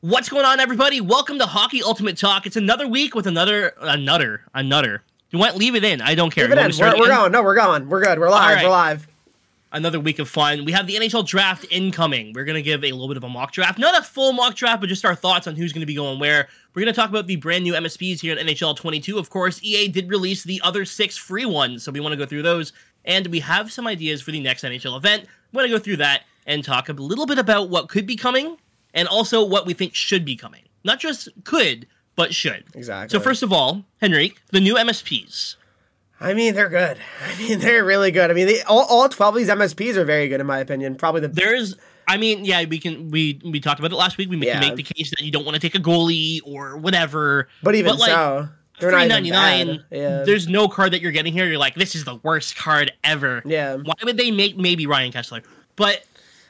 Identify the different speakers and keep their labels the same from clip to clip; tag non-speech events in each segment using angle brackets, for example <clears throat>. Speaker 1: What's going on, everybody? Welcome to Hockey Ultimate Talk. It's another week with another, another, another. You want leave it in? I don't care.
Speaker 2: Leave it
Speaker 1: You
Speaker 2: in.
Speaker 1: want me to start
Speaker 2: We're, we're
Speaker 1: again?
Speaker 2: going. No, we're going. We're good. We're live.
Speaker 1: right.
Speaker 2: We're live.
Speaker 1: Another week of fun. We have the NHL draft incoming. We're gonna give a little bit of a mock draft, not a full mock draft, but just our thoughts on who's gonna be going where. We're gonna talk about the brand new MSPs here in NHL 22. Of course, EA did release the other six free ones, so we want to go through those. And we have some ideas for the next NHL event. We're gonna go through that and talk a little bit about what could be coming, and also what we think should be coming. Not just could, but should.
Speaker 2: Exactly.
Speaker 1: So first of all, Henrique, the new MSPs.
Speaker 2: I mean, they're good. <laughs> I mean, they're really good. I mean, they, all, all 12 of these MSPs are very good, in my opinion. Probably the
Speaker 1: there's i mean yeah we can we we talked about it last week we make,
Speaker 2: Yeah.
Speaker 1: make the case that you don't want to take a goalie or whatever
Speaker 2: But even
Speaker 1: like,
Speaker 2: so, they're not even
Speaker 1: 399
Speaker 2: bad. Yeah.
Speaker 1: there's no card that you're getting here you're like this is the worst card ever
Speaker 2: Yeah.
Speaker 1: why would they make maybe ryan kessler but,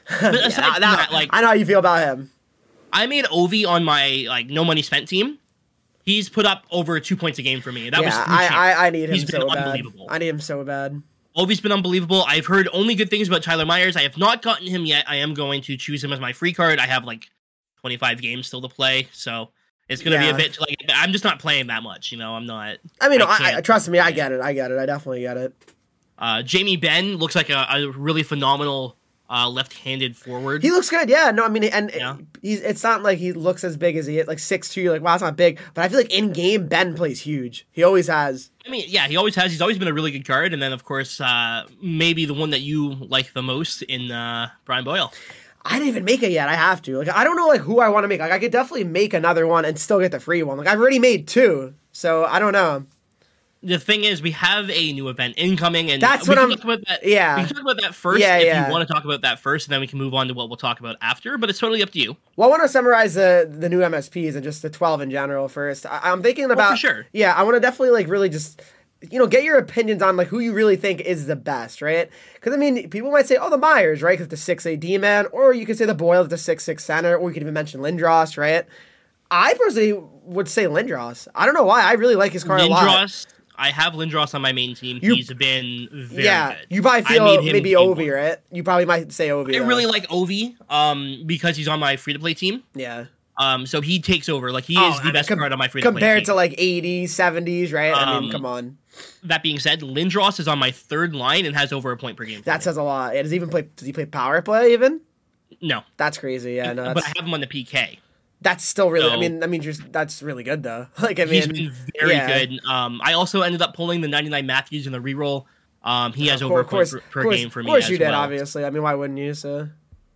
Speaker 2: <laughs>
Speaker 1: but
Speaker 2: Yeah,
Speaker 1: aside
Speaker 2: that-
Speaker 1: from
Speaker 2: that-
Speaker 1: that, like
Speaker 2: I know how you feel about him.
Speaker 1: i made ovi on my like no money spent team he's put up over two points a game for me that was
Speaker 2: yeah, I,
Speaker 1: insane.
Speaker 2: I I need him
Speaker 1: He's been
Speaker 2: so bad.
Speaker 1: unbelievable.
Speaker 2: I need him so bad.
Speaker 1: Ovi's been unbelievable. I've heard only good things about Tyler Myers. I have not gotten him yet. I am going to choose him as my free card. I have like 25 games still to play, so it's going to
Speaker 2: Yeah.
Speaker 1: be a bit like I'm just not playing that much. You know, I'm not.
Speaker 2: I mean,
Speaker 1: I
Speaker 2: I, I,
Speaker 1: can't-
Speaker 2: trust me, I get it. I get it. I definitely get it.
Speaker 1: Uh, Jamie Ben looks like a, a really phenomenal uh, left-handed forward.
Speaker 2: He looks good. Yeah. No, I mean, and
Speaker 1: Yeah.
Speaker 2: he's, it's not like he looks as big as he is. Like 6'2", you're like, wow, it's not big. But I feel like in game, Ben plays huge. He always has.
Speaker 1: I mean, yeah, he always has. He's always been a really good card. And then, of course, uh, maybe the one that you like the most in uh, Brian Boyle.
Speaker 2: I didn't even make it yet. I have to. Like I don't know like who I want to make. Like I could definitely make another one and still get the free one. Like I've already made two, so I don't know.
Speaker 1: the thing is, we have a new event incoming, and
Speaker 2: That's
Speaker 1: we
Speaker 2: what
Speaker 1: can
Speaker 2: I'm-
Speaker 1: Talk about that.
Speaker 2: yeah.
Speaker 1: we can talk about that first.
Speaker 2: Yeah,
Speaker 1: if
Speaker 2: yeah.
Speaker 1: you want to talk about that first, and then we can move on to what we'll talk about after. But it's totally up to you.
Speaker 2: Well, I want to summarize the the new MSPs and just the twelve in general first. I, I'm thinking about
Speaker 1: Oh, sure.
Speaker 2: Yeah, I want to definitely like really just you know get your opinions on like who you really think is the best, right? Because I mean, people might say, oh, the Myers, right? Because the six AD man, or you could say the Boyle, the six six center, or you could even mention Lindros, right? I personally would say Lindros. I don't know why. I really like his card a lot.
Speaker 1: Lindros, I have Lindros on my main team.
Speaker 2: You-
Speaker 1: He's been very
Speaker 2: yeah,
Speaker 1: good.
Speaker 2: you probably
Speaker 1: I
Speaker 2: feel
Speaker 1: made him
Speaker 2: maybe
Speaker 1: game
Speaker 2: Ovi,
Speaker 1: one.
Speaker 2: right? You probably might say Ovi.
Speaker 1: I
Speaker 2: though.
Speaker 1: really like Ovi um, because he's on my free to play team.
Speaker 2: yeah.
Speaker 1: Um, so he takes over. Like he
Speaker 2: Oh,
Speaker 1: is
Speaker 2: I
Speaker 1: the
Speaker 2: mean,
Speaker 1: best
Speaker 2: com-
Speaker 1: card on my free to play.
Speaker 2: Compared to like 80s, 70s, right? I mean,
Speaker 1: Um,
Speaker 2: come on,
Speaker 1: that being said, Lindros is on my third line and has over a point per game. for
Speaker 2: that
Speaker 1: me.
Speaker 2: says a lot. Yeah, does he even play? Does he play power play even?
Speaker 1: no,
Speaker 2: That's crazy. Yeah, no,
Speaker 1: but I
Speaker 2: that's,
Speaker 1: have him on the PK.
Speaker 2: that's still really. I
Speaker 1: No.
Speaker 2: mean, I mean, just that's really good though. <laughs> Like, I mean,
Speaker 1: he's been very
Speaker 2: yeah.
Speaker 1: good. Um, I also ended up pulling the 99 Matthews in the reroll. Um, he has
Speaker 2: of
Speaker 1: over a
Speaker 2: course,
Speaker 1: point per, per
Speaker 2: of course,
Speaker 1: game for me.
Speaker 2: Of course,
Speaker 1: as
Speaker 2: you did.
Speaker 1: well.
Speaker 2: Obviously, I mean, why wouldn't you? So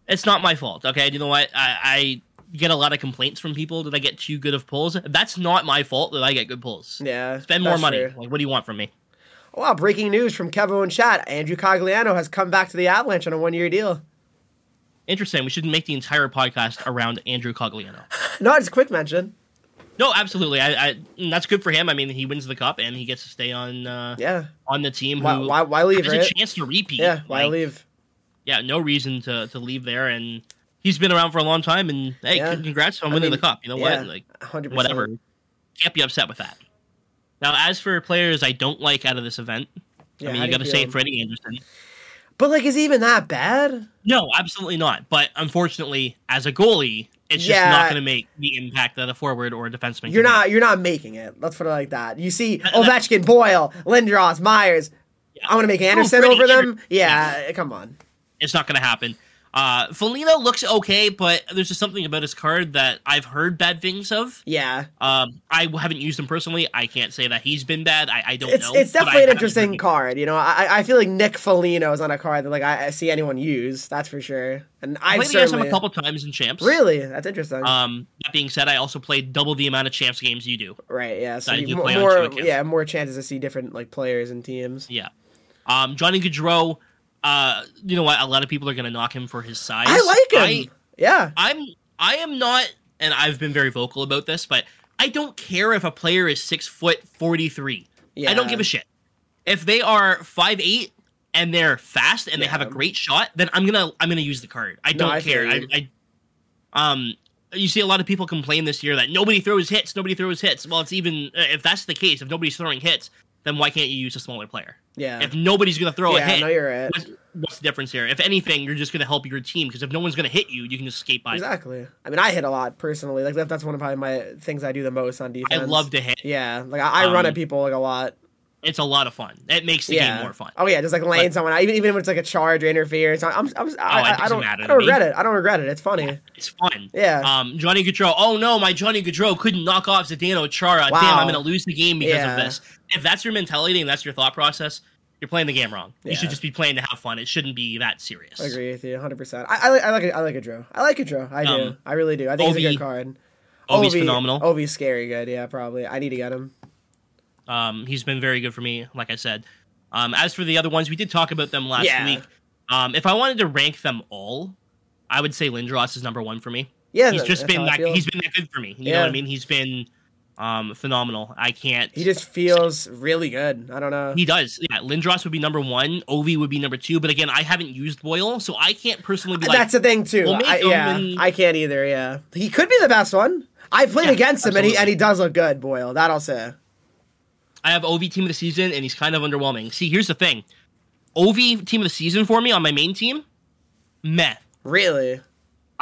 Speaker 1: It's not my fault. Okay, you know what? I, I get a lot of complaints from people that I get too good of pulls. That's not my fault that I get good pulls.
Speaker 2: yeah,
Speaker 1: Spend more
Speaker 2: that's
Speaker 1: money.
Speaker 2: fair.
Speaker 1: Like, what do you want from me?
Speaker 2: Oh, wow, breaking news from Kevo and Chat: Andrew Cogliano has come back to the Avalanche on a one-year deal.
Speaker 1: Interesting. We should make the entire podcast around Andrew Cogliano.
Speaker 2: No, just a quick mention.
Speaker 1: No, absolutely. I, I and that's good for him. I mean, he wins the cup and he gets to stay on uh,
Speaker 2: Yeah,
Speaker 1: on the team.
Speaker 2: why,
Speaker 1: who
Speaker 2: why, why leave?
Speaker 1: has a
Speaker 2: Right?
Speaker 1: chance to repeat.
Speaker 2: Yeah, why
Speaker 1: Like,
Speaker 2: leave?
Speaker 1: yeah, no reason to to leave there, and he's been around for a long time. And hey,
Speaker 2: Yeah.
Speaker 1: congrats on
Speaker 2: I
Speaker 1: winning
Speaker 2: mean,
Speaker 1: the cup. You know
Speaker 2: yeah.
Speaker 1: what? Like
Speaker 2: 100%.
Speaker 1: whatever, can't be upset with that. Now, as for players I don't like out of this event,
Speaker 2: Yeah,
Speaker 1: I
Speaker 2: how
Speaker 1: mean,
Speaker 2: do
Speaker 1: you got to
Speaker 2: feel?
Speaker 1: say Freddie Anderson.
Speaker 2: But like, is he even that bad?
Speaker 1: No, absolutely not. But unfortunately, as a goalie, it's just
Speaker 2: Yeah.
Speaker 1: not going to make the impact that a forward or a defenseman.
Speaker 2: You're
Speaker 1: can
Speaker 2: not. You're not making it. Let's put it like that. You see,
Speaker 1: and
Speaker 2: Ovechkin, Boyle, Lindros, Myers. I want to make Anderson
Speaker 1: Oh, Freddie
Speaker 2: over them.
Speaker 1: Anderson.
Speaker 2: Yeah, eh, come on.
Speaker 1: it's not going to happen. Uh, Felino looks okay, but there's just something about his card that I've heard bad things of.
Speaker 2: Yeah,
Speaker 1: Um, I haven't used him personally. I can't say that he's been bad. I, I don't
Speaker 2: it's
Speaker 1: know.
Speaker 2: it's
Speaker 1: but I
Speaker 2: definitely an
Speaker 1: haven't
Speaker 2: interesting
Speaker 1: heard-
Speaker 2: card. You know, I I feel like Nick Foligno is on a card that like I, I see anyone use. That's for sure. And
Speaker 1: played
Speaker 2: I
Speaker 1: against him
Speaker 2: certainly
Speaker 1: a couple times in champs.
Speaker 2: really. That's interesting.
Speaker 1: Um, that being said, I also played double the amount of champs games you do.
Speaker 2: right. Yeah. So
Speaker 1: I
Speaker 2: you-
Speaker 1: do
Speaker 2: mo-
Speaker 1: play on two
Speaker 2: more.
Speaker 1: accounts.
Speaker 2: Yeah, more chances to see different like players and teams.
Speaker 1: Yeah. Um, Johnny Gaudreau. Uh, you know what? A lot of people are going to knock him for his size.
Speaker 2: I like him. yeah.
Speaker 1: I, I'm. I am not, and I've been very vocal about this, but I don't care if a player is six foot forty three.
Speaker 2: Yeah.
Speaker 1: I don't give a shit. If they are five eight and they're fast and they have a
Speaker 2: Yeah.
Speaker 1: great shot, then I'm gonna I'm gonna use the card. I
Speaker 2: No,
Speaker 1: don't
Speaker 2: I feel
Speaker 1: care. I,
Speaker 2: you.
Speaker 1: I um you see a lot of people complain this year that nobody throws hits, nobody throws hits. Well, it's even uh, if that's the case, if nobody's throwing hits, then why can't you use a smaller player?
Speaker 2: Yeah.
Speaker 1: If nobody's going to throw a
Speaker 2: yeah,
Speaker 1: hit,
Speaker 2: no, you're right.
Speaker 1: what's, what's the difference here? If anything, you're just going to help your team because if no one's going to hit you, you can just skate by.
Speaker 2: Exactly. I mean, I hit a lot personally. Like that- that's one of probably my things I do the most on
Speaker 1: I
Speaker 2: defense.
Speaker 1: love to hit.
Speaker 2: Yeah, like I, I run
Speaker 1: Um,
Speaker 2: at people like a lot.
Speaker 1: It's a lot of fun. It makes the
Speaker 2: yeah.
Speaker 1: game more fun.
Speaker 2: Oh yeah, just like lane someone. out. Even even when it's like a charge or interference, I'm, I'm, I'm I,
Speaker 1: it
Speaker 2: I- I
Speaker 1: doesn't
Speaker 2: don't
Speaker 1: matter
Speaker 2: I
Speaker 1: to
Speaker 2: don't
Speaker 1: me.
Speaker 2: regret it. I don't regret it. It's funny.
Speaker 1: It's fun.
Speaker 2: Yeah.
Speaker 1: Um, Johnny Gaudreau. Oh no, my Johnny Gaudreau couldn't knock off Zdeno Chara.
Speaker 2: Wow.
Speaker 1: Damn, I'm gonna lose the game because
Speaker 2: Yeah.
Speaker 1: of this. If that's your mentality and that's your thought process, you're playing the game wrong. You
Speaker 2: Yeah.
Speaker 1: should just be playing to have fun. It shouldn't be that serious.
Speaker 2: I agree with you 100. percent I, I like I like a, I like a Drew. I like a Drew. I do.
Speaker 1: Um,
Speaker 2: I really do. I think it's a
Speaker 1: Ovi-
Speaker 2: good card.
Speaker 1: Ovi's
Speaker 2: Ovi-
Speaker 1: Oh, phenomenal.
Speaker 2: Ovi's scary good. Yeah, probably. I need to get him. Oh.
Speaker 1: Um, he's been very good for me, like I said. Um, as for the other ones, we did talk about them last
Speaker 2: Yeah.
Speaker 1: week. Um, if I wanted to rank them all, I would say Lindros is number one for me.
Speaker 2: Yeah,
Speaker 1: he's
Speaker 2: that-
Speaker 1: just
Speaker 2: that's
Speaker 1: been
Speaker 2: how I
Speaker 1: that
Speaker 2: feel.
Speaker 1: he's been that good for me. You know what
Speaker 2: Yeah.
Speaker 1: I mean? He's been um, phenomenal. I can't.
Speaker 2: He just feels really good. I don't know.
Speaker 1: He does. Yeah, Lindros would be number one. Ovi would be number two. But again, I haven't used Boyle, so I can't personally be like.
Speaker 2: That's the thing too.
Speaker 1: we'll make
Speaker 2: I,
Speaker 1: him
Speaker 2: yeah,
Speaker 1: and-
Speaker 2: I can't either. Yeah, he could be the best one. I played
Speaker 1: Yeah,
Speaker 2: against him, and he
Speaker 1: absolutely.
Speaker 2: and he does look good. Boyle, that I'll say.
Speaker 1: I have Ovi team of the season, and he's kind of underwhelming. See, here's the thing: Ovi team of the season for me on my main team, meh.
Speaker 2: Really,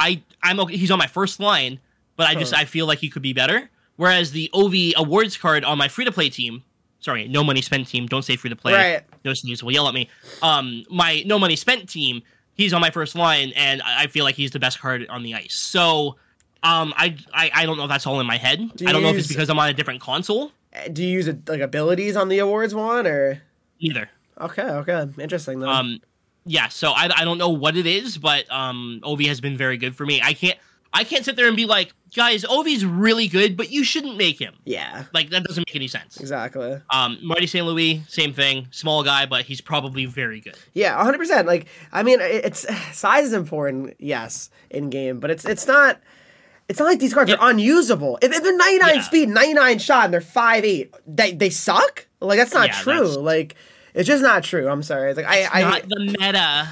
Speaker 1: I I'm okay. He's on my first line, but I just
Speaker 2: Huh.
Speaker 1: I feel like he could be better. Whereas the OV awards card on my free to play team, sorry, no money spent team. Don't say free to play.
Speaker 2: Right.
Speaker 1: No sneeze will yell at me. Um, my no money spent team. He's on my first line, and I I feel like he's the best card on the ice. So, um, I I, I don't know if that's all in my head.
Speaker 2: Do
Speaker 1: I don't know if
Speaker 2: you
Speaker 1: it's
Speaker 2: use-
Speaker 1: because I'm on a different console.
Speaker 2: Uh, do you use like abilities on the awards one or?
Speaker 1: Neither.
Speaker 2: Okay, okay, interesting though.
Speaker 1: Um, yeah. So I, I don't know what it is, but um, Ovi has been very good for me. I can't I can't sit there and be like, guys, Ovi's really good, but you shouldn't make him.
Speaker 2: yeah,
Speaker 1: Like that doesn't make any sense.
Speaker 2: exactly.
Speaker 1: Um, Marty St. Louis, same thing. Small guy, but he's probably very good.
Speaker 2: Yeah, 100. percent Like, I mean, it- it's <sighs> size is important, yes, in game, but it's it's not. It's not like these cards
Speaker 1: Yeah.
Speaker 2: are unusable. If, if they're 99
Speaker 1: Yeah.
Speaker 2: speed, 99 shot, and they're 5'8", they they suck. Like that's not
Speaker 1: Yeah,
Speaker 2: true.
Speaker 1: that's-
Speaker 2: Like it's just not true. I'm sorry. It's like I, I
Speaker 1: Not the meta.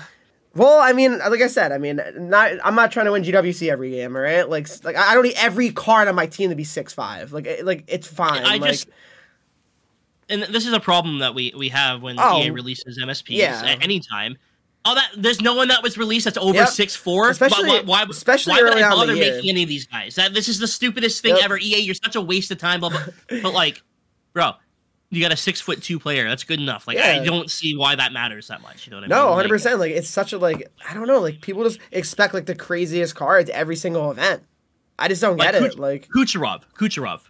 Speaker 2: Well, I mean, like I said, I mean, not I'm not trying to win GWC every game, all right? Like, s- like I don't need every card on my team to be six five. Like, it- like it's fine.
Speaker 1: I
Speaker 2: like,
Speaker 1: just and this is a problem that we we have when
Speaker 2: Oh,
Speaker 1: EA releases MSPs
Speaker 2: yeah.
Speaker 1: at any time. Oh, that there's no one that was released that's over
Speaker 2: Yep.
Speaker 1: six four.
Speaker 2: Especially-
Speaker 1: why, why,
Speaker 2: especially
Speaker 1: why
Speaker 2: early
Speaker 1: would I
Speaker 2: on in the
Speaker 1: bother
Speaker 2: year.
Speaker 1: making any of these guys? That this is the stupidest thing
Speaker 2: Yep.
Speaker 1: ever. EA, you're such a waste of time. Blah
Speaker 2: <laughs>
Speaker 1: blah. but like, bro, you got a six foot two player. That's good enough. Like,
Speaker 2: Yeah.
Speaker 1: I don't see why that matters that much. You know what I mean?
Speaker 2: no,
Speaker 1: Like,
Speaker 2: hundred percent. Like, it's such a like I don't know. Like, people just expect like the craziest cards every single event. I just don't
Speaker 1: Like,
Speaker 2: get it.
Speaker 1: Kuch-
Speaker 2: Like,
Speaker 1: Kucherov, Kucherov.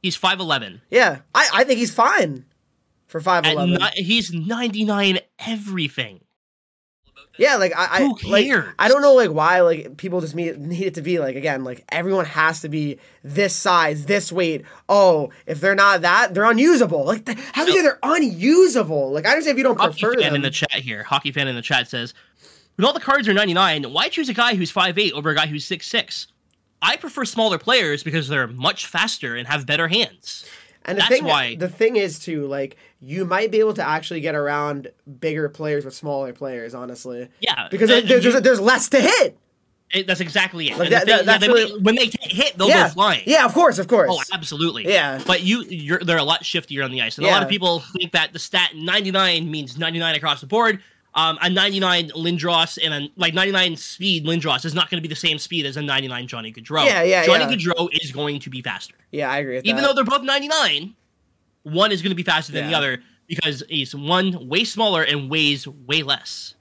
Speaker 1: He's five eleven.
Speaker 2: yeah, I I think he's fine for five
Speaker 1: At
Speaker 2: eleven.
Speaker 1: ni- he's 99 everything.
Speaker 2: Yeah, like I, I
Speaker 1: Who
Speaker 2: like
Speaker 1: cares?
Speaker 2: I don't know like why like people just need, need it to be like again like everyone has to be this size, this weight. Oh, if they're not that, they're unusable. Like th- how do you they're unusable? Like I understand if you don't
Speaker 1: Hockey
Speaker 2: prefer
Speaker 1: fan
Speaker 2: them.
Speaker 1: in the chat here. Hockey fan in the chat says, when all the cards are 99, why choose a guy who's 5'8 over a guy who's 6'6? I prefer smaller players because they're much faster and have better hands.
Speaker 2: and the
Speaker 1: that's
Speaker 2: thing
Speaker 1: why-
Speaker 2: the thing is too like you might be able to actually get around bigger players with smaller players. Honestly,
Speaker 1: Yeah,
Speaker 2: because
Speaker 1: the-
Speaker 2: there- there's,
Speaker 1: you-
Speaker 2: there's, there's less to hit.
Speaker 1: it- that's exactly it.
Speaker 2: Like,
Speaker 1: And the
Speaker 2: that-
Speaker 1: thing-
Speaker 2: that- that's
Speaker 1: they
Speaker 2: really-
Speaker 1: might- when they get hit, they'll
Speaker 2: yeah,
Speaker 1: go flying.
Speaker 2: yeah, of course, of course.
Speaker 1: Oh, absolutely.
Speaker 2: Yeah.
Speaker 1: But you, you're they're a lot shiftier on the ice, and a lot of
Speaker 2: Yeah.
Speaker 1: people think that the stat 99 means 99 across the board. Um, a 99 Lindros and a like 99 speed Lindros is not going to be the same speed as a 99 Johnny Gaudreau.
Speaker 2: Yeah, yeah,
Speaker 1: Johnny
Speaker 2: yeah.
Speaker 1: Gaudreau is going to be faster,
Speaker 2: yeah, I agree. With
Speaker 1: even
Speaker 2: that.
Speaker 1: though they're both 99. One is going to be faster than the
Speaker 2: Yeah.
Speaker 1: other because he's one way smaller and weighs way less.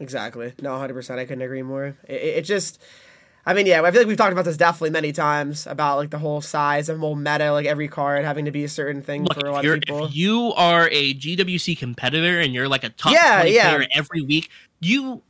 Speaker 2: Exactly. No, hundred percent. I couldn't agree more. It, it it just, I mean, yeah. I feel like we've talked about this definitely many times about like the whole size and whole meta, like every card having to be a certain thing
Speaker 1: Look,
Speaker 2: for a
Speaker 1: if,
Speaker 2: lot
Speaker 1: you're,
Speaker 2: of people.
Speaker 1: if you are a GWC competitor and you're like a top
Speaker 2: Yeah,
Speaker 1: 20
Speaker 2: yeah.
Speaker 1: player every week, you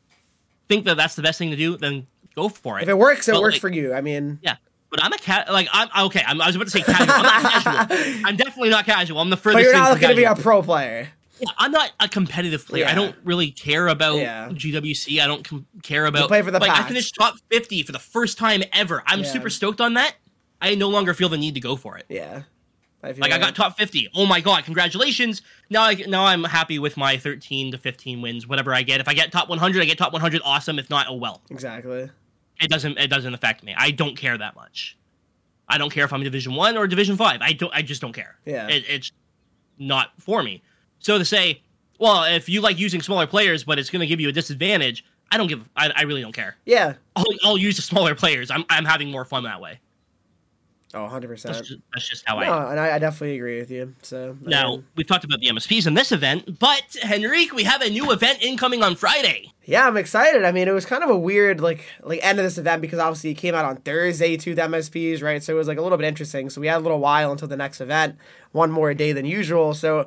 Speaker 1: think that that's the best thing to do, then go for
Speaker 2: If
Speaker 1: it.
Speaker 2: it works, it
Speaker 1: But,
Speaker 2: works
Speaker 1: like-
Speaker 2: for you. I mean,
Speaker 1: yeah. But I'm a cat. Like I'm okay. I'm, I was about to say casual. I'm not
Speaker 2: <laughs>
Speaker 1: casual. I'm definitely not casual. I'm the furthest.
Speaker 2: but you're
Speaker 1: thing
Speaker 2: not
Speaker 1: from
Speaker 2: looking to be
Speaker 1: casual.
Speaker 2: a pro player.
Speaker 1: Yeah, I'm not a competitive player. I
Speaker 2: Yeah.
Speaker 1: don't really care about
Speaker 2: Yeah.
Speaker 1: GWC. I don't com- care about
Speaker 2: play for the
Speaker 1: like I
Speaker 2: packs.
Speaker 1: finished top 50 for the first time ever. I'm
Speaker 2: Yeah.
Speaker 1: super stoked on that. I no longer feel the need to go for it.
Speaker 2: Yeah. feel
Speaker 1: Like I got top 50. Oh my god, congratulations. Now I now I'm happy with my 13 to 15 wins whatever I get. If I get top 100, I get top 100 awesome. If not, oh well.
Speaker 2: exactly.
Speaker 1: It doesn't it doesn't affect me. I don't care that much. I don't care if I'm division 1 or division 5. I don't I just don't care.
Speaker 2: Yeah.
Speaker 1: It, it's not for me. So to say, well, if you like using smaller players, but it's going to give you a disadvantage, I don't give. I, I really don't care.
Speaker 2: Yeah.
Speaker 1: I'll, I'll use the smaller players. I'm I'm having more fun that way.
Speaker 2: Oh, 100
Speaker 1: That's
Speaker 2: percent.
Speaker 1: just, that's just how I. am.
Speaker 2: No, and I, I definitely agree with you. So I
Speaker 1: Now
Speaker 2: mean,
Speaker 1: we've talked about the MSPs in this event, but Henrique, we have a new event incoming on Friday.
Speaker 2: yeah, I'm excited. I mean, it was kind of a weird like like end of this event because obviously it came out on Thursday to the MSPs, right? So it was like a little bit interesting. So we had a little while until the next event, one more day than usual. So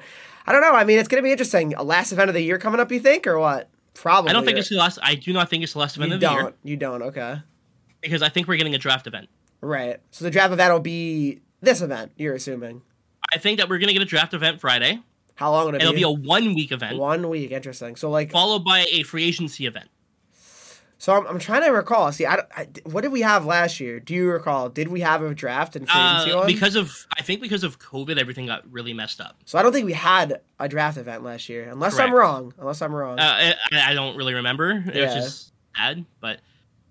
Speaker 2: I don't know. I mean, it's gonna be interesting. A last event of the year coming up, you think, or what? Probably.
Speaker 1: I don't think
Speaker 2: right?
Speaker 1: it's the last. I do not think it's the last event
Speaker 2: Oh, You
Speaker 1: of the year
Speaker 2: don't. You don't. Okay.
Speaker 1: because I think we're getting a draft event.
Speaker 2: Right. So the draft event will be this event. You're assuming.
Speaker 1: I think that we're gonna get a draft event Friday.
Speaker 2: How long would it
Speaker 1: It'll
Speaker 2: be?
Speaker 1: be a one week event
Speaker 2: one week. Interesting. So like,
Speaker 1: followed by a free agency event.
Speaker 2: so I'm, I'm trying to recall. See, I, I- what did we have last year? Do you recall? Did we have a draft and free agency
Speaker 1: Uh,
Speaker 2: one?
Speaker 1: because of I think because of COVID, everything got really messed up.
Speaker 2: so I don't think we had a draft event last year, unless I'm
Speaker 1: Correct.
Speaker 2: wrong. Unless I'm wrong.
Speaker 1: Uh, I, I don't really remember. It was
Speaker 2: Yeah.
Speaker 1: just sad, but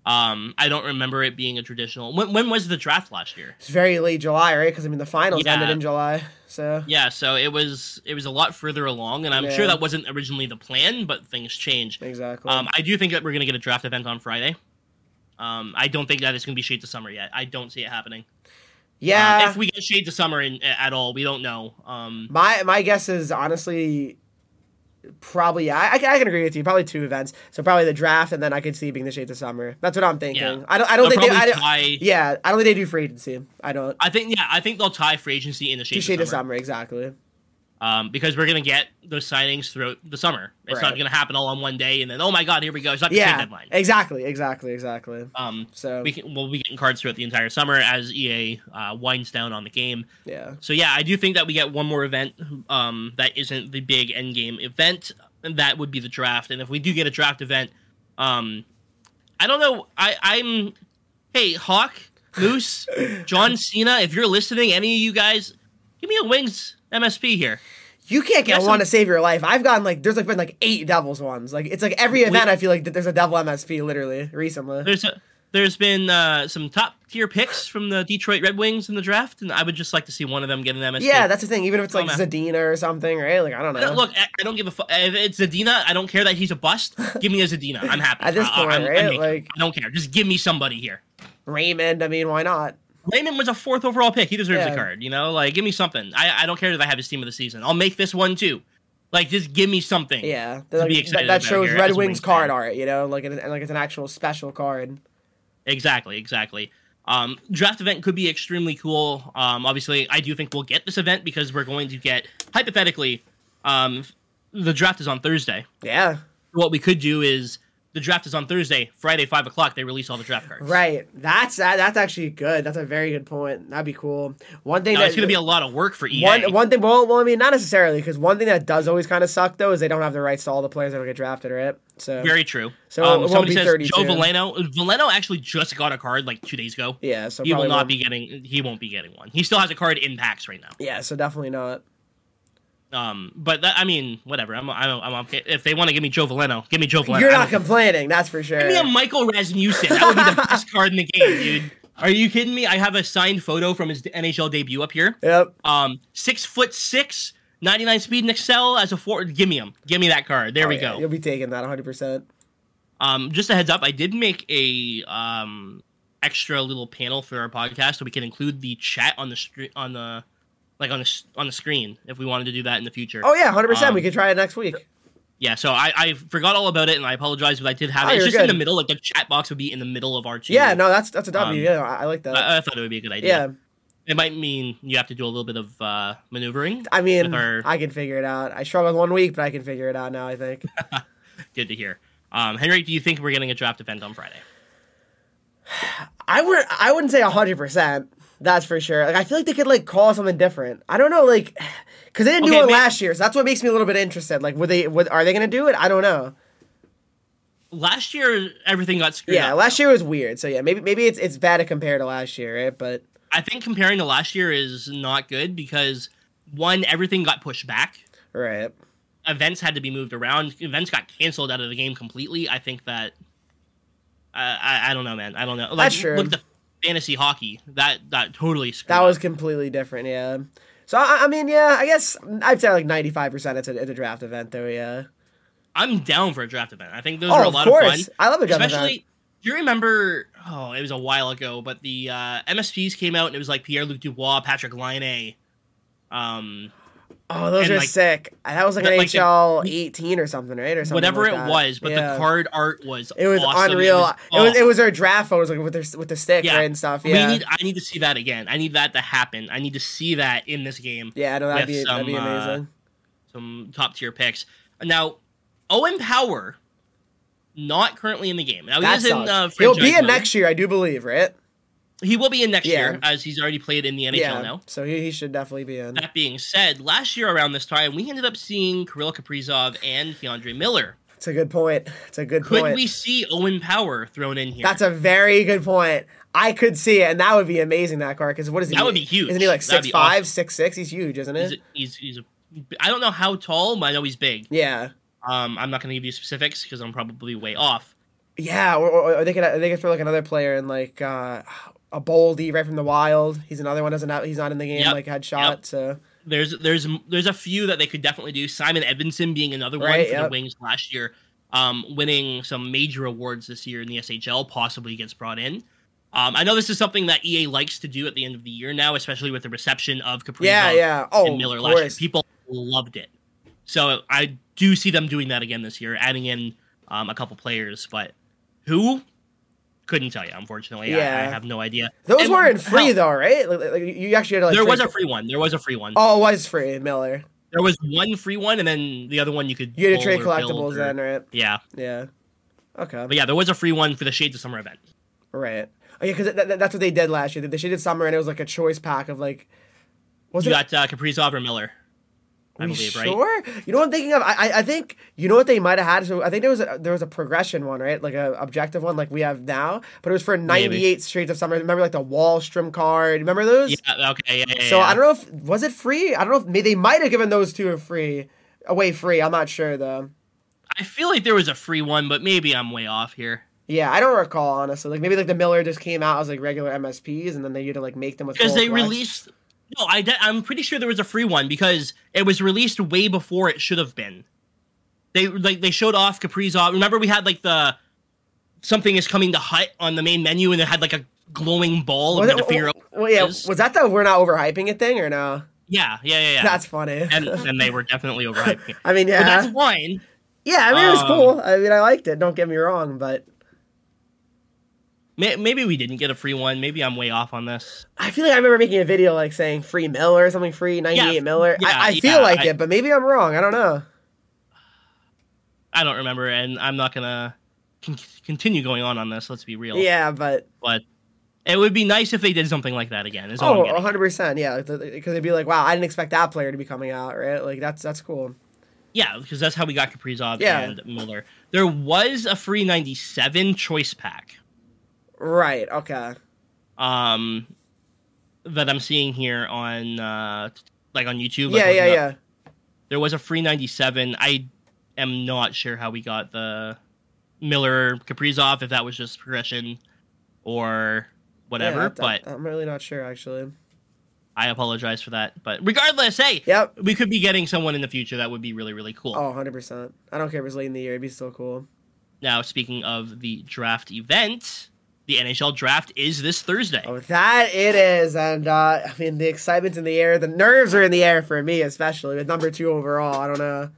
Speaker 1: um, I don't remember it being a traditional. When, when was the draft last year?
Speaker 2: it's very late July, right? Because I mean, the finals
Speaker 1: Yeah.
Speaker 2: ended in July. So
Speaker 1: Yeah, so it was it was a lot further along, and I'm
Speaker 2: Yeah.
Speaker 1: sure that wasn't originally the plan, but things change.
Speaker 2: exactly.
Speaker 1: Um, I do think that we're gonna get a draft event on Friday. Um, I don't think that it's gonna be Shade to Summer yet. I don't see it happening. Um,
Speaker 2: yeah.
Speaker 1: if we get Shade to Summer in, at all, we don't know. Um,
Speaker 2: My my guess is honestly, probably yeah. I, I can- I can agree with you. Probably two events. So probably the draft, and then I could see it being the shades of summer. That's what I'm thinking.
Speaker 1: Yeah.
Speaker 2: I don't. I don't
Speaker 1: they'll
Speaker 2: think they.
Speaker 1: probably
Speaker 2: I don't,
Speaker 1: tie-
Speaker 2: yeah, I don't think they do free agency. I don't.
Speaker 1: I think yeah, I think they'll tie free agency in the
Speaker 2: Do
Speaker 1: Shade,
Speaker 2: shade
Speaker 1: to
Speaker 2: of
Speaker 1: Summer,
Speaker 2: summer exactly.
Speaker 1: Um, because we're gonna get those signings throughout the summer. It's
Speaker 2: Right.
Speaker 1: not gonna happen all on one day, and then oh my god, here we go. It's not the trade
Speaker 2: Yeah,
Speaker 1: deadline.
Speaker 2: exactly, exactly, exactly.
Speaker 1: Um,
Speaker 2: So
Speaker 1: we can, we'll be getting cards throughout the entire summer as EA uh, winds down on the game.
Speaker 2: yeah,
Speaker 1: So yeah, I do think that we get one more event um, that isn't the big end game event, and that would be the draft. And if we do get a draft event, um, I don't know. I, I'm hey Hawk, Moose, John Cena. If you're listening, any of you guys, give me a wings MSP here.
Speaker 2: you can't get
Speaker 1: Yes,
Speaker 2: one
Speaker 1: I'm-
Speaker 2: to save your life. I've gotten like there's like been like eight devils ones. Like it's like every event I feel like that there's a devil MSP literally recently.
Speaker 1: There's a, there's been uh, some top tier picks from the Detroit Red Wings in the draft, and I would just like to see one of them get an MSP.
Speaker 2: Yeah, that's the thing. Even if it's like
Speaker 1: Oh, man.
Speaker 2: Zadina or something, right? Like I don't
Speaker 1: I
Speaker 2: know.
Speaker 1: don't- Look, I I don't give a fuck. If it's Zadina, I don't care that he's a bust. Give me a Zadina. I'm happy.
Speaker 2: <laughs> At this
Speaker 1: I- I-
Speaker 2: point,
Speaker 1: I'm- I'm
Speaker 2: right?
Speaker 1: making-
Speaker 2: Like-
Speaker 1: I don't care. Just give me somebody here.
Speaker 2: Raymond. I mean, why not?
Speaker 1: Raymond was a fourth overall pick. He deserves
Speaker 2: Yeah.
Speaker 1: a card. You know, like give me something. I, I don't care that I have his team of the season. I'll make this one too. Like just give me something.
Speaker 2: Yeah,
Speaker 1: To
Speaker 2: that,
Speaker 1: be
Speaker 2: that-
Speaker 1: excited
Speaker 2: that
Speaker 1: about
Speaker 2: shows
Speaker 1: here
Speaker 2: Red
Speaker 1: as a
Speaker 2: Wings
Speaker 1: Wings
Speaker 2: card
Speaker 1: fan.
Speaker 2: art, you know, like an, and like it's an actual special card.
Speaker 1: Exactly. Exactly. Um, draft event could be extremely cool. Um, obviously, I do think we'll get this event because we're going to get hypothetically. Um, the draft is on Thursday.
Speaker 2: Yeah,
Speaker 1: What we could do is the draft is on Thursday, Friday, five o'clock. They release all the draft cards.
Speaker 2: right. That's that, that's actually good. That's a very good point. That'd be cool. One thing
Speaker 1: Now,
Speaker 2: that
Speaker 1: it's going to be a lot of work for EA.
Speaker 2: one one thing. Well, well, I mean, not necessarily because one thing that does always kind of suck though is they don't have the rights to all the players that'll get drafted, right? So
Speaker 1: Very true.
Speaker 2: So it
Speaker 1: um,
Speaker 2: won't
Speaker 1: somebody
Speaker 2: be
Speaker 1: says
Speaker 2: 32.
Speaker 1: Joe Valeno. Valeno actually just got a card like two days ago.
Speaker 2: yeah, so
Speaker 1: he will
Speaker 2: probably
Speaker 1: not
Speaker 2: won't-
Speaker 1: be getting. He won't be getting one. He still has a card in packs right now.
Speaker 2: Yeah, so definitely not.
Speaker 1: Um, but that, I mean, whatever. I'm. I'm. I'm okay. If they want to give me Joe Valeno, give me Joe Valeno.
Speaker 2: You're
Speaker 1: I
Speaker 2: not
Speaker 1: don't-
Speaker 2: complaining, that's for sure.
Speaker 1: Give me a Michael Rasmussen. That would be
Speaker 2: <laughs>
Speaker 1: the best card in the game, dude. Are you kidding me? I have a signed photo from his NHL debut up here.
Speaker 2: Yep.
Speaker 1: Um, six foot six, 99 speed and excel as a forward. Give me him. Give me that card. There
Speaker 2: Oh,
Speaker 1: we
Speaker 2: yeah,
Speaker 1: go.
Speaker 2: You'll be taking that 100. percent
Speaker 1: Um, just a heads up, I did make a um extra little panel for our podcast so we can include the chat on the street on the like on the s- on the screen if we wanted to do that in the future.
Speaker 2: Oh yeah, 100. percent
Speaker 1: Um,
Speaker 2: We could try it next week.
Speaker 1: Yeah, so I, I forgot all about it and I apologize, but I did have
Speaker 2: Oh,
Speaker 1: it. It's
Speaker 2: you're
Speaker 1: just in
Speaker 2: good.
Speaker 1: the middle, like the chat box would be in the middle of our two.
Speaker 2: Yeah, no, that's that's a W.
Speaker 1: um,
Speaker 2: yeah, I, I like that.
Speaker 1: I, I thought it would be a good idea.
Speaker 2: yeah,
Speaker 1: It might mean you have to do a little bit of uh, maneuvering.
Speaker 2: I mean,
Speaker 1: with our-
Speaker 2: I can figure it out. I struggled one week, but I can figure it out now.
Speaker 1: <laughs>
Speaker 2: I think.
Speaker 1: Good to hear. Um, Henry, do you think we're getting a draft event on Friday?
Speaker 2: I would. I wouldn't say hundred percent. That's for sure. Like I feel like they could like call something different. I don't know, like, because they didn't do
Speaker 1: Okay,
Speaker 2: it
Speaker 1: may-
Speaker 2: last year, so that's what makes me a little bit interested. Like, would they? Would, are they going to do it? I don't know.
Speaker 1: Last year, everything got screwed
Speaker 2: Yeah,
Speaker 1: up.
Speaker 2: last year was weird. So yeah, maybe maybe it's it's bad to compare to last year, right? But
Speaker 1: I think comparing to last year is not good because one, everything got pushed back.
Speaker 2: right.
Speaker 1: Events had to be moved around. Events got canceled out of the game completely. I think that I I, I don't know, man. I don't know. Like,
Speaker 2: That's true.
Speaker 1: Look at the fantasy hockey that that totally screwed
Speaker 2: That
Speaker 1: up.
Speaker 2: was completely different. Yeah. So I, I mean, yeah, I guess I'd say like ninety five percent. It's a it's a draft event, though. Yeah.
Speaker 1: I'm down for a draft event. I think those
Speaker 2: Oh,
Speaker 1: are a
Speaker 2: of
Speaker 1: lot of fun.
Speaker 2: course. I love a draft
Speaker 1: Especially,
Speaker 2: event.
Speaker 1: do you remember? Oh, it was a while ago, but the uh, MSPs came out and it was like Pierre Luc Dubois, Patrick Line, um,
Speaker 2: Oh, those
Speaker 1: and,
Speaker 2: are
Speaker 1: like,
Speaker 2: sick. That was like
Speaker 1: the-
Speaker 2: an
Speaker 1: like the-
Speaker 2: HL eighteen or something, right? Or something.
Speaker 1: whatever
Speaker 2: like
Speaker 1: it
Speaker 2: that.
Speaker 1: was. But
Speaker 2: Yeah.
Speaker 1: the card art was
Speaker 2: It was
Speaker 1: awesome.
Speaker 2: unreal. It was, it was
Speaker 1: oh,
Speaker 2: our draft photos like with their with the stick
Speaker 1: Yeah.
Speaker 2: right, and stuff. Yeah.
Speaker 1: We need. I need to see that again. I need that to happen. I need to see that in this game.
Speaker 2: yeah, no, that'd
Speaker 1: with
Speaker 2: be that'd be
Speaker 1: some, uh,
Speaker 2: amazing.
Speaker 1: Some top tier picks. Now, Owen Power, not currently in the game. Now he
Speaker 2: That
Speaker 1: is in.
Speaker 2: sucks.
Speaker 1: Uh,
Speaker 2: He'll
Speaker 1: franchise
Speaker 2: be in
Speaker 1: mode.
Speaker 2: next year, I do believe, right?
Speaker 1: He will be in next
Speaker 2: Yeah.
Speaker 1: year as he's already played in the NHL
Speaker 2: yeah.
Speaker 1: now.
Speaker 2: So he, he should definitely be in.
Speaker 1: That being said, last year around this time, we ended up seeing Kirill Kaprizov and Keandre Miller.
Speaker 2: It's a good point. It's a good
Speaker 1: Could
Speaker 2: point.
Speaker 1: we see Owen Power thrown in here?
Speaker 2: That's a very good point. I could see it, and that would be amazing. That car because what is he?
Speaker 1: That would be huge.
Speaker 2: Isn't he like
Speaker 1: That'd
Speaker 2: six
Speaker 1: be
Speaker 2: five, six six? He's huge, isn't
Speaker 1: he's,
Speaker 2: it?
Speaker 1: he's, he's a, I don't know how tall, but I know he's big.
Speaker 2: Yeah,
Speaker 1: Um, I'm not going to give you specifics because I'm probably way off.
Speaker 2: yeah. Or, or, or they could they could throw like another player in like uh, a boldy right from the wild. He's another one doesn't he's not in the game
Speaker 1: Yep.
Speaker 2: like headshot.
Speaker 1: Yep.
Speaker 2: So
Speaker 1: There's there's there's a few that they could definitely do. Simon Edmondson being another one
Speaker 2: Right,
Speaker 1: for the
Speaker 2: yep.
Speaker 1: Wings last year, um, winning some major awards this year in the SHL, possibly gets brought in. Um, I know this is something that EA likes to do at the end of the year now, especially with the reception of Kaprizov.
Speaker 2: yeah, yeah. Oh,
Speaker 1: and Miller
Speaker 2: of
Speaker 1: last year.
Speaker 2: course.
Speaker 1: People loved it. So I do see them doing that again this year, adding in um, a couple players, but who? Couldn't tell you, unfortunately. I- I,
Speaker 2: Yeah.
Speaker 1: have no idea.
Speaker 2: Those
Speaker 1: And
Speaker 2: weren't free
Speaker 1: hell,
Speaker 2: though, right? Like, like, you actually had to like.
Speaker 1: there was a
Speaker 2: trade-
Speaker 1: free one. There was a free one.
Speaker 2: Oh, it was free Miller.
Speaker 1: There was one free one, and then the other one you could
Speaker 2: You had
Speaker 1: pull
Speaker 2: to trade
Speaker 1: or build
Speaker 2: collectibles
Speaker 1: or-
Speaker 2: then, right?
Speaker 1: Yeah,
Speaker 2: Yeah. Okay.
Speaker 1: but yeah, there was a free one for the Shades of Summer event.
Speaker 2: Right. Oh, yeah, because that's what they did last year. They, they did summer, and it was like a choice pack of like. Was
Speaker 1: you
Speaker 2: it?
Speaker 1: got uh, Kaprizov or Miller, I
Speaker 2: we
Speaker 1: believe, right?
Speaker 2: sure? You know what I'm thinking of? I, I I think you know what they might have had. So I think there was a, there was a progression one, right? Like a objective one, like we have now. But it was for 98 Streets of Summer. Remember, like the Wallstrom card. Remember those?
Speaker 1: Yeah, okay, yeah, yeah,
Speaker 2: So
Speaker 1: yeah.
Speaker 2: I don't know if was it free. I don't know if may- they might have given those two a free away free. I'm not sure though.
Speaker 1: I feel like there was a free one, but maybe I'm way off here.
Speaker 2: Yeah, I don't recall honestly. Like maybe like the Miller just came out as like regular MSPs, and then they had to like make them with
Speaker 1: because
Speaker 2: gold
Speaker 1: they
Speaker 2: black.
Speaker 1: released. No, I de- I'm pretty sure there was a free one because it was released way before it should have been. They like they showed off Kaprizov. Remember we had like the something is coming to Hut on the main menu, and it had like a glowing ball.
Speaker 2: Was
Speaker 1: and we
Speaker 2: it,
Speaker 1: had to figure out.
Speaker 2: well, yeah,
Speaker 1: what it is.
Speaker 2: was that the we're not overhyping it thing or no?
Speaker 1: Yeah, yeah, yeah, yeah.
Speaker 2: That's funny.
Speaker 1: and and they were definitely
Speaker 2: <laughs>
Speaker 1: overhyping. it.
Speaker 2: I mean,
Speaker 1: But that's
Speaker 2: yeah,
Speaker 1: fine.
Speaker 2: yeah. I mean, it was
Speaker 1: um,
Speaker 2: cool. I mean, I liked it. Don't get me wrong, but
Speaker 1: May- Maybe we didn't get a free one. Maybe I'm way off on this.
Speaker 2: I feel like I remember making a video like saying free Miller or something, free ninety eight
Speaker 1: Yeah,
Speaker 2: Miller.
Speaker 1: yeah,
Speaker 2: I, I feel
Speaker 1: yeah,
Speaker 2: like
Speaker 1: I-
Speaker 2: it, but maybe I'm wrong. I don't know.
Speaker 1: I don't remember, and I'm not gonna con- continue going on on this. Let's be real.
Speaker 2: Yeah, but
Speaker 1: but it would be nice if they did something like that again. Is all I'm
Speaker 2: oh,
Speaker 1: getting at.
Speaker 2: 100 percent. Yeah, because it'd be like, wow, I didn't expect that player to be coming out. Right? Like that's that's cool.
Speaker 1: Yeah, because that's how we got Kaprizov
Speaker 2: Yeah.
Speaker 1: and Miller. There was a free 97 choice pack
Speaker 2: Right. Okay.
Speaker 1: um, that I'm seeing here on uh, like on YouTube. like,
Speaker 2: Yeah. Yeah.
Speaker 1: looking up.
Speaker 2: Yeah.
Speaker 1: There was a free 97. I am not sure how we got the Miller Kaprizov if that was just progression or whatever,
Speaker 2: Yeah,
Speaker 1: but
Speaker 2: I, am really not sure actually.
Speaker 1: I apologize for that. But regardless, hey,
Speaker 2: Yep.
Speaker 1: we could be getting someone in the future that would be really really cool.
Speaker 2: Oh, 100 percent. I don't care if it's late in the year. It'd be still cool.
Speaker 1: Now, speaking of the draft event, the NHL draft is this Thursday.
Speaker 2: Oh, that it is, and uh, I mean the excitement's in the air. The nerves are in the air for me, especially with number two overall. I don't know.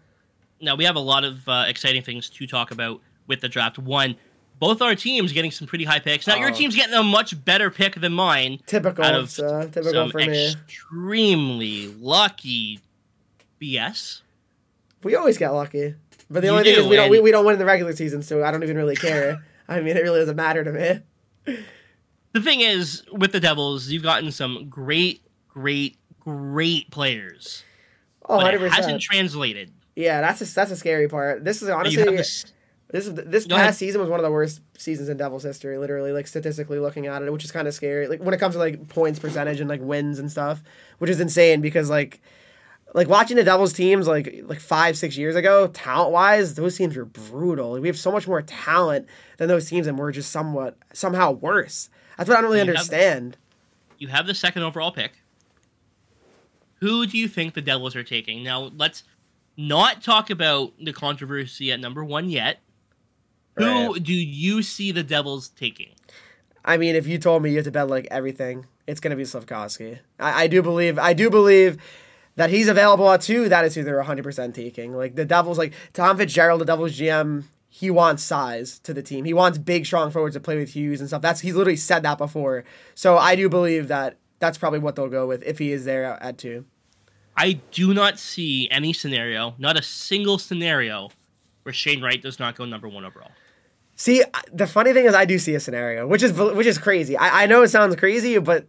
Speaker 1: Now, we have a lot of uh, exciting things to talk about with the draft. One, both our teams getting some pretty high picks. Now, your
Speaker 2: Oh.
Speaker 1: team's getting a much better pick than mine.
Speaker 2: Typical,
Speaker 1: Out of
Speaker 2: so, typical
Speaker 1: Some
Speaker 2: for me.
Speaker 1: extremely lucky BS.
Speaker 2: We always get lucky, but the
Speaker 1: You
Speaker 2: only thing
Speaker 1: do,
Speaker 2: is we don't we,
Speaker 1: and-
Speaker 2: we don't win in the regular season, so I don't even really care. I mean, it really doesn't matter to me.
Speaker 1: The thing is, with the Devils, you've gotten some great, great, great players.
Speaker 2: Oh,
Speaker 1: but
Speaker 2: 100
Speaker 1: it hasn't
Speaker 2: percent.
Speaker 1: translated.
Speaker 2: Yeah, that's a, that's a scary part. This is
Speaker 1: But
Speaker 2: honestly
Speaker 1: you have this-
Speaker 2: this is this
Speaker 1: Go
Speaker 2: past
Speaker 1: ahead.
Speaker 2: season was one of the worst seasons in Devils history. Literally, like statistically looking at it, which is kind of scary. Like when it comes to like points percentage and like wins and stuff, which is insane because like like watching the Devils teams like like five six years ago, talent wise, those teams were brutal. Like, we have so much more talent than those teams, and we're just somewhat somehow worse. That's what I don't really
Speaker 1: You have-
Speaker 2: understand.
Speaker 1: you have the second overall pick. Who do you think the Devils are taking? Now, let's not talk about the controversy at number one yet. Who
Speaker 2: Right.
Speaker 1: do you see the Devils taking?
Speaker 2: I mean, if you told me you have to bet like everything, it's gonna be Slavkovsky. I, I do believe. I do believe. That he's available at two, that is who they're 100% taking. Like, the Devils, like, Tom Fitzgerald, the Devils GM, he wants size to the team. He wants big, strong forwards to play with Hughes and stuff. That's He's literally said that before. So I do believe that that's probably what they'll go with if he is there at, at two.
Speaker 1: I do not see any scenario, not a single scenario, where Shane Wright does not go number one overall.
Speaker 2: See, I- the funny thing is, I do see a scenario, which is which is crazy. I, I know it sounds crazy, but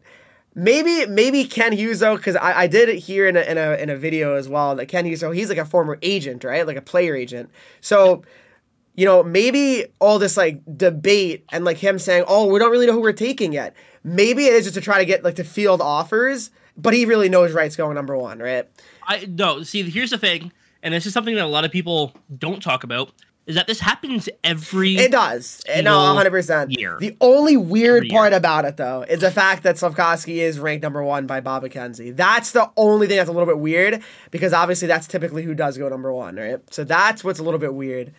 Speaker 2: maybe maybe Ken Hughes though, because I, I did hear in a, in a in a video as well that Ken Hughes, so he's like a former agent, right, like a player agent. So, you know, maybe all this like debate and like him saying, "Oh, we don't really know who we're taking yet." Maybe it is just to try to get like to field offers, but he really knows Wright's going number one, right?
Speaker 1: I no. See, here's the thing, and this is something that a lot of people don't talk about, is that this happens every.
Speaker 2: It does. And No,
Speaker 1: single
Speaker 2: 100%.
Speaker 1: year.
Speaker 2: The only weird
Speaker 1: Every year.
Speaker 2: part about it, though, is the fact that Slavkovsky is ranked number one by Bob McKenzie. That's the only thing that's a little bit weird because obviously that's typically who does go number one, right? So that's what's a little bit weird.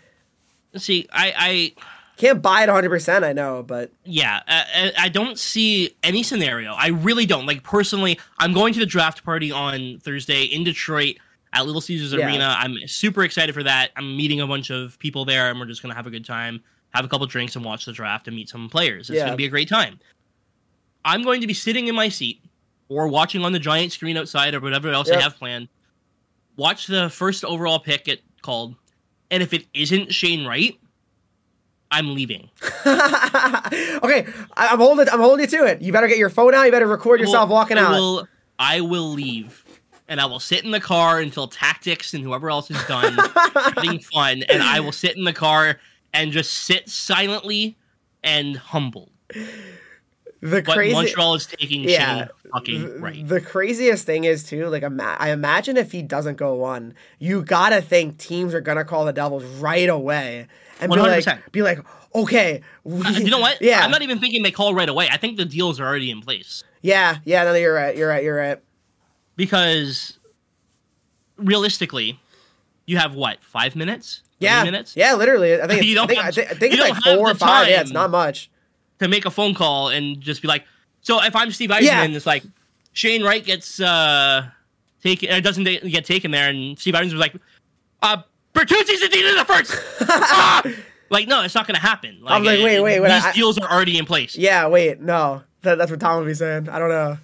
Speaker 1: See, I, I
Speaker 2: Can't buy it 100%, I know, but <laughs>
Speaker 1: yeah, uh, I, I I don't see any scenario. I really don't. Like personally, I'm going to the draft party on Thursday in Detroit at Little Caesars
Speaker 2: Yeah.
Speaker 1: Arena. I'm super excited for that. I'm meeting a bunch of people there, and we're just gonna have a good time, have a couple drinks, and watch the draft and meet some players. It's
Speaker 2: Yeah.
Speaker 1: gonna be a great time. I'm going to be sitting in my seat or watching on the giant screen outside or whatever else I
Speaker 2: Yep.
Speaker 1: have planned. Watch the first overall pick get called, and if it isn't Shane Wright, I'm leaving.
Speaker 2: okay, I, I'm holding. I'm holding you to it. You better get your phone out. You better record
Speaker 1: I will-
Speaker 2: yourself walking
Speaker 1: I
Speaker 2: out.
Speaker 1: Will, I will leave, and I will sit in the car until tactics and whoever else is
Speaker 2: <laughs>
Speaker 1: done having fun, and I will sit in the car and just sit silently and humbled.
Speaker 2: the
Speaker 1: But
Speaker 2: crazy.
Speaker 1: Montreal is taking
Speaker 2: Yeah.
Speaker 1: Shane fucking
Speaker 2: Th-
Speaker 1: right.
Speaker 2: The craziest thing is too, like ima- I imagine if he doesn't go one, you gotta think teams are gonna call the Devils right away and be like,
Speaker 1: 100%.
Speaker 2: be like, okay, we,
Speaker 1: Uh, you know what?
Speaker 2: Yeah,
Speaker 1: I'm not e-, even thinking they call right away. I think the deals are already in place
Speaker 2: yeah, yeah. No, you're right. You're right. You're right.
Speaker 1: because realistically, you have what five minutes? Three
Speaker 2: Yeah,
Speaker 1: minutes.
Speaker 2: yeah. Literally, I think.
Speaker 1: <laughs> You
Speaker 2: it's- I
Speaker 1: don't
Speaker 2: think,
Speaker 1: have-
Speaker 2: I thi- I think
Speaker 1: you
Speaker 2: it's
Speaker 1: don't
Speaker 2: like
Speaker 1: have
Speaker 2: four or
Speaker 1: the
Speaker 2: five. Yeah, it's
Speaker 1: time.
Speaker 2: not much.
Speaker 1: to make a phone call and just be like, so if I'm Steve Eisenman,
Speaker 2: Yeah.
Speaker 1: it's like Shane Wright gets uh taken, uh, doesn't ta- get taken there, and Steve Eisenman was like, uh, Bertuzzi's the dean of the
Speaker 2: <laughs>
Speaker 1: first. Ah! Like, no, it's not gonna happen. Like,
Speaker 2: was like,
Speaker 1: it-
Speaker 2: wait,
Speaker 1: it-
Speaker 2: wait, wait,
Speaker 1: these
Speaker 2: I-
Speaker 1: deals are already in place.
Speaker 2: Yeah. Wait. No. That, that's what Tom would be saying. I don't know.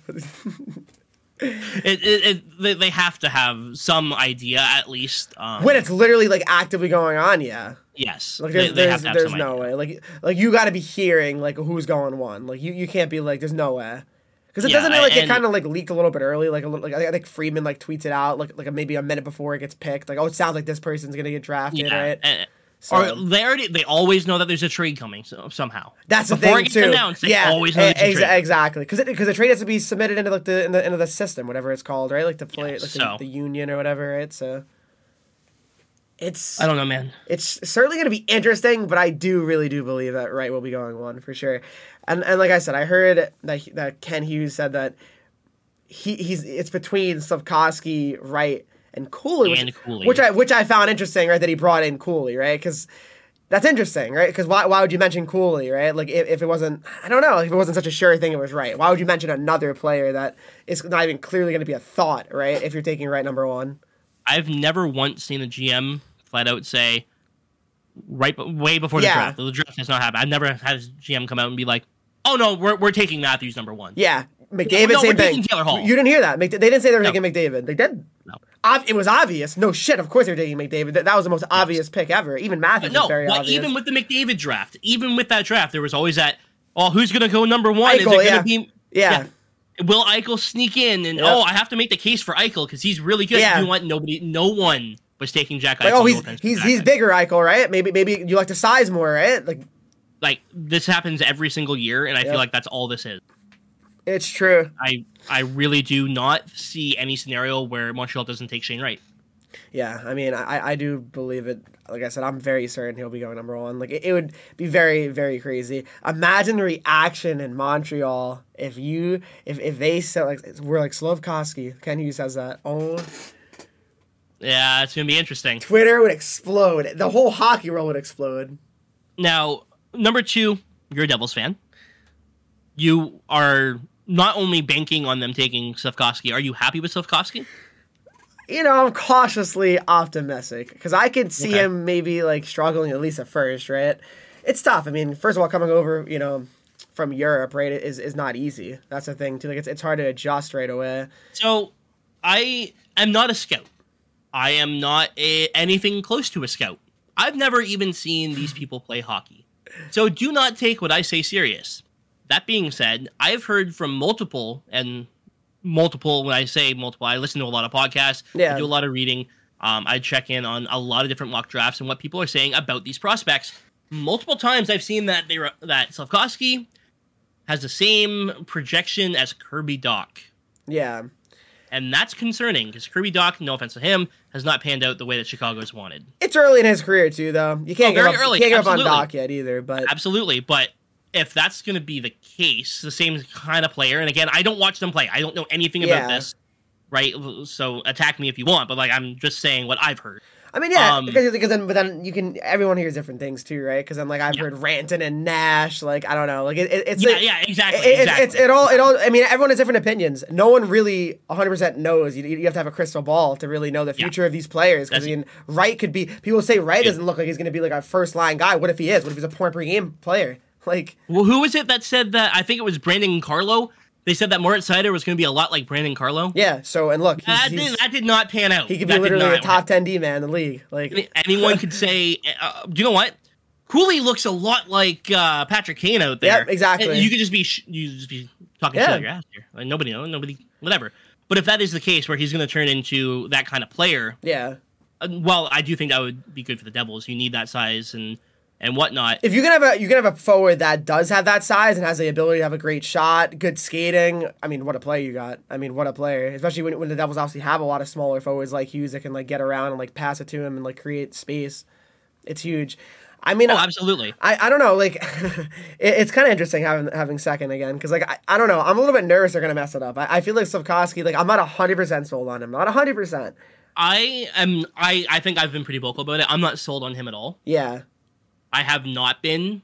Speaker 1: It, it, it, they, they have to have some idea at least. Um,
Speaker 2: when it's literally like actively going on. Yeah.
Speaker 1: yes,
Speaker 2: Like
Speaker 1: they,
Speaker 2: there's
Speaker 1: they
Speaker 2: there's,
Speaker 1: have to have
Speaker 2: there's
Speaker 1: some idea.
Speaker 2: no way. Like like you got to be hearing like who's going one. Like you, you can't be like there's no way. Because it
Speaker 1: Yeah,
Speaker 2: doesn't it, like it
Speaker 1: and-
Speaker 2: kind of like leaked a little bit early. Like a little like I think, I think Freeman like tweets it out like like maybe a minute before it gets picked. Like oh it sounds like this person's gonna get drafted
Speaker 1: Yeah,
Speaker 2: right.
Speaker 1: eh,
Speaker 2: So-
Speaker 1: or they already they always know that there's a trade coming so, somehow.
Speaker 2: That's the
Speaker 1: before
Speaker 2: thing
Speaker 1: it gets
Speaker 2: too.
Speaker 1: announced, they
Speaker 2: yeah,
Speaker 1: always know
Speaker 2: e-
Speaker 1: it's a
Speaker 2: ex-
Speaker 1: trade.
Speaker 2: exactly. Because because the trade has to be submitted into like the in the, into the system, whatever it's called, right? Like the play,
Speaker 1: Yeah,
Speaker 2: like the,
Speaker 1: so-
Speaker 2: the union or whatever, right? So it's
Speaker 1: I don't know, man.
Speaker 2: it's certainly going to be interesting, but I do really do believe that Wright will be going one for sure. And and like I said, I heard that that Ken Hughes said that he he's it's between Slavkovsky, Wright, and Cooley, which,
Speaker 1: And Cooley.
Speaker 2: which I which I found interesting, right? That he brought in Cooley, right? Because that's interesting, right? Because why, why would you mention Cooley, right? Like if, if it wasn't, I don't know, if it wasn't such a sure thing, it was right. Why would you mention another player that is not even clearly going to be a thought, right? If you're taking right number one,
Speaker 1: I've never once seen a GM flat out say right b- way before the
Speaker 2: Yeah.
Speaker 1: draft. The draft has not happened. I've never had a GM come out and be like, "Oh no, we're we're taking Matthews number one."
Speaker 2: Yeah, McDavid,
Speaker 1: No, no,
Speaker 2: same
Speaker 1: we're
Speaker 2: thing.
Speaker 1: taking Taylor Hall.
Speaker 2: You didn't hear that. Mc- they didn't say they were taking McDavid. They did.
Speaker 1: No.
Speaker 2: Ob- it was obvious. No shit. Of course they're taking McDavid. That, that was the most obvious pick ever. Even Matthews
Speaker 1: No,
Speaker 2: was very
Speaker 1: like,
Speaker 2: obvious.
Speaker 1: even with the McDavid draft, even with that draft, there was always that. Oh, who's going to go number one? Is it
Speaker 2: Eichel,
Speaker 1: going to
Speaker 2: yeah.
Speaker 1: be?
Speaker 2: yeah.
Speaker 1: Will Eichel sneak in? And
Speaker 2: Yep.
Speaker 1: oh, I have to make the case for Eichel because he's really good.
Speaker 2: Yeah.
Speaker 1: You want nobody? No one was taking Jack Eichel.
Speaker 2: Like, oh,
Speaker 1: no
Speaker 2: he's
Speaker 1: offense to
Speaker 2: he's
Speaker 1: Jack
Speaker 2: he's
Speaker 1: Eichel.
Speaker 2: bigger, Eichel, right? Maybe maybe you like to size more, right? Like
Speaker 1: Like this happens every single year, and I
Speaker 2: Yep.
Speaker 1: feel like that's all this is.
Speaker 2: it's true.
Speaker 1: I I really do not see any scenario where Montreal doesn't take Shane Wright.
Speaker 2: Yeah, I mean, I, I do believe it. Like I said, I'm very certain he'll be going number one. Like it, it would be very very crazy. Imagine the reaction in Montreal if you if if they said like we're like Slavkovsky. Ken Hughes has that. Oh,
Speaker 1: Yeah, it's gonna be interesting.
Speaker 2: Twitter would explode. The whole hockey world would explode.
Speaker 1: Now, number two, you're a Devils fan. You are not only banking on them taking Slavkovsky. Are you happy with Slavkovsky?
Speaker 2: You know, I'm cautiously optimistic because I could see
Speaker 1: Okay.
Speaker 2: him maybe like struggling at least at first, right? It's tough. I mean, first of all, coming over, you know, from Europe, right, is is not easy. That's the thing too. Like it's it's hard to adjust right away.
Speaker 1: So, I am not a scout. I am not a, anything close to a scout. I've never even seen these people play hockey. So, do not take what I say serious. That being said, I've heard from multiple and multiple. When I say multiple, I listen to a lot of podcasts.
Speaker 2: Yeah.
Speaker 1: I do a lot of reading. Um, I check in on a lot of different mock drafts and what people are saying about these prospects. Multiple times, I've seen that they were, that Slavkovsky has the same projection as Kirby Doc.
Speaker 2: Yeah.
Speaker 1: And that's concerning because Kirby Doc, no offense to him, has not panned out the way that Chicago's wanted.
Speaker 2: It's early in his career too, though. You can't
Speaker 1: Oh,
Speaker 2: give
Speaker 1: very
Speaker 2: up.
Speaker 1: early,
Speaker 2: You can't give up on
Speaker 1: absolutely.
Speaker 2: Doc yet either. But
Speaker 1: Absolutely. But if that's going to be the case, the same kind of player, and again, I don't watch them play, I don't know anything about
Speaker 2: Yeah.
Speaker 1: this, right? So attack me if you want, but like I'm just saying what I've heard.
Speaker 2: I mean, yeah,
Speaker 1: Um,
Speaker 2: because, because then, but then you can. Everyone hears different things too, right? Because then, like I've
Speaker 1: Yeah.
Speaker 2: heard Ranton and Nash. Like I don't know. Like it, it- it's
Speaker 1: Yeah,
Speaker 2: like-
Speaker 1: yeah, exactly.
Speaker 2: It, it-
Speaker 1: exactly.
Speaker 2: It's it all. It all. I mean, everyone has different opinions. No one really 100 percent knows. You, you have to have a crystal ball to really know the
Speaker 1: Yeah.
Speaker 2: future of these players. Because I
Speaker 1: That's-
Speaker 2: mean, Wright could be. People say Wright
Speaker 1: Yeah.
Speaker 2: doesn't look like he's going to be like our first line guy. What if he is? What if he's a point per game player? <laughs> Like,
Speaker 1: Well, who was it that said that? I think it was Brandon Carlo. They said that Moritz Sider was going to be a lot like Brandon Carlo.
Speaker 2: yeah. So and look, he's,
Speaker 1: that,
Speaker 2: he's-
Speaker 1: did, that did not pan out.
Speaker 2: he could
Speaker 1: That
Speaker 2: be
Speaker 1: did
Speaker 2: literally
Speaker 1: not.
Speaker 2: a top 10 D man in the league. Like,
Speaker 1: I mean, anyone could say, uh, do you know what? Cooley looks a lot like uh, Patrick Kane out there.
Speaker 2: Yep, exactly.
Speaker 1: And you could just be sh- you just be talking shit
Speaker 2: Yeah.
Speaker 1: out your ass here. Like nobody knows, nobody, whatever. But if that is the case, where he's going to turn into that kind of player,
Speaker 2: yeah.
Speaker 1: uh, well, I do think that would be good for the Devils. You need that size and and whatnot.
Speaker 2: if you can have a you can have a forward that does have that size and has the ability to have a great shot, good skating. I mean, what a player you got! I mean, what a player, especially when, when the Devils obviously have a lot of smaller forwards like Hughes that can like get around and like pass it to him and like create space. It's huge. I mean,
Speaker 1: Oh,
Speaker 2: I,
Speaker 1: absolutely.
Speaker 2: I don't know. Like, <laughs> it, it's kind of interesting having having second again because like I, I don't know. I'm a little bit nervous they're gonna mess it up. I, I feel like Slavkovsky. Like I'm not hundred percent sold on him. Not hundred percent.
Speaker 1: I am. I I think I've been pretty vocal about it. I'm not sold on him at all. <laughs>
Speaker 2: Yeah.
Speaker 1: I have not been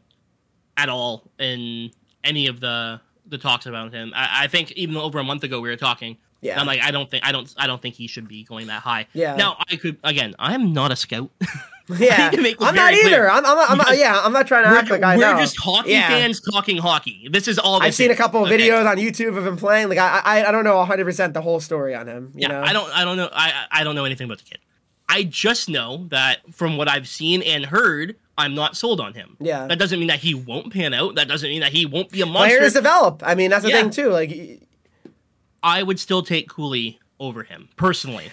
Speaker 1: at all in any of the the talks about him. I, I think even over a month ago we were talking.
Speaker 2: Yeah.
Speaker 1: and I'm like, I don't think I don't I don't think he should be going that high.
Speaker 2: Yeah.
Speaker 1: Now I could again, I am not a scout.
Speaker 2: Yeah.
Speaker 1: need to make this
Speaker 2: I'm not
Speaker 1: very
Speaker 2: either.
Speaker 1: clear.
Speaker 2: I'm. I'm, not- I'm not,
Speaker 1: Because
Speaker 2: yeah. I'm not trying to
Speaker 1: we're
Speaker 2: act like I
Speaker 1: we're
Speaker 2: know.
Speaker 1: just hockey
Speaker 2: Yeah.
Speaker 1: fans talking hockey. This is all. This
Speaker 2: I've seen a
Speaker 1: is.
Speaker 2: couple of
Speaker 1: Okay.
Speaker 2: videos on YouTube of him playing. Like I, I, I don't know 100 percent the whole story on him. You
Speaker 1: Yeah,
Speaker 2: know?
Speaker 1: I don't I don't know I I I don't know anything about the kid. I just know that from what I've seen and heard, I'm not sold on him.
Speaker 2: Yeah.
Speaker 1: That doesn't mean that he won't pan out. That doesn't mean that he won't be a monster.
Speaker 2: Players develop. I mean, that's the
Speaker 1: Yeah.
Speaker 2: thing too. Like y-
Speaker 1: I would still take Cooley over him personally.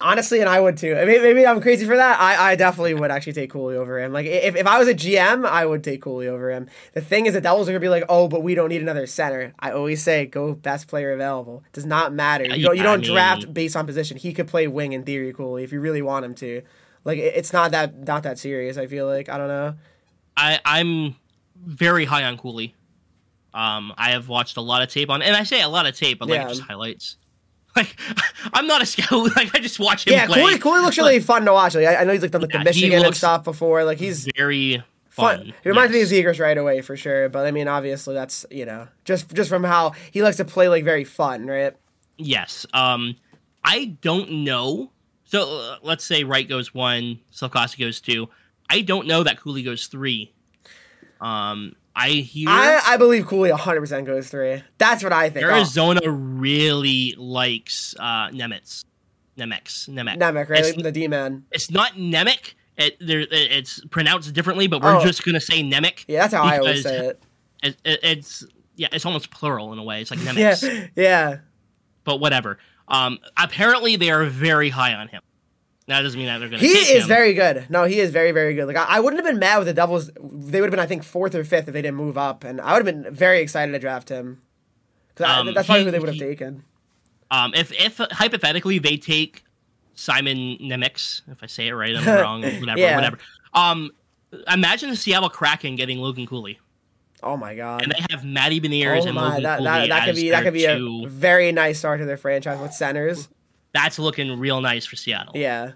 Speaker 2: honestly, and I would too. I mean, maybe I'm crazy for that. I, I definitely would actually take Cooley over him. Like if, if I was a GM, I would take Cooley over him. The thing is, the Devils are gonna be like, oh, but we don't need another center. I always say, go best player available. Does not matter. You don't, you
Speaker 1: I
Speaker 2: don't
Speaker 1: mean-
Speaker 2: draft based on position. He could play wing in theory, Cooley, if you really want him to. Like it- it's not that not that serious. I feel like I don't know.
Speaker 1: I, I'm very high on Cooley. Um, I have watched a lot of tape on, and I say a lot of tape, but like
Speaker 2: Yeah.
Speaker 1: just highlights. <laughs> Like I'm not a scout. <laughs> Like I just watch him
Speaker 2: Yeah,
Speaker 1: play.
Speaker 2: Cooley,
Speaker 1: <laughs>
Speaker 2: Cooley looks really fun to watch. Like, I, I know he's like done like, the
Speaker 1: Yeah, he
Speaker 2: Michigan and
Speaker 1: looks
Speaker 2: stuff before. Like he's
Speaker 1: very
Speaker 2: fun.
Speaker 1: fun.
Speaker 2: He reminds
Speaker 1: yes.
Speaker 2: me of Zegers right away for sure. But I mean, obviously that's you know just just from how he likes to play like very fun, right?
Speaker 1: Yes. Um, I don't know. So uh, let's say Wright goes one, Slavkovsky goes two. I don't know that Cooley goes three. Um, I hear
Speaker 2: I, I believe Cooley 100 percent goes three. That's what I think. Oh,
Speaker 1: Arizona really likes uh, Nemitz, Nemex, Nemex,
Speaker 2: Nemec, right?
Speaker 1: It's-
Speaker 2: the D man.
Speaker 1: it's not Nemec. It, there, it, it's pronounced differently, but we're
Speaker 2: Oh.
Speaker 1: just gonna say Nemec.
Speaker 2: Yeah, that's how I
Speaker 1: because
Speaker 2: always
Speaker 1: <laughs>
Speaker 2: say it.
Speaker 1: It, it- it's yeah, it's almost plural in a way. It's
Speaker 2: <laughs>
Speaker 1: like
Speaker 2: Yeah,
Speaker 1: Nemecs,
Speaker 2: yeah.
Speaker 1: but whatever. Um, apparently they are very high on him. Now, That doesn't mean that they're gonna.
Speaker 2: He
Speaker 1: take
Speaker 2: is
Speaker 1: him.
Speaker 2: very good. No, he is very, very good. Like I, I wouldn't have been mad with the Devils. They would have been, I think, fourth or fifth if they didn't move up, and I would have been very excited to draft him. 'Cause I-
Speaker 1: Um,
Speaker 2: that's probably
Speaker 1: he-
Speaker 2: who they would have
Speaker 1: he-
Speaker 2: taken.
Speaker 1: Um, if if hypothetically they take Simon Nemix, if I say it right,
Speaker 2: <laughs>
Speaker 1: I'm wrong, whatever,
Speaker 2: Yeah.
Speaker 1: whatever. Um, imagine the Seattle Kraken getting Logan Cooley,
Speaker 2: Oh my god.
Speaker 1: and they have Matty Beniers
Speaker 2: Oh
Speaker 1: and
Speaker 2: my,
Speaker 1: Logan
Speaker 2: that,
Speaker 1: Cooley
Speaker 2: that, that could
Speaker 1: as
Speaker 2: be that
Speaker 1: their
Speaker 2: could be
Speaker 1: two.
Speaker 2: a very nice start to their franchise with centers.
Speaker 1: That's looking real nice for Seattle.
Speaker 2: Yeah,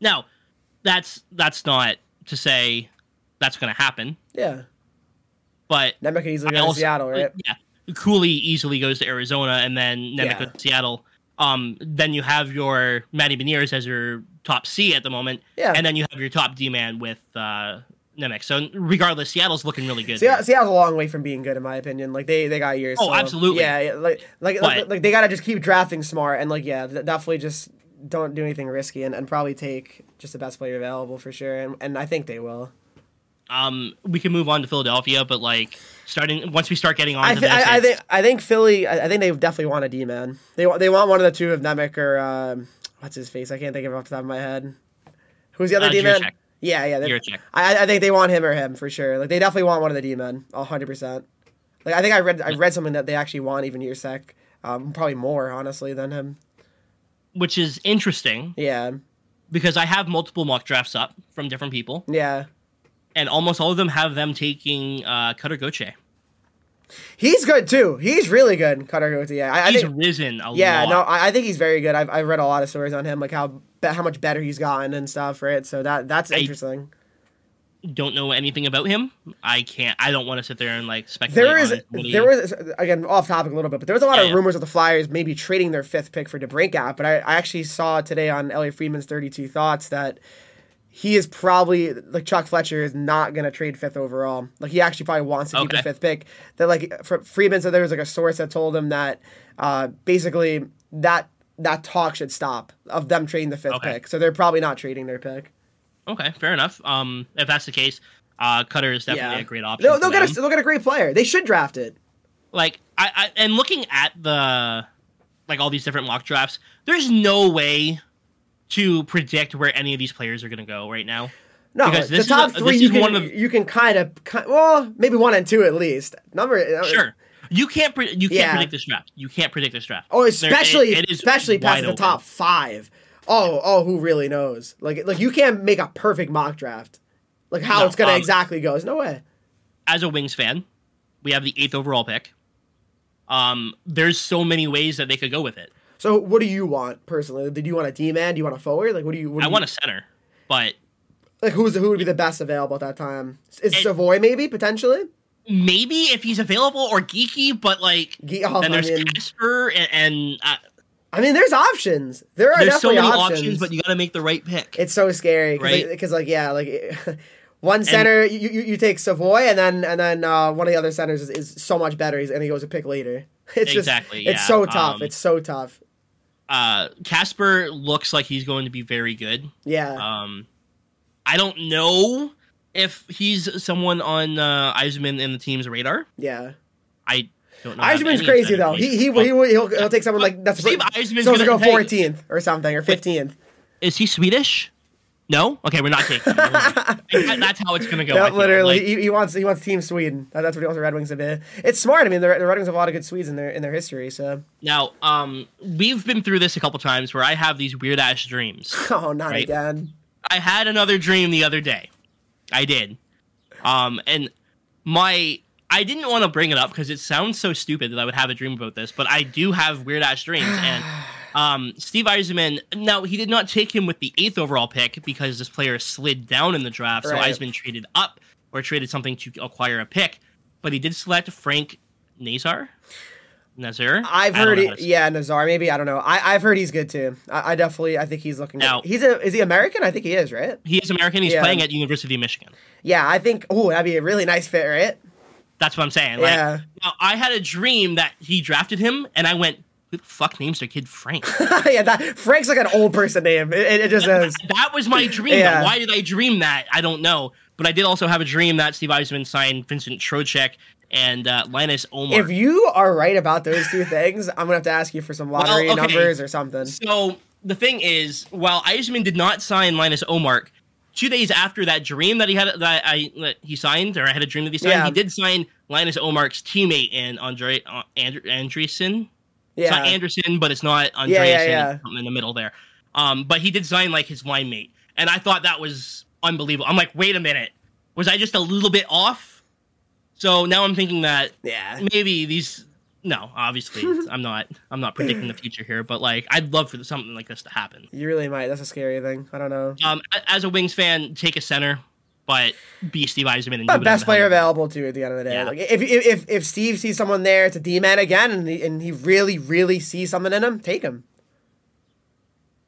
Speaker 1: Now, that's that's not to say that's going to happen,
Speaker 2: yeah.
Speaker 1: but
Speaker 2: Nemec could easily
Speaker 1: I
Speaker 2: go to
Speaker 1: also-
Speaker 2: Seattle, right?
Speaker 1: Yeah. Cooley easily goes to Arizona and then Nemec
Speaker 2: Yeah.
Speaker 1: goes to Seattle. Um, then you have your Matty Beniers as your top C at the moment,
Speaker 2: Yeah.
Speaker 1: and then you have your top D man with uh, Nemec. So regardless, Seattle's looking really good.
Speaker 2: Seattle,
Speaker 1: there.
Speaker 2: Seattle's a long way from being good, in my opinion. Like they, they got years.
Speaker 1: Oh,
Speaker 2: so,
Speaker 1: absolutely.
Speaker 2: Yeah, yeah, like like,
Speaker 1: But-
Speaker 2: like like, they gotta just keep drafting smart and like yeah, th- definitely just don't do anything risky and, and probably take just the best player available for sure. And, and I think they will.
Speaker 1: Um, we can move on to Philadelphia, but like starting once we start getting on to
Speaker 2: I, thi-
Speaker 1: this,
Speaker 2: I, I
Speaker 1: it's-
Speaker 2: think I think Philly. I, I think they definitely want a D man. They wa- they want one of the two of Nemec or um, what's his face. I can't think of it off the top of my head. Who's the other
Speaker 1: Uh,
Speaker 2: D man?
Speaker 1: Juracek.
Speaker 2: Yeah, yeah. they-
Speaker 1: Juracek.
Speaker 2: I I think they want him or him for sure. Like they definitely want one of the D men, hundred percent. Like I think I read I read something that they actually want even Yersek, um, probably more honestly than him.
Speaker 1: which is interesting
Speaker 2: Yeah,
Speaker 1: because I have multiple mock drafts up from different people,
Speaker 2: yeah.
Speaker 1: and almost all of them have them taking uh, Cutter Goche.
Speaker 2: He's good too. He's really good, Cutter Goethe. Yeah, I, I
Speaker 1: He's
Speaker 2: think.
Speaker 1: risen a
Speaker 2: Yeah,
Speaker 1: lot.
Speaker 2: no, I, I think he's very good. I've, I've read a lot of stories on him, like how be- how much better he's gotten and stuff, right? So that that's
Speaker 1: I-
Speaker 2: interesting.
Speaker 1: don't know anything about him. I can't. I don't want to sit there and like speculate.
Speaker 2: There is
Speaker 1: on what he-
Speaker 2: there was again off topic a little bit, but there was a lot
Speaker 1: Yeah,
Speaker 2: of
Speaker 1: yeah.
Speaker 2: rumors of the Flyers maybe trading their fifth pick for DeBrincat. But I, I actually saw today on Elliot Friedman's Thirty Two Thoughts that he is probably like Chuck Fletcher is not going to trade fifth overall. Like he actually probably wants to keep the
Speaker 1: Okay.
Speaker 2: fifth pick. That like for Friedman said there was like a source that told him that uh, basically that that talk should stop of them trading the fifth
Speaker 1: Okay.
Speaker 2: pick. So they're probably not trading their pick.
Speaker 1: okay, fair enough. Um, if that's the case, uh, Cutter is definitely
Speaker 2: Yeah.
Speaker 1: a great option.
Speaker 2: They'll,
Speaker 1: for
Speaker 2: they'll get a,
Speaker 1: them.
Speaker 2: they'll get a great player. They should draft it.
Speaker 1: like I, I and looking at the like all these different mock drafts, there's no way to predict where any of these players are going to go right now.
Speaker 2: No,
Speaker 1: Because
Speaker 2: the
Speaker 1: this is a-
Speaker 2: top three
Speaker 1: this
Speaker 2: you
Speaker 1: is
Speaker 2: can
Speaker 1: one of-
Speaker 2: you can kind of well maybe one and two at least number uh,
Speaker 1: Sure, you can't pre- you can't
Speaker 2: Yeah.
Speaker 1: predict this draft. You can't predict this draft.
Speaker 2: Oh,
Speaker 1: There-
Speaker 2: especially
Speaker 1: it- it is
Speaker 2: especially past
Speaker 1: wide
Speaker 2: the
Speaker 1: open.
Speaker 2: top five. Oh oh, who really knows? Like like you can't make a perfect mock draft. Like how
Speaker 1: No,
Speaker 2: it's gonna
Speaker 1: um,
Speaker 2: exactly go? There's no way.
Speaker 1: As a Wings fan, we have the eighth overall pick. Um, there's so many ways that they could go with it.
Speaker 2: So what do you want personally? Did you want a D man? Do you want a forward? Like what do you? What do
Speaker 1: I
Speaker 2: you-
Speaker 1: want a center, but
Speaker 2: like who's who would be the best available at that time? Is
Speaker 1: It-
Speaker 2: Savoy maybe potentially?
Speaker 1: maybe if he's available or geeky, but like
Speaker 2: Ge- oh,
Speaker 1: then
Speaker 2: I
Speaker 1: there's
Speaker 2: mean-
Speaker 1: Casper and, and uh,
Speaker 2: I mean, there's options. There are
Speaker 1: there's so
Speaker 2: definitely
Speaker 1: many options, but you got to make the right pick.
Speaker 2: It's so scary, cause
Speaker 1: Right?
Speaker 2: Because like, yeah, like <laughs> it- one center, you, you you take Savoy, and then and then uh, one of the other centers is, is so much better, he's, and he goes a pick later. <laughs> It's
Speaker 1: Exactly,
Speaker 2: Just,
Speaker 1: yeah,
Speaker 2: It's so tough.
Speaker 1: um,
Speaker 2: it's so tough.
Speaker 1: Uh, Casper looks like he's going to be very good.
Speaker 2: Yeah.
Speaker 1: <laughs> Um, I don't know if he's someone on uh, Eisman and the team's radar.
Speaker 2: yeah.
Speaker 1: I don't know. how
Speaker 2: Eisman's
Speaker 1: many
Speaker 2: crazy
Speaker 1: center
Speaker 2: though.
Speaker 1: plays-
Speaker 2: He he
Speaker 1: Well,
Speaker 2: he will he'll, he'll take someone like that's
Speaker 1: Steve
Speaker 2: so
Speaker 1: Eisman's
Speaker 2: he'll
Speaker 1: gonna
Speaker 2: go
Speaker 1: take-
Speaker 2: 14th or something
Speaker 1: <laughs>
Speaker 2: or 15th.
Speaker 1: is he Swedish? No. Okay, we're not taking. him. Never
Speaker 2: <laughs>
Speaker 1: mind. Like, that's how it's gonna go. I
Speaker 2: Yeah,
Speaker 1: feel.
Speaker 2: literally,
Speaker 1: Like,
Speaker 2: he, he wants he wants Team Sweden. That- That's what he wants the Red Wings to be. It's smart. I mean, the, Red- the Red Wings have a lot of good Swedes in their in their history. So <laughs>
Speaker 1: now, um, we've been through this a couple times where I have these weird ass dreams.
Speaker 2: oh, not
Speaker 1: Right.
Speaker 2: again.
Speaker 1: I had another dream the other day. I did. Um, and my I didn't want to bring it up because it sounds so stupid that I would have a dream about this, but I do have weird ass dreams.
Speaker 2: <sighs>
Speaker 1: And um, Steve Eisman, now he did not take him with the eighth overall pick because this player slid down in the draft,
Speaker 2: Right.
Speaker 1: so Eisman traded up or traded something to acquire a pick, but he did select Frank Nazar. Nazar.
Speaker 2: I've
Speaker 1: I don't
Speaker 2: heard,
Speaker 1: know
Speaker 2: he,
Speaker 1: how to-
Speaker 2: yeah, Nazar. Maybe I don't know. I, I've heard he's good too. I, I definitely, I think he's looking.
Speaker 1: Now-
Speaker 2: good. He's a, is he American? I think he is, right?
Speaker 1: He is American. He's
Speaker 2: Yeah.
Speaker 1: playing at University of Michigan.
Speaker 2: Yeah, I think. Oh, that'd be a really nice fit, right? <laughs>
Speaker 1: That's what I'm saying. Like,
Speaker 2: Yeah.
Speaker 1: Now I had a dream that he drafted him, and I went, "Who the fuck names their kid
Speaker 2: <laughs>
Speaker 1: Frank?"
Speaker 2: yeah, that Frank's like an old person name. It, it, it just
Speaker 1: <laughs>
Speaker 2: is.
Speaker 1: that was my dream.
Speaker 2: Yeah.
Speaker 1: Why did I dream that? I don't know. But I did also have a dream that Steve Eisman signed Vincent Trocek and uh, Linus Omar.
Speaker 2: If you are right about those two things, I'm gonna have to ask you for some lottery
Speaker 1: okay.
Speaker 2: numbers or something.
Speaker 1: So the thing is, while Eisman did not sign Linus Omark, two days after that dream that he had that I that he signed, or I had a dream that he signed,
Speaker 2: Yeah.
Speaker 1: he did sign Linus Omark's teammate and Andre uh, Andr- Andreessen.
Speaker 2: Yeah,
Speaker 1: It's not Anderson, but it's not Andreasen.
Speaker 2: Yeah, yeah, yeah.
Speaker 1: something in the middle there. Um, but he did sign like his line mate, and I thought that was unbelievable. I'm like, wait a minute, was I just a little bit off? So now I'm thinking that
Speaker 2: Yeah.
Speaker 1: maybe these. No,
Speaker 2: <laughs>
Speaker 1: obviously, I'm not. I'm not predicting the future here, but like, I'd love for something like this to happen.
Speaker 2: You really might. That's a scary thing. I don't know.
Speaker 1: Um, a- as a Wings fan, take a center, but be Steve Eiserman and do
Speaker 2: But
Speaker 1: it
Speaker 2: best
Speaker 1: on the
Speaker 2: player
Speaker 1: high level.
Speaker 2: available too at the end of the day.
Speaker 1: Yeah.
Speaker 2: Like, if, if if if Steve sees someone there, it's a D man again, and he, and he really really sees something in him, take him.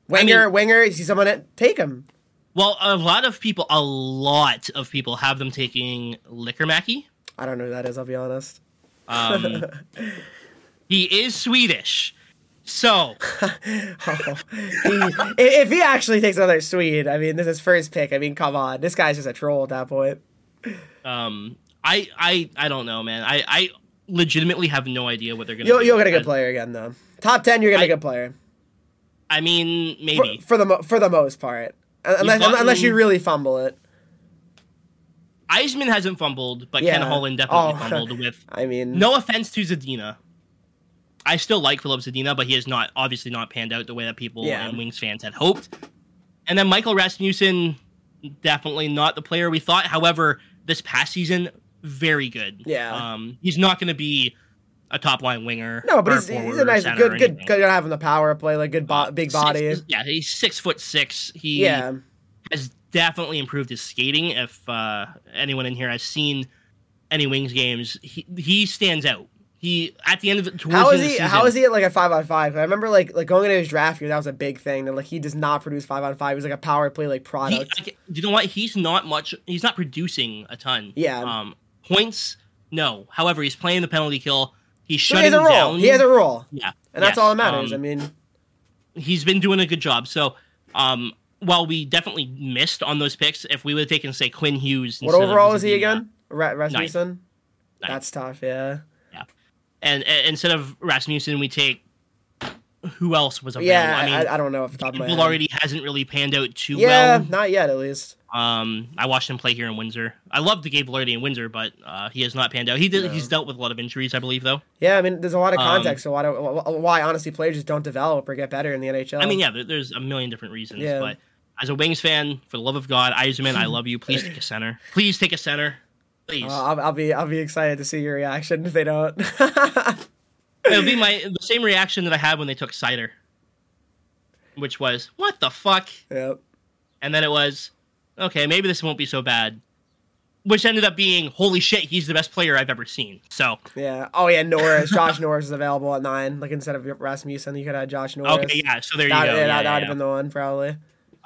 Speaker 2: Winger,
Speaker 1: mean-
Speaker 2: winger, you see someone, in, take him.
Speaker 1: Well, a lot of people, a lot of people have them taking Licker Mackie.
Speaker 2: I don't know who that is. I'll be honest.
Speaker 1: Um, he is Swedish, so
Speaker 2: He- <laughs> if- if he actually takes another Swede, I mean, this is his first pick. I mean, come on, this guy's just a troll at that point.
Speaker 1: um, I, I, I don't know, man. I, I legitimately have no idea what they're gonna.
Speaker 2: You'll
Speaker 1: do.
Speaker 2: you'll get a good
Speaker 1: I-
Speaker 2: player again though. Top ten, you're gonna
Speaker 1: I-
Speaker 2: get a good player
Speaker 1: I mean,
Speaker 2: for,
Speaker 1: maybe
Speaker 2: for the mo- for the most part, Un- unless
Speaker 1: gotten-
Speaker 2: unless you really fumble it.
Speaker 1: Eisman hasn't fumbled, but Ken
Speaker 2: Yeah.
Speaker 1: Holland definitely
Speaker 2: Oh. <laughs>
Speaker 1: fumbled. With
Speaker 2: I mean,
Speaker 1: no offense to Zadina, I still like Philip Zadina, but he has not obviously not panned out the way that people
Speaker 2: Yeah.
Speaker 1: and Wings fans had hoped. And then Michael Rasmussen, definitely not the player we thought. However, this past season, very good.
Speaker 2: Yeah.
Speaker 1: um, he's not going to be a top line winger.
Speaker 2: No, but
Speaker 1: or
Speaker 2: he's,
Speaker 1: forward
Speaker 2: he's a
Speaker 1: or
Speaker 2: nice,
Speaker 1: center or
Speaker 2: good, good,
Speaker 1: anything.
Speaker 2: good guy having the power play, like good, bo- big
Speaker 1: Six-
Speaker 2: body.
Speaker 1: yeah, he's six foot six. He
Speaker 2: Yeah,
Speaker 1: has definitely improved his skating. If uh, anyone in here has seen any Wings games, he he stands out. He at the end of the towards
Speaker 2: how
Speaker 1: the
Speaker 2: is
Speaker 1: end of
Speaker 2: he?
Speaker 1: the
Speaker 2: How
Speaker 1: season-
Speaker 2: is he at like a five on five? I remember like like going into his draft year, that was a big thing. That like he does not produce five on five. He's like a power play like
Speaker 1: He,
Speaker 2: product.
Speaker 1: I ca- you know what? He's not much. He's not producing a ton.
Speaker 2: Yeah.
Speaker 1: Um, points, no. However, he's playing the penalty kill. He's
Speaker 2: So he
Speaker 1: shutting
Speaker 2: has a role.
Speaker 1: down.
Speaker 2: He has a role,
Speaker 1: yeah,
Speaker 2: and that's
Speaker 1: yes,
Speaker 2: all that matters.
Speaker 1: um,
Speaker 2: I mean,
Speaker 1: he's been doing a good job. So, um, while we definitely missed on those picks, if we would have taken say Quinn Hughes,
Speaker 2: what
Speaker 1: instead of
Speaker 2: overall is he
Speaker 1: Zadina,
Speaker 2: again?
Speaker 1: uh,
Speaker 2: Ra- Rasmussen. That's tough. Yeah.
Speaker 1: And, and instead of Rasmussen, we take who else was available?
Speaker 2: Yeah.
Speaker 1: I mean,
Speaker 2: I, I don't know off the top of my head.
Speaker 1: Velarde hasn't really panned out too
Speaker 2: yeah,
Speaker 1: well.
Speaker 2: not yet at least.
Speaker 1: Um, I watched him play here in Windsor. I love the Gabe Velarde in Windsor, but uh, he has not panned out. He did,
Speaker 2: No.
Speaker 1: he's dealt with a lot of injuries, I believe, though.
Speaker 2: Yeah, I mean, there's a lot of
Speaker 1: Um,
Speaker 2: context. so why, don't, wh- wh- why honestly players just don't develop or get better in the NHL?
Speaker 1: I mean, yeah, there, there's a million different reasons,
Speaker 2: Oh. Yeah.
Speaker 1: but as a Wings fan, for the love of God, Eisenman, I love you. Please take a center. Please take a center. Please.
Speaker 2: Uh, I'll, I'll be I'll be excited to see your reaction if they don't. <laughs>
Speaker 1: It'll be my the same reaction that I had when they took Cider, which was what the fuck,
Speaker 2: yep.
Speaker 1: and then it was okay, maybe this won't be so bad, which ended up being holy shit, he's the best player I've ever seen. So
Speaker 2: Yeah. Oh yeah.
Speaker 1: <laughs>
Speaker 2: Norris. Josh Norris is available at nine. Like instead of Rasmussen, you could have Josh Norris.
Speaker 1: okay, yeah, so there you
Speaker 2: That,
Speaker 1: go. Yeah,
Speaker 2: that,
Speaker 1: yeah,
Speaker 2: would
Speaker 1: yeah.
Speaker 2: have been the one probably.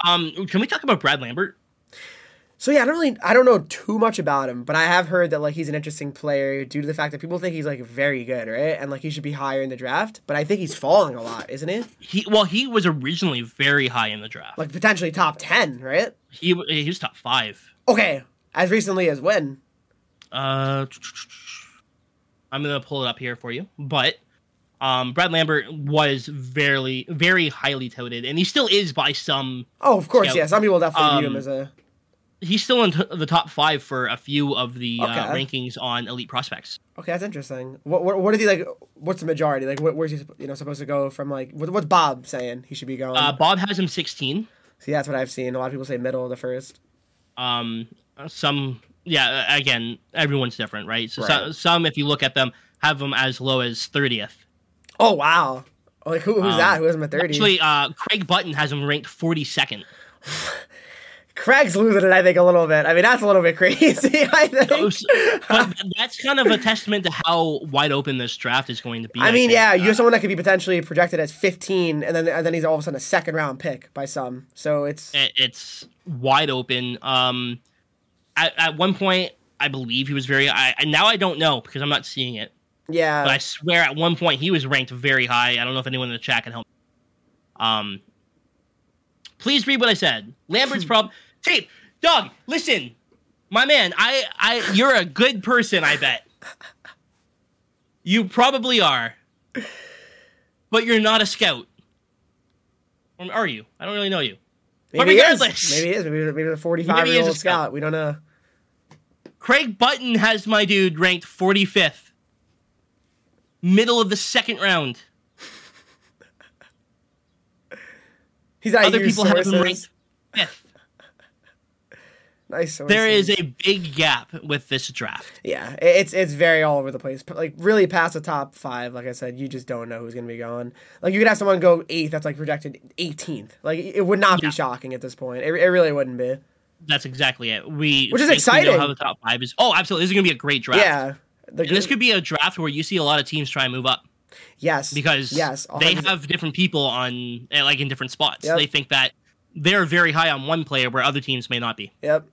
Speaker 1: Um, can we talk about Brad Lambert?
Speaker 2: So yeah, I don't really I don't know too much about him, but I have heard that like he's an interesting player due to the fact that people think he's like very good, right? And like he should be higher in the draft, but I think he's falling a lot, isn't he?
Speaker 1: He well, he was originally very high in the draft.
Speaker 2: Like potentially top ten, right?
Speaker 1: He w- he was top five.
Speaker 2: Okay. As recently as when?
Speaker 1: Uh, I'm gonna pull it up here for you, but um, Brad Lambert was very, very highly touted, and he still is by some.
Speaker 2: Oh, of course,
Speaker 1: Scout.
Speaker 2: yeah. Some people definitely view
Speaker 1: Um,
Speaker 2: him as a
Speaker 1: He's still in t- the top five for a few of the uh,
Speaker 2: Okay.
Speaker 1: rankings on elite prospects.
Speaker 2: Okay, that's interesting. What what what is he like? What's the majority like? What, where's he you know supposed to go from? Like what, what's Bob saying he should be going?
Speaker 1: Uh, Bob has him 16.
Speaker 2: See, that's what I've seen. A lot of people say middle of the first.
Speaker 1: Um, some, yeah, uh, again, everyone's different, right? So, so
Speaker 2: Right.
Speaker 1: some, if you look at them, have them as low as 30th.
Speaker 2: Oh wow! Like who, who's
Speaker 1: Um,
Speaker 2: that? Who has him at thirty?
Speaker 1: Actually, uh, Craig Button has him ranked
Speaker 2: <laughs>
Speaker 1: 42nd.
Speaker 2: Craig's losing it. I think a little bit. I mean, that's a little bit <laughs> crazy. I think.
Speaker 1: Oh, s- but that's kind of a testament to how wide open this draft is going to be.
Speaker 2: I mean,
Speaker 1: think.
Speaker 2: yeah, you
Speaker 1: Uh,
Speaker 2: have someone that could be potentially projected as fifteen, and then and then he's all of a sudden a second round pick by some. So it's
Speaker 1: it- it's wide open. Um, at, at one point, I believe he was very. I I- now I don't know because I'm not seeing it,
Speaker 2: yeah.
Speaker 1: but I swear at one point he was ranked very high. I don't know if anyone in the chat can help. Um, please read what I said. Lambert's problem. Tape, dog, listen, my man. I, I, you're a good person. I bet. You probably are, but you're not a scout. Or are you? I don't really know you. but
Speaker 2: maybe he is.
Speaker 1: regardless-
Speaker 2: Maybe he is. Maybe maybe the forty five
Speaker 1: Maybe he is
Speaker 2: year
Speaker 1: a
Speaker 2: old
Speaker 1: scout.
Speaker 2: scout. We don't know.
Speaker 1: Craig Button has my dude ranked 45th. Middle of the second round.
Speaker 2: He's out
Speaker 1: Other
Speaker 2: of
Speaker 1: people have him ranked fifth.
Speaker 2: Nice sources.
Speaker 1: There is a big gap with this draft.
Speaker 2: Yeah, i- it's it's very all over the place. But, Like really past the top five, like I said, you just don't know who's gonna be going. Like you could have someone go eighth that's like projected eighteenth. Like it would not
Speaker 1: Yeah.
Speaker 2: be shocking at this point. It, it really wouldn't be.
Speaker 1: That's exactly it. We
Speaker 2: Which is
Speaker 1: think we
Speaker 2: exciting.
Speaker 1: Know how the top five is. Oh, absolutely. This is going to be a great draft.
Speaker 2: Yeah. The,
Speaker 1: And this could be a draft where you see a lot of teams try and move up
Speaker 2: yes
Speaker 1: because
Speaker 2: yes
Speaker 1: they
Speaker 2: 100%.
Speaker 1: have different people on eh, like in different spots.
Speaker 2: Yep.
Speaker 1: They think that they're very high on one player where other teams may not be.
Speaker 2: yep.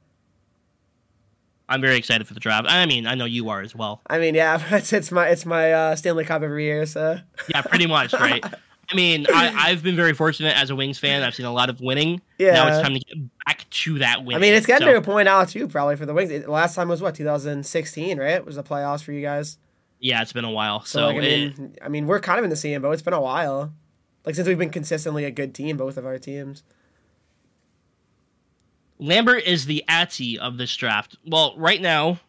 Speaker 1: I'm very excited for the draft. I mean, I know you are as well.
Speaker 2: I mean yeah, <laughs> it's it's my it's my uh, Stanley Cup every year. So
Speaker 1: Yeah, pretty
Speaker 2: <laughs>
Speaker 1: much, right? I mean, I, I've been very fortunate as a Wings fan. I've seen a lot of winning. Now
Speaker 2: Yeah.
Speaker 1: it's time to get back to that winning.
Speaker 2: I mean it's getting
Speaker 1: So,
Speaker 2: to a point now too probably for the Wings. It, last time was what 2016 right? It was the playoffs for you guys.
Speaker 1: yeah, it's been a while. So, eh,
Speaker 2: like, I
Speaker 1: it-
Speaker 2: mean I mean we're kind of in the same boat. It's been a while. Like since we've been consistently a good team, both of our teams.
Speaker 1: Lambert is the Atty of this draft. Well, right now,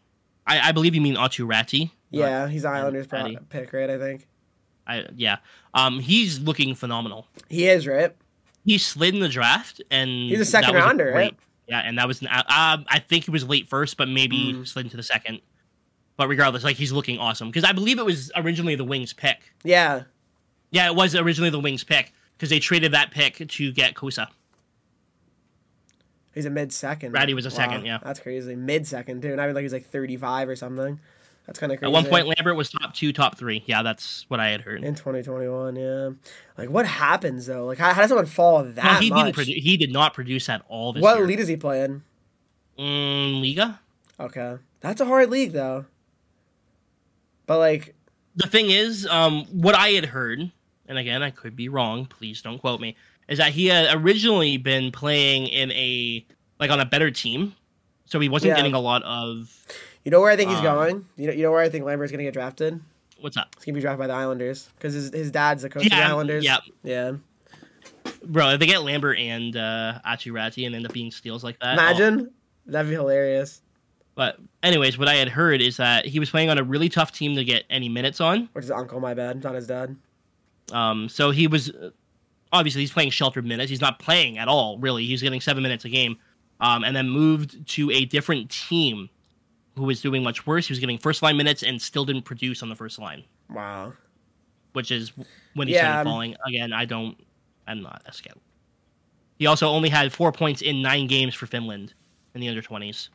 Speaker 1: I, I believe you mean Atu Ratty.
Speaker 2: Yeah, he's Islanders pro-
Speaker 1: Patty.
Speaker 2: pick, right? I think
Speaker 1: I, yeah. Um, he's looking phenomenal.
Speaker 2: he is, right?
Speaker 1: He slid in the draft, and
Speaker 2: He's a
Speaker 1: that
Speaker 2: second
Speaker 1: was
Speaker 2: rounder,
Speaker 1: great-
Speaker 2: right?
Speaker 1: Yeah, and that was an. Uh, I think he was late first, but maybe
Speaker 2: Mm.
Speaker 1: slid into the second. But regardless, like he's looking awesome because I believe it was originally the Wings pick.
Speaker 2: Yeah,
Speaker 1: Yeah, it was originally the Wings pick because they traded that pick to get Kusa.
Speaker 2: he's a mid second.
Speaker 1: Ratty was a second, yeah.
Speaker 2: that's crazy. Mid second, dude. And I mean, like he's like thirty five or something. That's kind of crazy.
Speaker 1: At one point, Lambert was top two, top three. Yeah, that's what I had heard.
Speaker 2: in twenty twenty one, yeah. Like what happens though? Like how, how does someone fall
Speaker 1: No,
Speaker 2: that
Speaker 1: he
Speaker 2: much?
Speaker 1: didn't. Produ- he did not produce at all this
Speaker 2: what
Speaker 1: year.
Speaker 2: league does he play in?
Speaker 1: Mm, Liga.
Speaker 2: Okay, that's a hard league though. But like,
Speaker 1: The thing is, um, what I had heard, and again, I could be wrong. Please don't quote me. Is that he had originally been playing in a like on a better team, so he wasn't
Speaker 2: Yeah.
Speaker 1: getting a lot of
Speaker 2: you know where I think he's
Speaker 1: Um,
Speaker 2: going. You know, you know where I think Lambert's gonna get drafted.
Speaker 1: what's up.
Speaker 2: He's gonna be drafted by the Islanders because his, his dad's the coach of
Speaker 1: Yeah,
Speaker 2: the Islanders.
Speaker 1: yeah.
Speaker 2: yeah.
Speaker 1: Bro, if they get Lambert and uh, Achirati and end up being steals like that, oh,
Speaker 2: Imagine that'd be hilarious.
Speaker 1: But anyways, what I had heard is that he was playing on a really tough team to get any minutes on.
Speaker 2: Which is uncle, my bad, not his dad.
Speaker 1: Um, so he was obviously he's playing sheltered minutes. He's not playing at all really. He's getting seven minutes a game, um, and then moved to a different team who was doing much worse. He was getting first line minutes and still didn't produce on the first line,
Speaker 2: Wow.
Speaker 1: which is when he
Speaker 2: Yeah, um,
Speaker 1: started
Speaker 2: I'm-
Speaker 1: falling. Again, I don't. I'm not a scout. He also only had four points in nine games for Finland in the under twenties.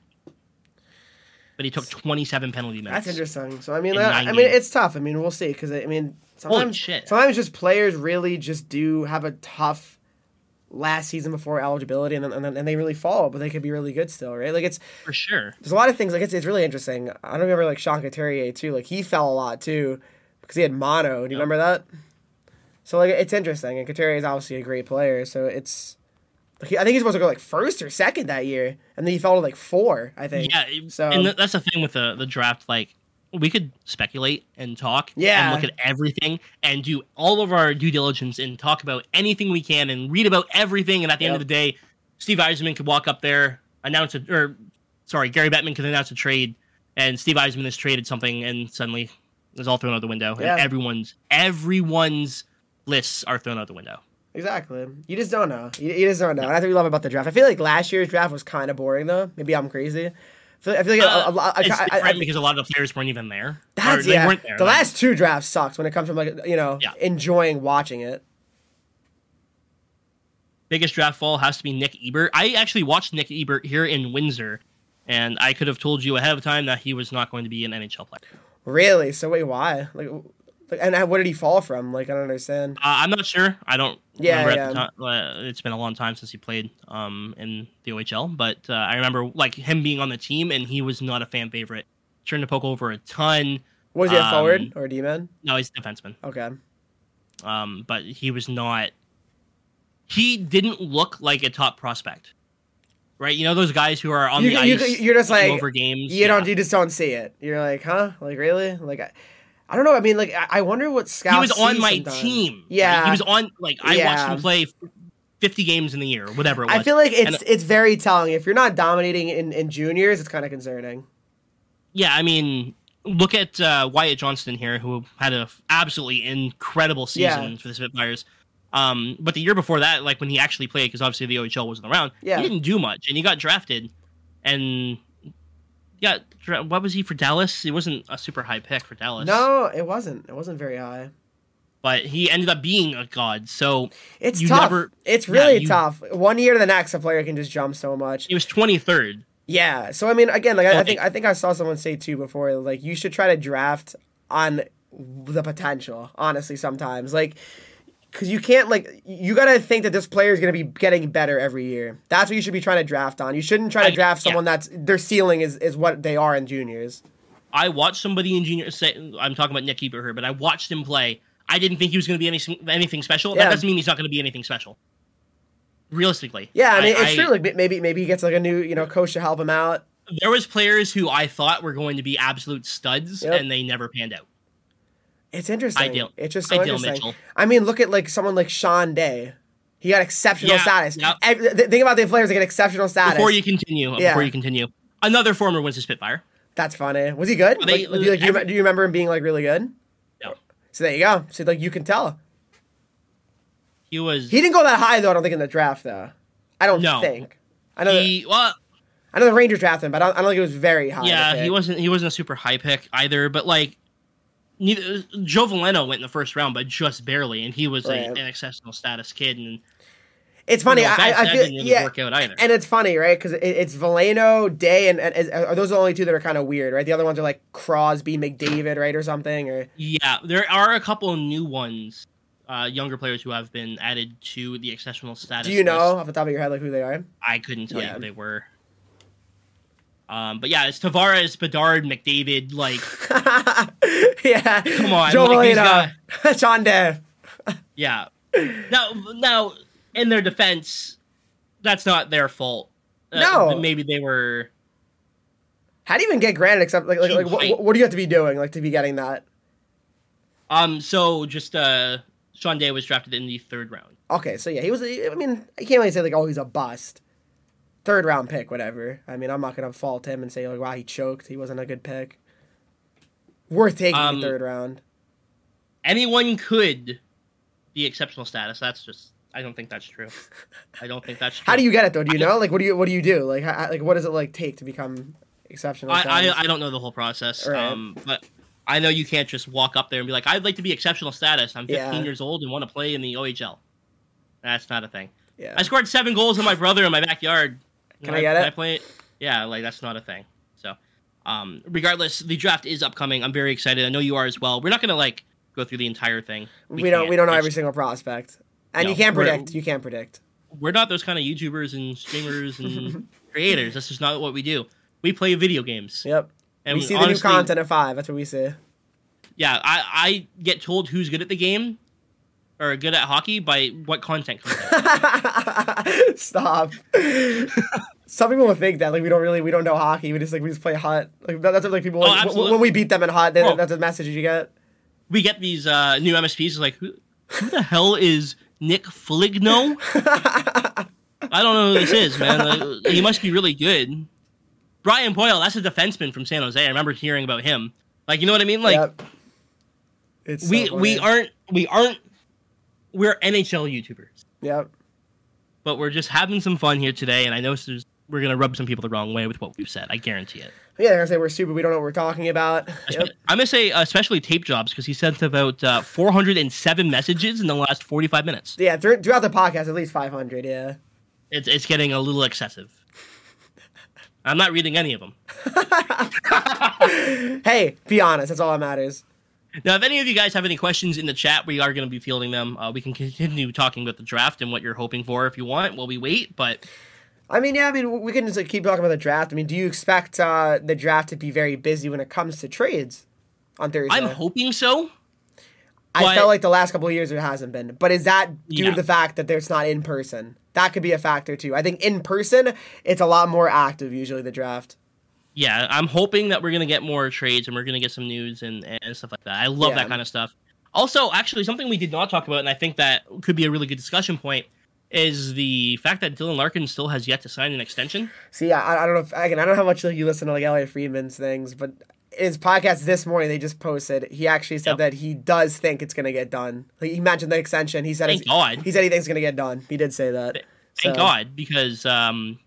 Speaker 1: But he took 27 penalty minutes.
Speaker 2: That's interesting. So I mean,
Speaker 1: In
Speaker 2: I,
Speaker 1: nine
Speaker 2: I mean,
Speaker 1: games.
Speaker 2: it's tough. I mean, we'll see. Because I mean, sometimes
Speaker 1: shit.
Speaker 2: sometimes just players really just do have a tough last season before eligibility, and then, and, then, and they really fall, but they could be really good still, right? Like it's
Speaker 1: For sure.
Speaker 2: there's a lot of things. Like it's it's really interesting. I don't remember like Sean Couturier too. Like he fell a lot too because he had mono. Do you
Speaker 1: Yep.
Speaker 2: remember that? So like it's interesting, and Couturier is obviously a great player. So it's. like, he- I think he's supposed to go like first or second that year, and then he fell to like four. I think.
Speaker 1: Yeah, it-
Speaker 2: So-
Speaker 1: and th- that's the thing with the the draft. Like, we could speculate and talk,
Speaker 2: Yeah.
Speaker 1: and look at everything, and do all of our due diligence and talk about anything we can, and read about everything. And at the end
Speaker 2: Yep.
Speaker 1: of the day, Steve Eisman could walk up there, announce a or sorry, Gary Bettman could announce a trade, and Steve Eisman has traded something, and suddenly it's all thrown out the window,
Speaker 2: Yeah.
Speaker 1: and everyone's everyone's lists are thrown out the window.
Speaker 2: Exactly. You just don't know. You, you just don't know. And that's what we love about the draft. I feel like last year's draft was kind of boring, though. Maybe I'm crazy. I feel, I feel like a- a, lot. I,
Speaker 1: Uh, it's
Speaker 2: I, I,
Speaker 1: different because a lot of the players weren't even there. Or
Speaker 2: that's
Speaker 1: they
Speaker 2: yeah.
Speaker 1: weren't there.
Speaker 2: the
Speaker 1: Like,
Speaker 2: last two drafts sucks when it comes from like you know
Speaker 1: Yeah.
Speaker 2: enjoying watching it.
Speaker 1: biggest draft fall has to be Nick Ebert. I actually watched Nick Ebert here in Windsor, and I could have told you ahead of time that he was not going to be an NHL player. Uh,
Speaker 2: Really? So wait, why? Like, w- like, and uh, what did he fall from? Like, I don't understand.
Speaker 1: Uh, I'm not sure. I don't
Speaker 2: Yeah,
Speaker 1: remember at
Speaker 2: yeah.
Speaker 1: the time. Uh, it's been a long time since he played um, in the OHL, but uh, I remember like him being on the team, and he was not a fan favorite. Turned the poke over a ton.
Speaker 2: Was he a
Speaker 1: Um,
Speaker 2: forward or a D man?
Speaker 1: No, he's a defenseman,
Speaker 2: Okay.
Speaker 1: um, but he was not. He didn't look like a top prospect, right? You know those guys who are on
Speaker 2: You-
Speaker 1: the
Speaker 2: you-
Speaker 1: ice.
Speaker 2: you're just
Speaker 1: looking
Speaker 2: like,
Speaker 1: over games.
Speaker 2: You
Speaker 1: Yeah.
Speaker 2: don't. You just don't see it. You're like, huh? Like really? Like, I, I don't know. I mean, like, I, I wonder what scouts.
Speaker 1: he was on
Speaker 2: see
Speaker 1: my
Speaker 2: sometimes.
Speaker 1: team.
Speaker 2: Yeah.
Speaker 1: Like, he was on like I watched
Speaker 2: Yeah.
Speaker 1: him play f- fifty games in the year, whatever it was.
Speaker 2: I feel like it's it's very telling. If you're not dominating in, in juniors, it's kind of concerning.
Speaker 1: yeah, I mean, look at uh, Wyatt Johnston here, who had an absolutely incredible season
Speaker 2: Yeah.
Speaker 1: for the Spitfires. Um, but the year before that, like when he actually played, because obviously the OHL wasn't around,
Speaker 2: Yeah.
Speaker 1: he didn't do much, and he got drafted, and yeah, dra- what was he for Dallas? He wasn't a super high pick for Dallas.
Speaker 2: No, it wasn't. It wasn't very high.
Speaker 1: but he ended up being a god. So
Speaker 2: It's
Speaker 1: You
Speaker 2: tough.
Speaker 1: never-
Speaker 2: it's
Speaker 1: yeah,
Speaker 2: really
Speaker 1: you-
Speaker 2: tough. One year to the next, a player can just jump so much.
Speaker 1: he was twenty third.
Speaker 2: Yeah. So I mean, again, like I,
Speaker 1: Well,
Speaker 2: I think
Speaker 1: it-
Speaker 2: I think I saw someone say too before, like you should try to draft on the potential. Honestly, sometimes like because you can't like you got to think that this player is going to be getting better every year. That's what you should be trying to draft on. You shouldn't try
Speaker 1: I-
Speaker 2: to draft
Speaker 1: yeah.
Speaker 2: someone that's their ceiling is is what they are in juniors.
Speaker 1: I watched somebody in junior. Say, I'm talking about Nick Eberher, but I watched him play. I didn't think he was going to be anything anything special.
Speaker 2: Yeah.
Speaker 1: That doesn't mean he's not going to be anything special. Realistically,
Speaker 2: Yeah, I mean, it's true. Like maybe maybe he gets like a new you know coach to help him out.
Speaker 1: There was players who I thought were going to be absolute studs,
Speaker 2: Yep.
Speaker 1: and they never panned out.
Speaker 2: It's interesting.
Speaker 1: Ideal-
Speaker 2: It's just so
Speaker 1: Ideal
Speaker 2: interesting.
Speaker 1: Mitchell.
Speaker 2: I mean, look at like someone like Sean Day. He got exceptional
Speaker 1: Yeah,
Speaker 2: status.
Speaker 1: yeah.
Speaker 2: Every, th- think about the players that get exceptional status.
Speaker 1: Before you continue,
Speaker 2: Yeah.
Speaker 1: before you continue, another former Winston Spitfire.
Speaker 2: That's funny. Was he good?
Speaker 1: Well, they-
Speaker 2: Like, like, do, you, like, do, you,
Speaker 1: every-
Speaker 2: rem- do you remember him being like really good?
Speaker 1: No,
Speaker 2: So there you go. So like you can tell
Speaker 1: he was
Speaker 2: he didn't go that high though. I don't think in the draft though. I don't
Speaker 1: No.
Speaker 2: think. I know.
Speaker 1: he well,
Speaker 2: I know the Rangers drafted him, but I don't, I don't think it was very high. I
Speaker 1: yeah,
Speaker 2: think.
Speaker 1: he wasn't he wasn't a super high pick either. But like, neither Joe Valeno went in the first round, but just barely, and he was a,
Speaker 2: Right.
Speaker 1: an exceptional status kid. And
Speaker 2: It's funny.
Speaker 1: No,
Speaker 2: I,
Speaker 1: that-
Speaker 2: I, I
Speaker 1: that
Speaker 2: feel
Speaker 1: didn't really
Speaker 2: yeah,
Speaker 1: work out either.
Speaker 2: and it's funny, right? Because it, it's Valeno, Day, and, and, and are those the only two that are kind of weird, right? The other ones are like Crosby, McDavid, right, or something, or
Speaker 1: Yeah, there are a couple new ones, uh, younger players who have been added to the exceptional status.
Speaker 2: do you know
Speaker 1: list.
Speaker 2: off the top of your head like who they are? <laughs>
Speaker 1: I couldn't tell
Speaker 2: Yeah.
Speaker 1: you who they were. Um, but yeah, it's Tavares, Bedard, McDavid. Like,
Speaker 2: yeah, come
Speaker 1: on,
Speaker 2: Joe
Speaker 1: like, these
Speaker 2: Valeno, <laughs> Sean Day. <laughs>
Speaker 1: yeah. Now, now, in their defense, that's not their fault. Uh,
Speaker 2: No.
Speaker 1: maybe they were.
Speaker 2: How do you even get granted? Except like, like,
Speaker 1: Gene
Speaker 2: like what,
Speaker 1: White.
Speaker 2: what do you have to be doing like to be getting that?
Speaker 1: Um, so just uh, Sean Day was drafted in the third round.
Speaker 2: Okay, so yeah, he was. I mean, I can't really say like, oh, he's a bust, third round pick, whatever. I mean, I'm not gonna fault him and say like, wow, he choked. He wasn't a good pick. Worth taking
Speaker 1: Um,
Speaker 2: the third round.
Speaker 1: Anyone could be exceptional status. That's just. I don't think that's true. I don't think that's true.
Speaker 2: <laughs> How do you get it though? Do you know? Like, what do you what do you do? Like, how, like what does it like take to become exceptional?
Speaker 1: I,
Speaker 2: talent?
Speaker 1: I, I don't know the whole process,
Speaker 2: Right.
Speaker 1: um, but I know you can't just walk up there and be like, "I'd like to be exceptional status. I'm 15
Speaker 2: Yeah.
Speaker 1: years old and want to play in the OHL." That's not a thing.
Speaker 2: yeah.
Speaker 1: I scored seven goals on my brother in my backyard.
Speaker 2: Can I get it?
Speaker 1: I play it? Yeah, like that's not a thing. So, um, regardless, the draft is upcoming. I'm very excited. I know you are as well. We're not gonna like go through the entire thing.
Speaker 2: we, don't we don't know
Speaker 1: It's-
Speaker 2: every single prospect, and
Speaker 1: No,
Speaker 2: you can't
Speaker 1: we're-
Speaker 2: predict. You can't predict.
Speaker 1: We're not those kind of YouTubers and streamers
Speaker 2: <laughs>
Speaker 1: and creators. That's just not what we do. We play video games.
Speaker 2: Yep.
Speaker 1: And
Speaker 2: we see
Speaker 1: honestly,
Speaker 2: the new content at five. That's what we see. <laughs>
Speaker 1: yeah, I, I get told who's good at the game or good at hockey by what content comes
Speaker 2: <laughs>
Speaker 1: out.
Speaker 2: Stop. <laughs> Some people will think that like we don't really we don't know hockey. We just like we just play hot. Like that- that's what like people
Speaker 1: Oh,
Speaker 2: like, w-
Speaker 1: absolutely.
Speaker 2: when we beat them in hot. They,
Speaker 1: Oh.
Speaker 2: That's the message you get.
Speaker 1: we get these uh, new MSPs like who, who the hell is Nick
Speaker 2: <laughs>
Speaker 1: Foligno? I don't know who this is, man. Like, he must be really good. Brian Boyle, that's a defenseman from San Jose. I remember hearing about him. Like, you know what I mean? Like,
Speaker 2: yep. It's so
Speaker 1: we we
Speaker 2: funny.
Speaker 1: aren't we aren't we're NHL YouTubers,
Speaker 2: Yep.
Speaker 1: but we're just having some fun here today. And I know this is- we're gonna rub some people the wrong way with what we've said. I guarantee it.
Speaker 2: Yeah, they're gonna say we're stupid. We don't know what we're talking about. Yep.
Speaker 1: I'm gonna say uh, especially tape jobs because he sent about uh, 407 messages in the last 45 minutes.
Speaker 2: Yeah, through, throughout the podcast, at least five hundred. Yeah.
Speaker 1: It's it's getting a little excessive. I'm not reading any of them.
Speaker 2: Hey, be honest. That's all that matters.
Speaker 1: Now, if any of you guys have any questions in the chat, we are going to be fielding them. Uh, we can continue talking about the draft and what you're hoping for if you want while we wait. But
Speaker 2: I mean, yeah. I mean, we can just like, keep talking about the draft. I mean, do you expect uh, the draft to be very busy when it comes to trades on Thursday?
Speaker 1: I'm hoping so.
Speaker 2: I
Speaker 1: But-
Speaker 2: felt like the last couple of years it hasn't been. But is that due
Speaker 1: Yeah.
Speaker 2: to the fact that there's not in person? That could be a factor too. I think in person it's a lot more active usually the draft.
Speaker 1: yeah, I'm hoping that we're gonna get more trades and we're gonna get some news and, and stuff like that. I love
Speaker 2: Yeah.
Speaker 1: that kind of stuff. Also, actually, something we did not talk about, and I think that could be a really good discussion point, is the fact that Dylan Larkin still has yet to sign an extension.
Speaker 2: See, I, I don't know if again I don't know how much like, you listen to like Elliot Freeman's things, but his podcast this morning they just posted. He actually said
Speaker 1: Yep.
Speaker 2: that he does think it's gonna get done. Like, he mentioned the extension. He said
Speaker 1: Thank
Speaker 2: it's-
Speaker 1: God.
Speaker 2: he said he thinks it's gonna get done. He did say that.
Speaker 1: Thank
Speaker 2: So-
Speaker 1: God, because um,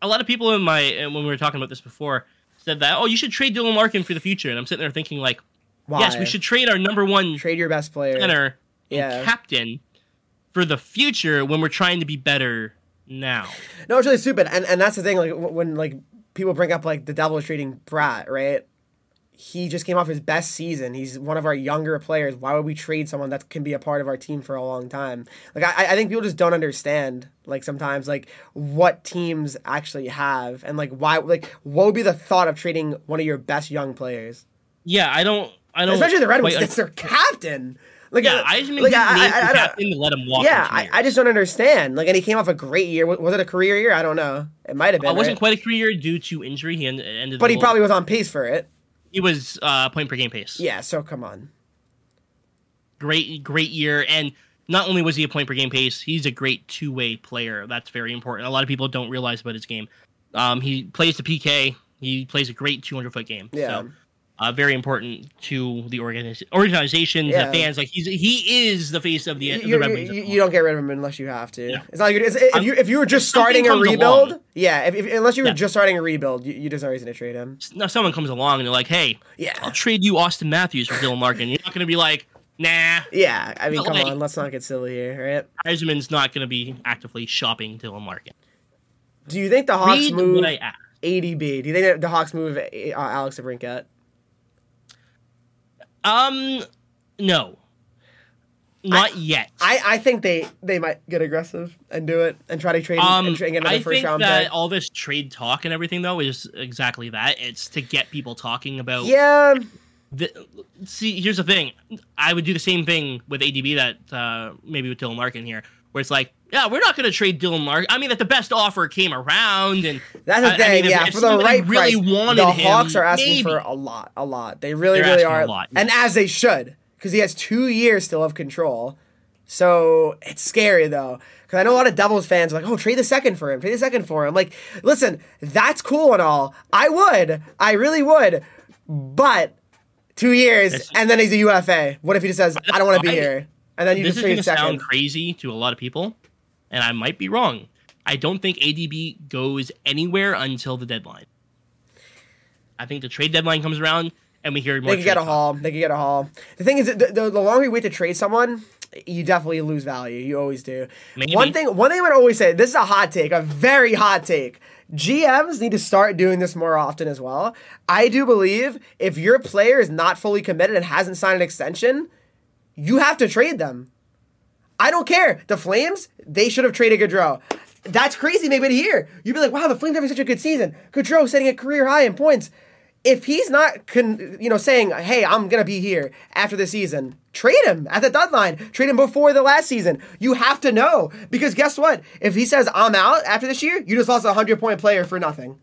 Speaker 1: a lot of people in my and when we were talking about this before said that oh you should trade Dylan Larkin for the future, and I'm sitting there thinking like
Speaker 2: Why?
Speaker 1: yes we should trade our number one
Speaker 2: trade your best player.
Speaker 1: center
Speaker 2: Yeah.
Speaker 1: and captain for the future when we're trying to be better now.
Speaker 2: No, it's really stupid, and and that's the thing. Like w- when like people bring up like the Devil is trading Brat, right? He just came off his best season. He's one of our younger players. Why would we trade someone that can be a part of our team for a long time? Like I, I think people just don't understand like sometimes like what teams actually have and like why like what would be the thought of trading one of your best young players,
Speaker 1: Yeah, I don't. I don't.
Speaker 2: especially the Red Wings.
Speaker 1: quite
Speaker 2: <laughs> That's their captain. Like
Speaker 1: Yeah,
Speaker 2: uh,
Speaker 1: I just mean
Speaker 2: like,
Speaker 1: he
Speaker 2: I-
Speaker 1: named
Speaker 2: I- I
Speaker 1: the
Speaker 2: don't-
Speaker 1: captain to let him walk.
Speaker 2: yeah,
Speaker 1: into
Speaker 2: I,
Speaker 1: there.
Speaker 2: I just don't understand. Like, and he came off a great year. Was was it a career year? I don't know. It might have been.
Speaker 1: It wasn't
Speaker 2: right?
Speaker 1: quite a career due to injury. He end- ended,
Speaker 2: But he
Speaker 1: the-
Speaker 2: probably was on pace for it.
Speaker 1: he was uh, point per game pace.
Speaker 2: Yeah, so come on.
Speaker 1: great, great year. And not only was he a point per game pace, he's a great two way player. That's very important. A lot of people don't realize about his game. Um, he plays the PK. He plays a great 200 foot game.
Speaker 2: Yeah.
Speaker 1: So, uh, very important to the organiz- organization,
Speaker 2: Yeah.
Speaker 1: the fans. Like he's he is the face of the,
Speaker 2: You,
Speaker 1: of the
Speaker 2: you,
Speaker 1: Red Wings.
Speaker 2: you- you don't get rid of him unless you have to. It's not good. It's, if,
Speaker 1: Um,
Speaker 2: you, if you were just
Speaker 1: something
Speaker 2: starting a
Speaker 1: comes
Speaker 2: rebuild,
Speaker 1: along.
Speaker 2: yeah, if, if, unless you were
Speaker 1: Yeah.
Speaker 2: just starting a rebuild, you, you just always need to trade him.
Speaker 1: now someone comes along and they're like, "Hey,
Speaker 2: Yeah.
Speaker 1: I'll trade you Austin Matthews for Dylan Larkin." You're not going to be like, "Nah,
Speaker 2: Yeah, I mean,
Speaker 1: But,
Speaker 2: come
Speaker 1: like-
Speaker 2: on, let's not get silly here, right?
Speaker 1: Heisman's not going to be actively shopping Dylan Larkin."
Speaker 2: Do you think the Hawks
Speaker 1: Read
Speaker 2: move
Speaker 1: what I asked.
Speaker 2: ADB? Do you think the Hawks move uh, Alex Abrinkat?
Speaker 1: Um, no, not yet.
Speaker 2: I, I think they, they might get aggressive and do it and try to trade him
Speaker 1: um,
Speaker 2: and, tra- and get another
Speaker 1: I
Speaker 2: first
Speaker 1: think
Speaker 2: round
Speaker 1: that
Speaker 2: pick.
Speaker 1: all this trade talk and everything though is exactly that. It's to get people talking about.
Speaker 2: Yeah,
Speaker 1: The, see, here's the thing. I would do the same thing with ADB that uh, maybe with Dylan Larkin here, where it's like, yeah, we're not going to trade Dylan Larkin. I mean, that the best offer came around, and
Speaker 2: That's the
Speaker 1: I- I
Speaker 2: thing,
Speaker 1: mean, if-
Speaker 2: yeah.
Speaker 1: if
Speaker 2: For the
Speaker 1: somebody
Speaker 2: right
Speaker 1: really
Speaker 2: price,
Speaker 1: wanted
Speaker 2: the
Speaker 1: him,
Speaker 2: Hawks are asking
Speaker 1: maybe.
Speaker 2: for a lot, a lot. They really,
Speaker 1: They're
Speaker 2: really
Speaker 1: asking
Speaker 2: are,
Speaker 1: a lot,
Speaker 2: and as they should, because he has two years still of control. So it's scary though, because I know a lot of Devils fans are like, "Oh, trade the second for him, trade the second for him." Like, listen, that's cool and all. I would, I really would, but two years,
Speaker 1: This-
Speaker 2: and then he's a UFA. What if he just says, "I don't want to be
Speaker 1: I-
Speaker 2: here," and then you
Speaker 1: this
Speaker 2: just
Speaker 1: is
Speaker 2: trade
Speaker 1: going
Speaker 2: the
Speaker 1: to
Speaker 2: second?
Speaker 1: sound crazy to a lot of people, and I might be wrong. I don't think ADB goes anywhere until the deadline. I think the trade deadline comes around and we hear more.
Speaker 2: They could get a
Speaker 1: trade talk.
Speaker 2: haul. They could get a haul. The thing is, that the, the, the longer you wait to trade someone, you definitely lose value. You always do.
Speaker 1: Maybe.
Speaker 2: One thing, one thing I would always say. This is a hot take, a very hot take. GMs need to start doing this more often as well. I do believe if your player is not fully committed and hasn't signed an extension, you have to trade them. I don't care. The Flames, they should have traded Gaudreau. That's crazy. Maybe here you'd be like, "Wow, the Flames are having such a good season. Gaudreau setting a career high in points." If he's not, con- you know, saying, "Hey, I'm gonna be here after the season," trade him at the deadline. Trade him before the last season. You have to know because guess what? If he says, "I'm out after this year," you just lost a hundred point player for nothing.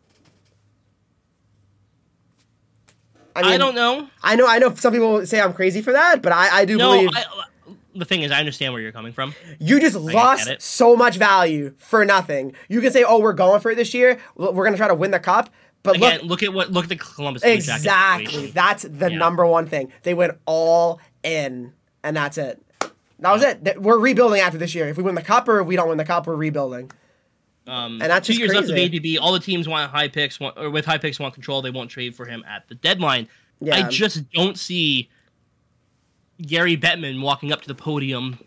Speaker 1: I don't know.
Speaker 2: I know. I know. Some people say I'm crazy for that, but I, I do
Speaker 1: No,
Speaker 2: believe
Speaker 1: I, the thing is, I understand where you're coming from.
Speaker 2: You just lost
Speaker 1: it.
Speaker 2: so much value for nothing. You can say, "Oh, we're going for it this year. L- We're going to try to win the cup." But
Speaker 1: Again,
Speaker 2: look,
Speaker 1: look, at what look at the Columbus Blue Jackets
Speaker 2: exactly.
Speaker 1: situation.
Speaker 2: That's the
Speaker 1: Yeah.
Speaker 2: number one thing. They went all in, and that's it. That was it. Th- We're rebuilding after this year. If we win the cup or if we don't win the cup, we're rebuilding.
Speaker 1: Um,
Speaker 2: And that's
Speaker 1: two
Speaker 2: just
Speaker 1: years left of
Speaker 2: crazy.
Speaker 1: ADB. All the teams want high picks, want, or with high picks want control. They won't trade for him at the deadline.
Speaker 2: Yeah.
Speaker 1: I just don't see Gary Bettman walking up to the podium.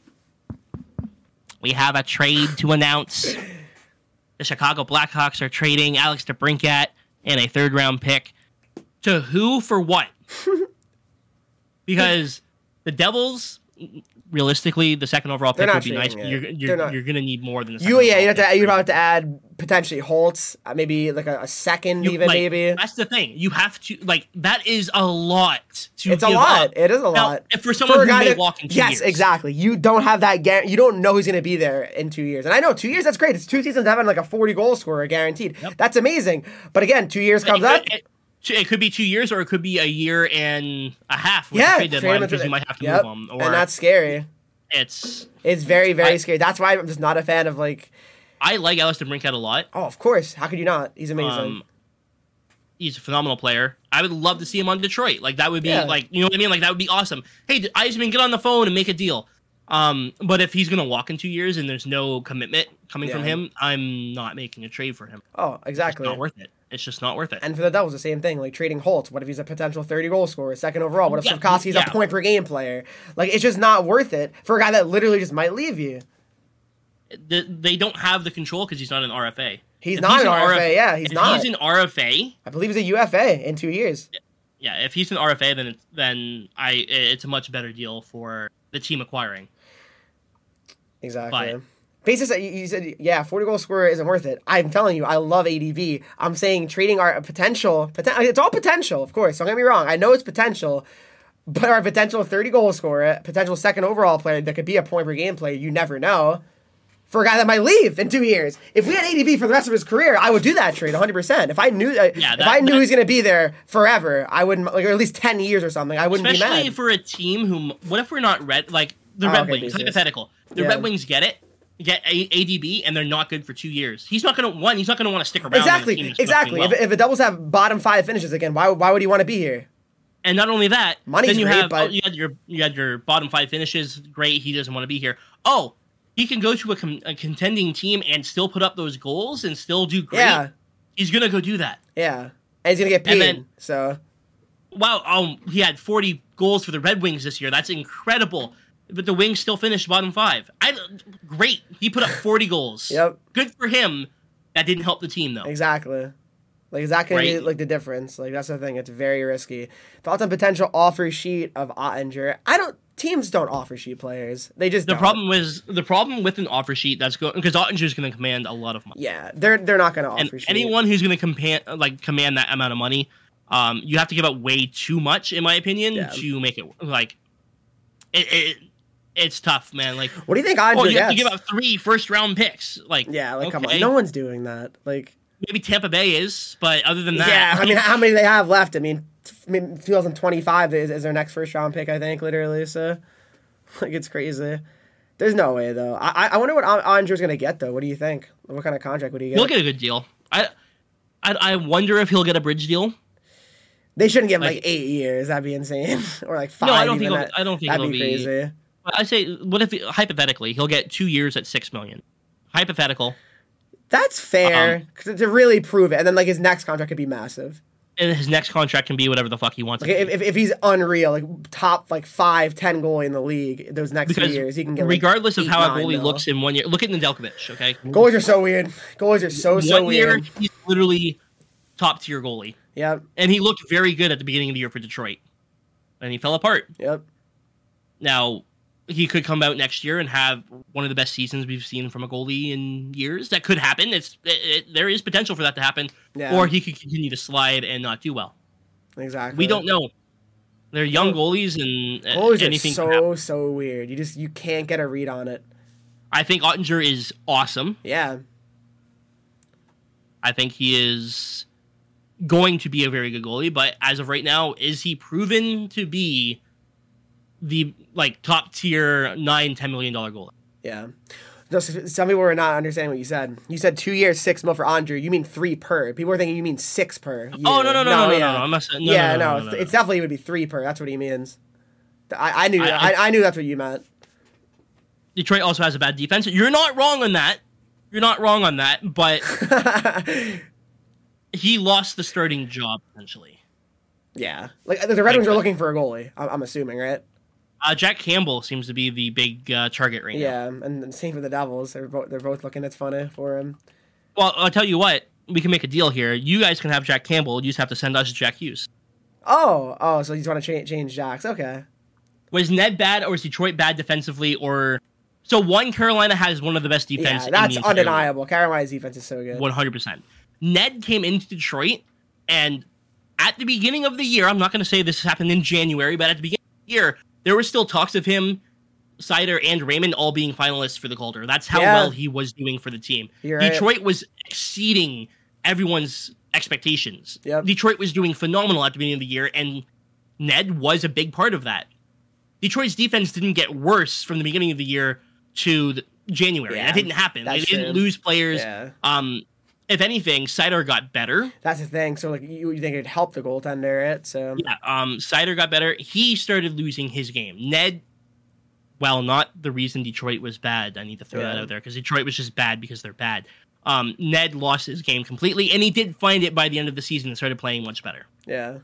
Speaker 1: We have a trade to announce. The Chicago Blackhawks are trading Alex DeBrincat and a third round pick to who for what?
Speaker 2: <laughs>
Speaker 1: because the Devils, realistically, the second overall
Speaker 2: They're
Speaker 1: pick
Speaker 2: not
Speaker 1: would be nice.
Speaker 2: trading
Speaker 1: but
Speaker 2: it.
Speaker 1: You're,
Speaker 2: They're
Speaker 1: you're,
Speaker 2: not-
Speaker 1: you're going to need more than the second
Speaker 2: You, yeah,
Speaker 1: overall
Speaker 2: you have
Speaker 1: pick.
Speaker 2: to. You're about to add potentially Holtz, uh, maybe like a, a second,
Speaker 1: You-
Speaker 2: even
Speaker 1: like,
Speaker 2: maybe.
Speaker 1: That's the thing. You have to like that is a lot to.
Speaker 2: It's a
Speaker 1: give
Speaker 2: lot.
Speaker 1: up.
Speaker 2: It is a
Speaker 1: Now,
Speaker 2: lot.
Speaker 1: if for someone
Speaker 2: a
Speaker 1: who
Speaker 2: guy
Speaker 1: may
Speaker 2: that-
Speaker 1: walk in two
Speaker 2: yes,
Speaker 1: years.
Speaker 2: exactly. You don't have that guarantee. You don't know who's going to be there in two years. And I know two years. That's great. It's two seasons having like a forty goal scorer guaranteed. That's amazing. But again, two years comes up.
Speaker 1: It, it- it could be two years, or it could be a year and a half. With
Speaker 2: yeah,
Speaker 1: the trade
Speaker 2: trade
Speaker 1: deadline
Speaker 2: him
Speaker 1: because
Speaker 2: to-
Speaker 1: you might have to
Speaker 2: yep,
Speaker 1: move them, or
Speaker 2: and that's scary.
Speaker 1: it's.
Speaker 2: It's very, very
Speaker 1: I-
Speaker 2: scary. That's why I'm just not a fan of like.
Speaker 1: I like Alistair Brinkhead a lot.
Speaker 2: Oh, of course. How could you not? He's amazing.
Speaker 1: Um, he's a phenomenal player. I would love to see him on Detroit. Like that would be
Speaker 2: Yeah.
Speaker 1: like you know what I mean. Like that would be awesome. Hey, Eisman, get on the phone and make a deal. Um, but if he's gonna walk in two years and there's no commitment coming from
Speaker 2: Yeah.
Speaker 1: him, I'm not making a trade for him.
Speaker 2: Oh,
Speaker 1: It's
Speaker 2: exactly.
Speaker 1: not worth it. It's just not worth it.
Speaker 2: And for the Devils, the same thing. Like trading Holtz. What if he's a potential 30 goal scorer, second overall? What if
Speaker 1: Yeah,
Speaker 2: Slavkovsky's
Speaker 1: yeah.
Speaker 2: a point per game player? Like, it's just not worth it for a guy that literally just might leave you.
Speaker 1: Th- they don't have the control because he's not an RFA.
Speaker 2: He's not an RFA, yeah, he's
Speaker 1: if
Speaker 2: not.
Speaker 1: He's an RFA.
Speaker 2: I believe he's a UFA in two years.
Speaker 1: Yeah, if he's an RFA, then it's, then I it's a much better deal for the team acquiring.
Speaker 2: Exactly.
Speaker 1: But-
Speaker 2: Basis that you- you said, yeah, 40 goal scorer isn't worth it. I'm telling you, I love ADV. I'm saying trading our potential, poten- it's all potential, of course. Don't get me wrong. I know it's potential, but our potential 30 goal scorer, potential second overall player that could be a point per game player, you never know. For a guy that might leave in two years, if we had ADV for the rest of his career, I would do that trade 100. percent If I knew, uh,
Speaker 1: Yeah,
Speaker 2: if
Speaker 1: that-
Speaker 2: I knew
Speaker 1: that-
Speaker 2: he's going to be there forever, I wouldn't, like, or at least 10 years or something. I wouldn't be mad.
Speaker 1: Especially for a team who, what if we're not red? Like the
Speaker 2: Oh,
Speaker 1: Red
Speaker 2: okay,
Speaker 1: Wings,
Speaker 2: basis.
Speaker 1: hypothetical. The
Speaker 2: Yeah.
Speaker 1: Red Wings get it, get a- ADB, and they're not good for two years. He's not gonna one. He's not gonna want to stick around. when the team
Speaker 2: Exactly,
Speaker 1: is fucking
Speaker 2: exactly.
Speaker 1: well.
Speaker 2: If, if the Devils have bottom five finishes again, why why would he want to be here?
Speaker 1: and not only that,
Speaker 2: Money's
Speaker 1: then you
Speaker 2: great,
Speaker 1: have
Speaker 2: but-
Speaker 1: oh, you had your you had your bottom five finishes. Great, he doesn't want to be here. Oh, he can go to a, con- a contending team and still put up those goals and still do great.
Speaker 2: Yeah.
Speaker 1: He's gonna go do that.
Speaker 2: Yeah, and he's gonna get paid.
Speaker 1: And then-
Speaker 2: so
Speaker 1: Wow, um, he had 40 goals for the Red Wings this year. That's incredible. But the Wings still finished bottom five. I great. He
Speaker 2: <laughs>
Speaker 1: put up 40 goals.
Speaker 2: Yep.
Speaker 1: Good for him. That didn't help the team though.
Speaker 2: exactly, like is that gonna be
Speaker 1: Right.
Speaker 2: like the difference? Like that's the thing. It's very risky. Thoughts on potential offer sheet of Ottinger? I don't. Teams don't offer sheet players. They just
Speaker 1: The
Speaker 2: don't.
Speaker 1: problem was the problem with an offer sheet that's going because Ottinger's going to command a lot of money.
Speaker 2: Yeah, they're they're not gonna offer
Speaker 1: and
Speaker 2: sheet.
Speaker 1: anyone who's going to command like command that amount of money, um, you have to give up way too much, in my opinion,
Speaker 2: Yeah.
Speaker 1: to make it like it, it. It's tough, man. Like,
Speaker 2: What do you think Ottinger
Speaker 1: oh, you have to
Speaker 2: gets?
Speaker 1: give up three first round picks. Like,
Speaker 2: yeah, like come on,
Speaker 1: okay.
Speaker 2: no one's doing that. Like
Speaker 1: maybe Tampa Bay is, but other than that,
Speaker 2: yeah, I mean, how many they have left? I mean, t- I mean, 2025 is, is their next first round pick, I think, literally. So, <laughs> like, it's crazy. There's no way though. I I- I wonder what An- Andrew's gonna get though. What do you think? What kind of contract would he get?
Speaker 1: he'll get a good deal. I, I, I wonder if he'll get a bridge deal.
Speaker 2: they shouldn't give him like,
Speaker 1: like-
Speaker 2: eight years. That'd be insane. <laughs> or like five.
Speaker 1: No, I don't
Speaker 2: even.
Speaker 1: think. It'll,
Speaker 2: That-
Speaker 1: I don't think
Speaker 2: that'd
Speaker 1: it'll
Speaker 2: be
Speaker 1: be. uh-uh.
Speaker 2: crazy.
Speaker 1: I say, what if hypothetically he'll get two years at six million? Hypothetical,
Speaker 2: That's fair 'cause to really prove it, and then like his next contract could be massive.
Speaker 1: and his next contract can be whatever the fuck he wants.
Speaker 2: Like if, if, if he's unreal, like top like five, ten goalie in the league those next two
Speaker 1: because
Speaker 2: years, he can get like,
Speaker 1: regardless of
Speaker 2: eight,
Speaker 1: how a
Speaker 2: nine
Speaker 1: goalie
Speaker 2: mil.
Speaker 1: looks in one year, look at Nedeljkovic. Okay,
Speaker 2: Goalies are so weird. Goalies are so so
Speaker 1: one
Speaker 2: weird.
Speaker 1: year he's literally top tier goalie,
Speaker 2: Yep,
Speaker 1: and he looked very good at the beginning of the year for Detroit, and he fell apart.
Speaker 2: yep.
Speaker 1: Now, he could come out next year and have one of the best seasons we've seen from a goalie in years. That could happen. It's it, it, there is potential for that to happen,
Speaker 2: Yeah.
Speaker 1: or he could continue to slide and not do well.
Speaker 2: Exactly.
Speaker 1: We don't know. They're young goalies, and uh,
Speaker 2: Goalies
Speaker 1: anything.
Speaker 2: are
Speaker 1: can happen.
Speaker 2: so so weird. You just you can't get a read on it.
Speaker 1: I think Ottinger is awesome.
Speaker 2: Yeah.
Speaker 1: I think he is going to be a very good goalie, but as of right now, is he proven to be the like top tier nine ten million dollar goalie?
Speaker 2: Yeah. No, so- some people were not understanding what you said. You said two years, six mil for Andrew. You mean three per. People were thinking you mean six per. year.
Speaker 1: Oh no no no no no no!
Speaker 2: yeah.
Speaker 1: no, I'm not saying- no,
Speaker 2: yeah,
Speaker 1: no, no, no,
Speaker 2: no,
Speaker 1: no,
Speaker 2: it's,
Speaker 1: no.
Speaker 2: it's definitely would be three per. That's what he means. I, I knew.
Speaker 1: I-
Speaker 2: I, I, knew that's what you meant. <laughs>
Speaker 1: Detroit also has a bad defense. You're not wrong on that. You're not wrong on that,
Speaker 2: <laughs>
Speaker 1: but he lost the starting job essentially.
Speaker 2: yeah, like the Red Wings are
Speaker 1: that.
Speaker 2: looking for a goalie. I'm, I'm assuming, right?
Speaker 1: Uh, Jack Campbell seems to be the big uh, target right now.
Speaker 2: Yeah, and then same for the Devils. They're both they're both looking. It's funny for him.
Speaker 1: Well, I'll tell you what. We can make a deal here. You guys can have Jack Campbell. You just have to send us Jack Hughes.
Speaker 2: Oh, oh, so you just want to change change Jacks? Okay.
Speaker 1: Was Ned bad or is Detroit bad defensively? Or so one Carolina has one of the best defense.
Speaker 2: Yeah,
Speaker 1: in
Speaker 2: that's
Speaker 1: the entire league.
Speaker 2: undeniable. Carolina's defense is so good.
Speaker 1: One hundred percent. Ned came into Detroit, and at the beginning of the year, I'm not going to say this happened in January, but at the beginning of the year, there were still talks of him, Cider, and Raymond all being finalists for the Calder. That's how
Speaker 2: Yeah.
Speaker 1: well he was doing for the team.
Speaker 2: You're right.
Speaker 1: Detroit was exceeding everyone's expectations.
Speaker 2: Yep.
Speaker 1: Detroit was doing phenomenal at the beginning of the year, and Ned was a big part of that. Detroit's defense didn't get worse from the beginning of the year to the January.
Speaker 2: Yeah,
Speaker 1: that didn't happen. They
Speaker 2: that's
Speaker 1: didn't
Speaker 2: true.
Speaker 1: lose players.
Speaker 2: Yeah.
Speaker 1: Um, if anything, Cider got better.
Speaker 2: That's the thing. So like you, you think it'd help the goaltender, right? So
Speaker 1: Yeah, um, Cider got better. He started losing his game. Ned, well, not the reason Detroit was bad. I need to throw that
Speaker 2: Yeah.
Speaker 1: out there because Detroit was just bad because they're bad. Um, Ned lost his game completely, and he did find it by the end of the season and started playing much better.
Speaker 2: yeah.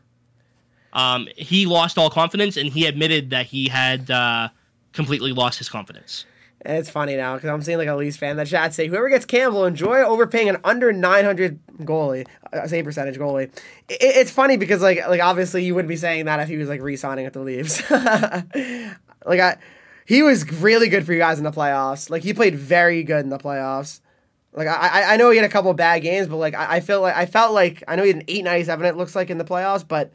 Speaker 1: Um, he lost all confidence, and he admitted that he had uh, completely lost his confidence.
Speaker 2: And it's funny now because I'm seeing like a Leafs fan in the chat say, "Whoever gets Campbell, enjoy overpaying an under 900 goalie, uh, save percentage goalie." I- I- it's funny because like like obviously you wouldn't be saying that if he was like re-signing with the Leafs. <laughs> like I, he was really good for you guys in the playoffs. Like he played very good in the playoffs. Like I, I- I know he had a couple bad games, but like I, I feel like I felt like I know he had an 897. It looks like in the playoffs, but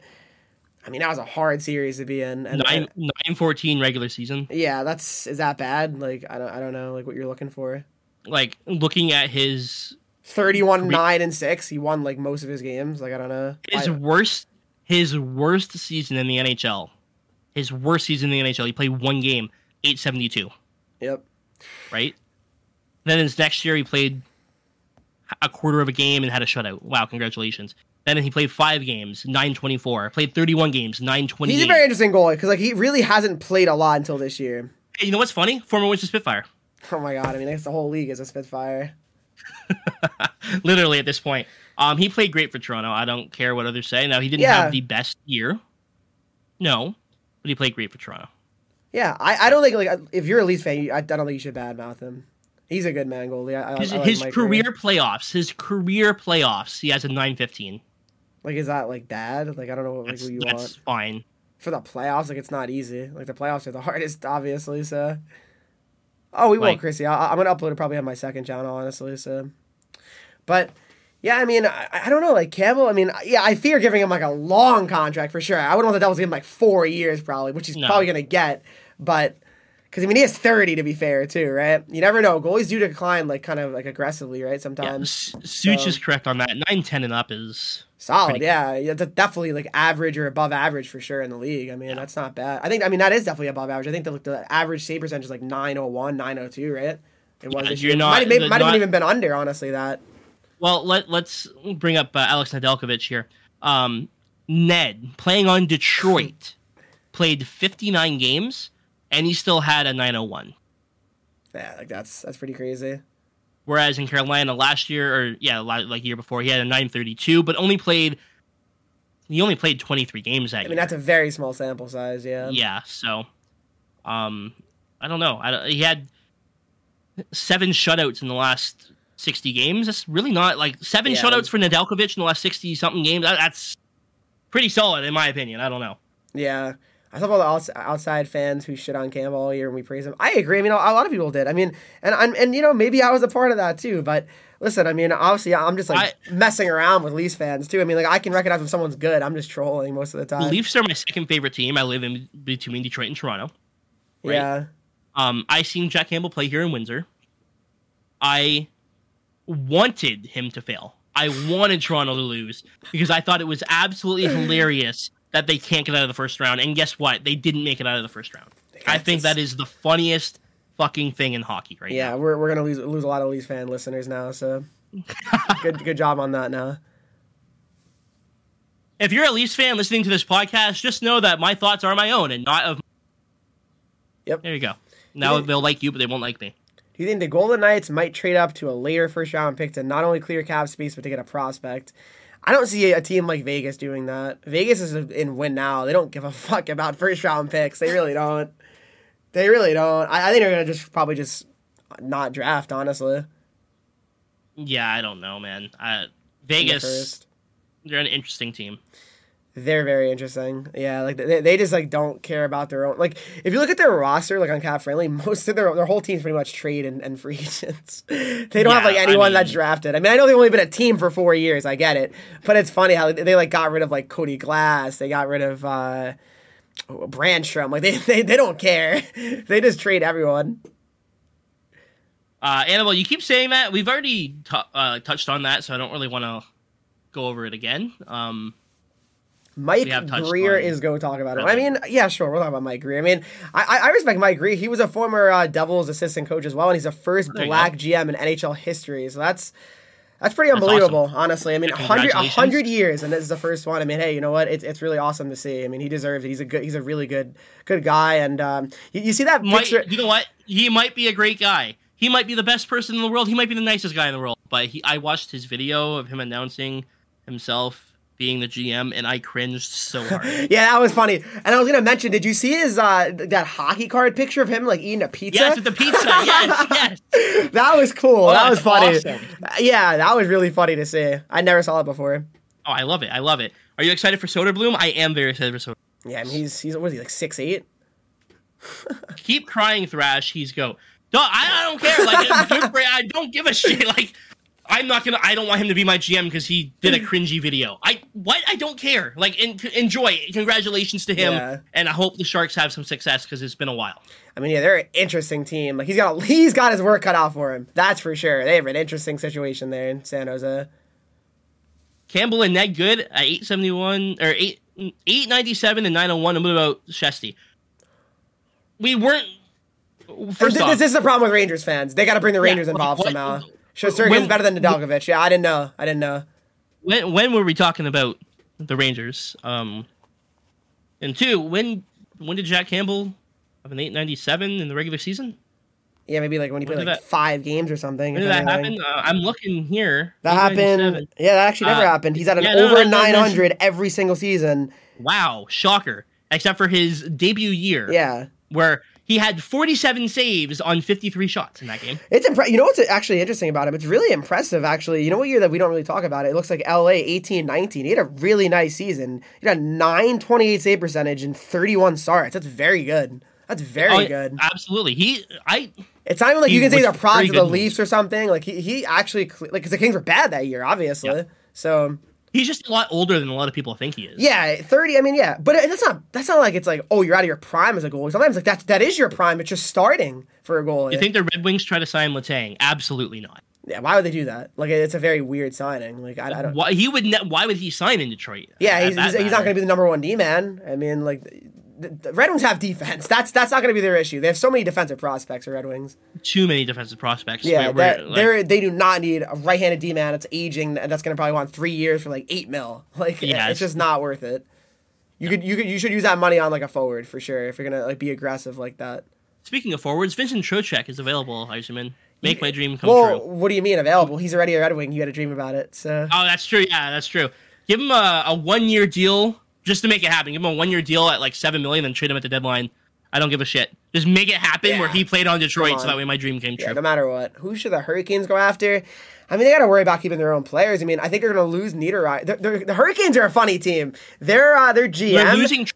Speaker 2: I mean that was a hard series to be in. And,
Speaker 1: Nine nine fourteen regular season.
Speaker 2: yeah, that's is that bad? Like I don't I don't know like what you're looking for.
Speaker 1: Like looking at his
Speaker 2: 31 9 and 6 he won like most of his games like i don't know
Speaker 1: his
Speaker 2: I-
Speaker 1: worst his worst season in the NHL. His worst season in the NHL. He played one game, eight seventy two.
Speaker 2: yep
Speaker 1: Right. Then his next year, he played a quarter of a game and had a shutout. Wow, congratulations. Then he played five games, nine twenty four. Played thirty one games, nine
Speaker 2: he's
Speaker 1: twenty
Speaker 2: a very
Speaker 1: eight.
Speaker 2: interesting goalie because like he really hasn't played a lot until this year <laughs>
Speaker 1: Hey, you know what's funny? Former Winston Spitfire. <laughs>
Speaker 2: oh my god i mean I guess the whole league is a spitfire
Speaker 1: literally at this point. Um, he played great for Toronto. I don't care what others say. Now he didn't
Speaker 2: Yeah.
Speaker 1: have the best year. No, but he played great for Toronto.
Speaker 2: yeah i, I don't think like if you're a leafs fan you, I, I don't think you should badmouth him he's a good man goalie I, I,
Speaker 1: His,
Speaker 2: I like
Speaker 1: his
Speaker 2: Mike
Speaker 1: career playoffs, his career playoffs, he has a nine fifteen.
Speaker 2: like is that like bad like i don't know what like
Speaker 1: That's,
Speaker 2: who you
Speaker 1: that's
Speaker 2: want
Speaker 1: fine.
Speaker 2: for the playoffs like it's not easy like the playoffs are the <laughs> hardest obviously so oh we will
Speaker 1: Like-
Speaker 2: chrissy I, i'm gonna upload it probably on my second channel honestly so but yeah i mean I, I don't know like campbell i mean yeah i fear giving him like a long contract for sure i would want the devils to give him like four years probably which he's
Speaker 1: No.
Speaker 2: probably gonna get but because i mean he has 30 to be fair too right you never know goalies do decline like kind of like aggressively right
Speaker 1: Yeah,
Speaker 2: sometimes
Speaker 1: S- Such
Speaker 2: so-
Speaker 1: is correct on that. Nine ten and up is
Speaker 2: Solid,
Speaker 1: pretty
Speaker 2: yeah. yeah. That's definitely like average or above average for sure in the league. I mean, that's not bad. I think, I mean, that is definitely above average. I think the, the average save percentage is like 901, 902, right? It was.
Speaker 1: Yeah,
Speaker 2: this
Speaker 1: you're
Speaker 2: year.
Speaker 1: not-
Speaker 2: Might have, maybe,
Speaker 1: the-
Speaker 2: might have
Speaker 1: not-
Speaker 2: even been under, honestly, that.
Speaker 1: well. Let Let's bring up uh, Alex Nedeljkovic here. Um, Ned playing on Detroit played fifty nine games and he still had a nine oh one.
Speaker 2: Yeah, like that's that's pretty crazy.
Speaker 1: Whereas in Carolina last year, or yeah, la- like year before, he had a 932, but only played. He only played 23 games that
Speaker 2: I mean,
Speaker 1: year.
Speaker 2: that's a very small sample size, yeah.
Speaker 1: yeah, so, um, I don't know. I don't- he had seven shutouts in the last 60 games. That's really not like seven
Speaker 2: Yeah.
Speaker 1: shutouts for Nedeljkovic in the last 60 something games. That, that's pretty solid in my opinion. I don't know.
Speaker 2: Yeah. I saw all the outs- outside fans who shit on Campbell all year and we praise him. I agree. I mean, a a lot of people did. I mean, and and, and you know, maybe I was a part of that too. But listen, I mean, obviously, I'm just like messing around with Leafs fans too. I mean, like I can recognize when someone's good. I'm just trolling most of the
Speaker 1: The
Speaker 2: time.
Speaker 1: Leafs are my second favorite team. I live in between Detroit and Toronto. right?
Speaker 2: Yeah,
Speaker 1: Um, I seen Jack Campbell play here in Windsor. I wanted him to fail. I wanted Toronto to lose because I thought it was
Speaker 2: <clears throat>
Speaker 1: absolutely hilarious that they can't get out of the first round. And guess what? They didn't make it out of the first round. I think that is the funniest fucking thing in hockey right
Speaker 2: yeah. We're, we're gonna lose lose a lot of Leafs fan listeners
Speaker 1: <laughs>
Speaker 2: now. So good good job on that now.
Speaker 1: now. If you're a Leafs fan listening to this podcast, just know that my thoughts are my own and not of.
Speaker 2: Yep.
Speaker 1: There you go. Now
Speaker 2: Yeah.
Speaker 1: they'll like you, but they won't like me.
Speaker 2: Do you think the Golden Knights might trade up to a later first round pick to not only clear cap space but to get a prospect? I don't see a team like Vegas doing that. Vegas is in win now. They don't give a <laughs> fuck about first round picks. They really don't. They really don't. I, I think they're gonna just probably just not draft. Honestly,
Speaker 1: Yeah, I don't know, man. Uh,
Speaker 2: in the
Speaker 1: Vegas,
Speaker 2: first.
Speaker 1: they're an interesting team.
Speaker 2: They're very interesting. Yeah, like they, they just like don't care about their own. Like if you look at their roster, like on cap friendly, <laughs> most of their their whole team's pretty much trade and, and free <laughs> agents. they don't have
Speaker 1: Yeah,
Speaker 2: like
Speaker 1: I
Speaker 2: anyone that's
Speaker 1: mean-
Speaker 2: drafted. I mean, I know they've only been a team for four years. I get it, but it's funny how they, they, like got rid of like Cody Glass. They got rid of uh Brandstrom. Like they <laughs> they, they don't care. <laughs> they just trade everyone.
Speaker 1: Uh, Annabelle, you keep saying that. We've already t- uh, touched on that, so I don't really want to go over it again. Um,
Speaker 2: Mike
Speaker 1: We have touched
Speaker 2: Greer
Speaker 1: on-
Speaker 2: is go talk about it. I
Speaker 1: Really?
Speaker 2: mean, yeah, sure, we'll talk about Mike Greer. I mean, I, I- I respect Mike Greer. He was a former uh, Devils assistant coach as well, and he's the first
Speaker 1: There you
Speaker 2: black GM in NHL history. So that's That's pretty
Speaker 1: That's
Speaker 2: unbelievable, honestly. I mean,
Speaker 1: Yeah,
Speaker 2: 100,
Speaker 1: congratulations.
Speaker 2: 100 years, and this is the first one. I mean, hey, you know what? It's, it's really awesome to see. I mean, he deserves it. He's a good, he's a really good, good guy. And um, you, you see that
Speaker 1: Might,
Speaker 2: picture?
Speaker 1: you know what? He might be a great guy. He might be the best person in the world. He might be the nicest guy in the world. But he, I watched his video of him announcing himself being the GM, and I cringed so
Speaker 2: <laughs>
Speaker 1: hard.
Speaker 2: Yeah, that was funny. And I was gonna mention, did you see his uh, th- that hockey card picture of him like eating a pizza?
Speaker 1: yes, with the pizza. Yes, yes.
Speaker 2: that was cool.
Speaker 1: Oh,
Speaker 2: that was
Speaker 1: that's
Speaker 2: funny.
Speaker 1: awesome.
Speaker 2: Yeah, that was really funny to see. I never saw it before.
Speaker 1: Oh, I love it. I love it. Are you excited for Soda Bloom? I am very excited for Soda.
Speaker 2: Yeah, I mean, he's he's what is he like six eight?
Speaker 1: Keep crying, Thrash. He's go. No, I, I don't care. Like, you're great. I don't give a shit. <laughs> Like, I'm not gonna. I don't want him to be my GM because he
Speaker 2: <laughs>
Speaker 1: did a cringy video. I what? I don't care. Like, en- enjoy. it. Congratulations to him,
Speaker 2: Yeah.
Speaker 1: and I hope the Sharks have some success because it's been a while.
Speaker 2: I mean, yeah, they're an interesting team. Like he's got <laughs> he's got his work cut out for him. That's for sure. They have an interesting situation there in San Jose.
Speaker 1: Campbell and Ned Good at 871 or 8 897 and 901. And what about Shesty? We weren't. First
Speaker 2: Th-
Speaker 1: off,
Speaker 2: this is the problem with Rangers fans. They got to bring the Rangers
Speaker 1: like,
Speaker 2: involved
Speaker 1: what-
Speaker 2: somehow.
Speaker 1: when-
Speaker 2: Shostakovich's better than Nadalkovich. Yeah, I didn't know. I didn't know.
Speaker 1: when when were we talking about the Rangers? Um, and two, when when did Jack Campbell have an 897 in the regular season?
Speaker 2: Yeah, maybe like when he played
Speaker 1: did
Speaker 2: like
Speaker 1: that-
Speaker 2: five games or something.
Speaker 1: When
Speaker 2: if
Speaker 1: did that
Speaker 2: anything.
Speaker 1: happen? Uh, I'm looking here.
Speaker 2: That
Speaker 1: 897.
Speaker 2: happened. Yeah, that actually never
Speaker 1: Uh,
Speaker 2: happened. He's at an
Speaker 1: yeah, no,
Speaker 2: over
Speaker 1: that's what I
Speaker 2: 900 every single season.
Speaker 1: Wow, shocker! Except for his debut year,
Speaker 2: Yeah.
Speaker 1: where he had 47 saves on 53 shots in that game.
Speaker 2: It's impre- you know what's actually interesting about him? It's really impressive actually. You know what year that we don't really talk about it? It looks like LA 18 19. He had a really nice season. He had a 928 save percentage and 31 starts. That's very good. That's very
Speaker 1: Oh,
Speaker 2: good.
Speaker 1: Absolutely, he. I
Speaker 2: It's not even like
Speaker 1: he
Speaker 2: you can say
Speaker 1: was
Speaker 2: they're
Speaker 1: very
Speaker 2: prods of
Speaker 1: good
Speaker 2: the
Speaker 1: moves.
Speaker 2: Leafs or something. Like he, he actually cle- like cuz the Kings were bad that year obviously.
Speaker 1: Yeah.
Speaker 2: So
Speaker 1: he's just a lot older than a lot of people think he is.
Speaker 2: Yeah, thirty. I mean, yeah, but it- that's not that's not like it's like oh you're out of your prime as a goalie. Sometimes like that that is your prime. It's just starting for a goalie.
Speaker 1: You think the Red Wings try to sign Letang? Absolutely not.
Speaker 2: yeah, why would they do that? Like it's a very weird signing. Like I, I don't.
Speaker 1: Why he would? Ne- why would he sign in Detroit?
Speaker 2: Yeah,
Speaker 1: At
Speaker 2: he's,
Speaker 1: that
Speaker 2: he's, he's not
Speaker 1: matter.
Speaker 2: going to be the number one D man. I mean, like the, the Red Wings have defense. That's that's not going to be their issue. They have so many defensive prospects. The Red Wings.
Speaker 1: too many defensive prospects. We're-
Speaker 2: Yeah,
Speaker 1: we're,
Speaker 2: that,
Speaker 1: like,
Speaker 2: they're they do not need a right-handed D man. It's aging, and that's going to probably want three years for like eight mil. <laughs> Like
Speaker 1: Yeah, it's-
Speaker 2: it's just not worth it. You could you could you should use that money on like a forward for sure if you're gonna like be aggressive like that.
Speaker 1: speaking of forwards, Vincent Trocek is available. Eiserman, make my dream come
Speaker 2: Well,
Speaker 1: true.
Speaker 2: what do you mean available? He's already a Red Wing. You got to dream about it. So
Speaker 1: Oh, that's true. Yeah, that's true. Give him a, a one year deal just to make it happen. Give him a one year deal at like seven million, then trade him at the deadline. I don't give a shit. Just make it happen where
Speaker 2: Yeah.
Speaker 1: he played on
Speaker 2: Come
Speaker 1: Detroit,
Speaker 2: on.
Speaker 1: so that way my dream came true.
Speaker 2: yeah, no matter what, who should the Hurricanes go after? I mean, they got to worry about keeping their own players. I mean, I think they're going to lose Niederreiter. They're, they're, the Hurricanes are a funny team. They're uh, their GM.
Speaker 1: We're losing.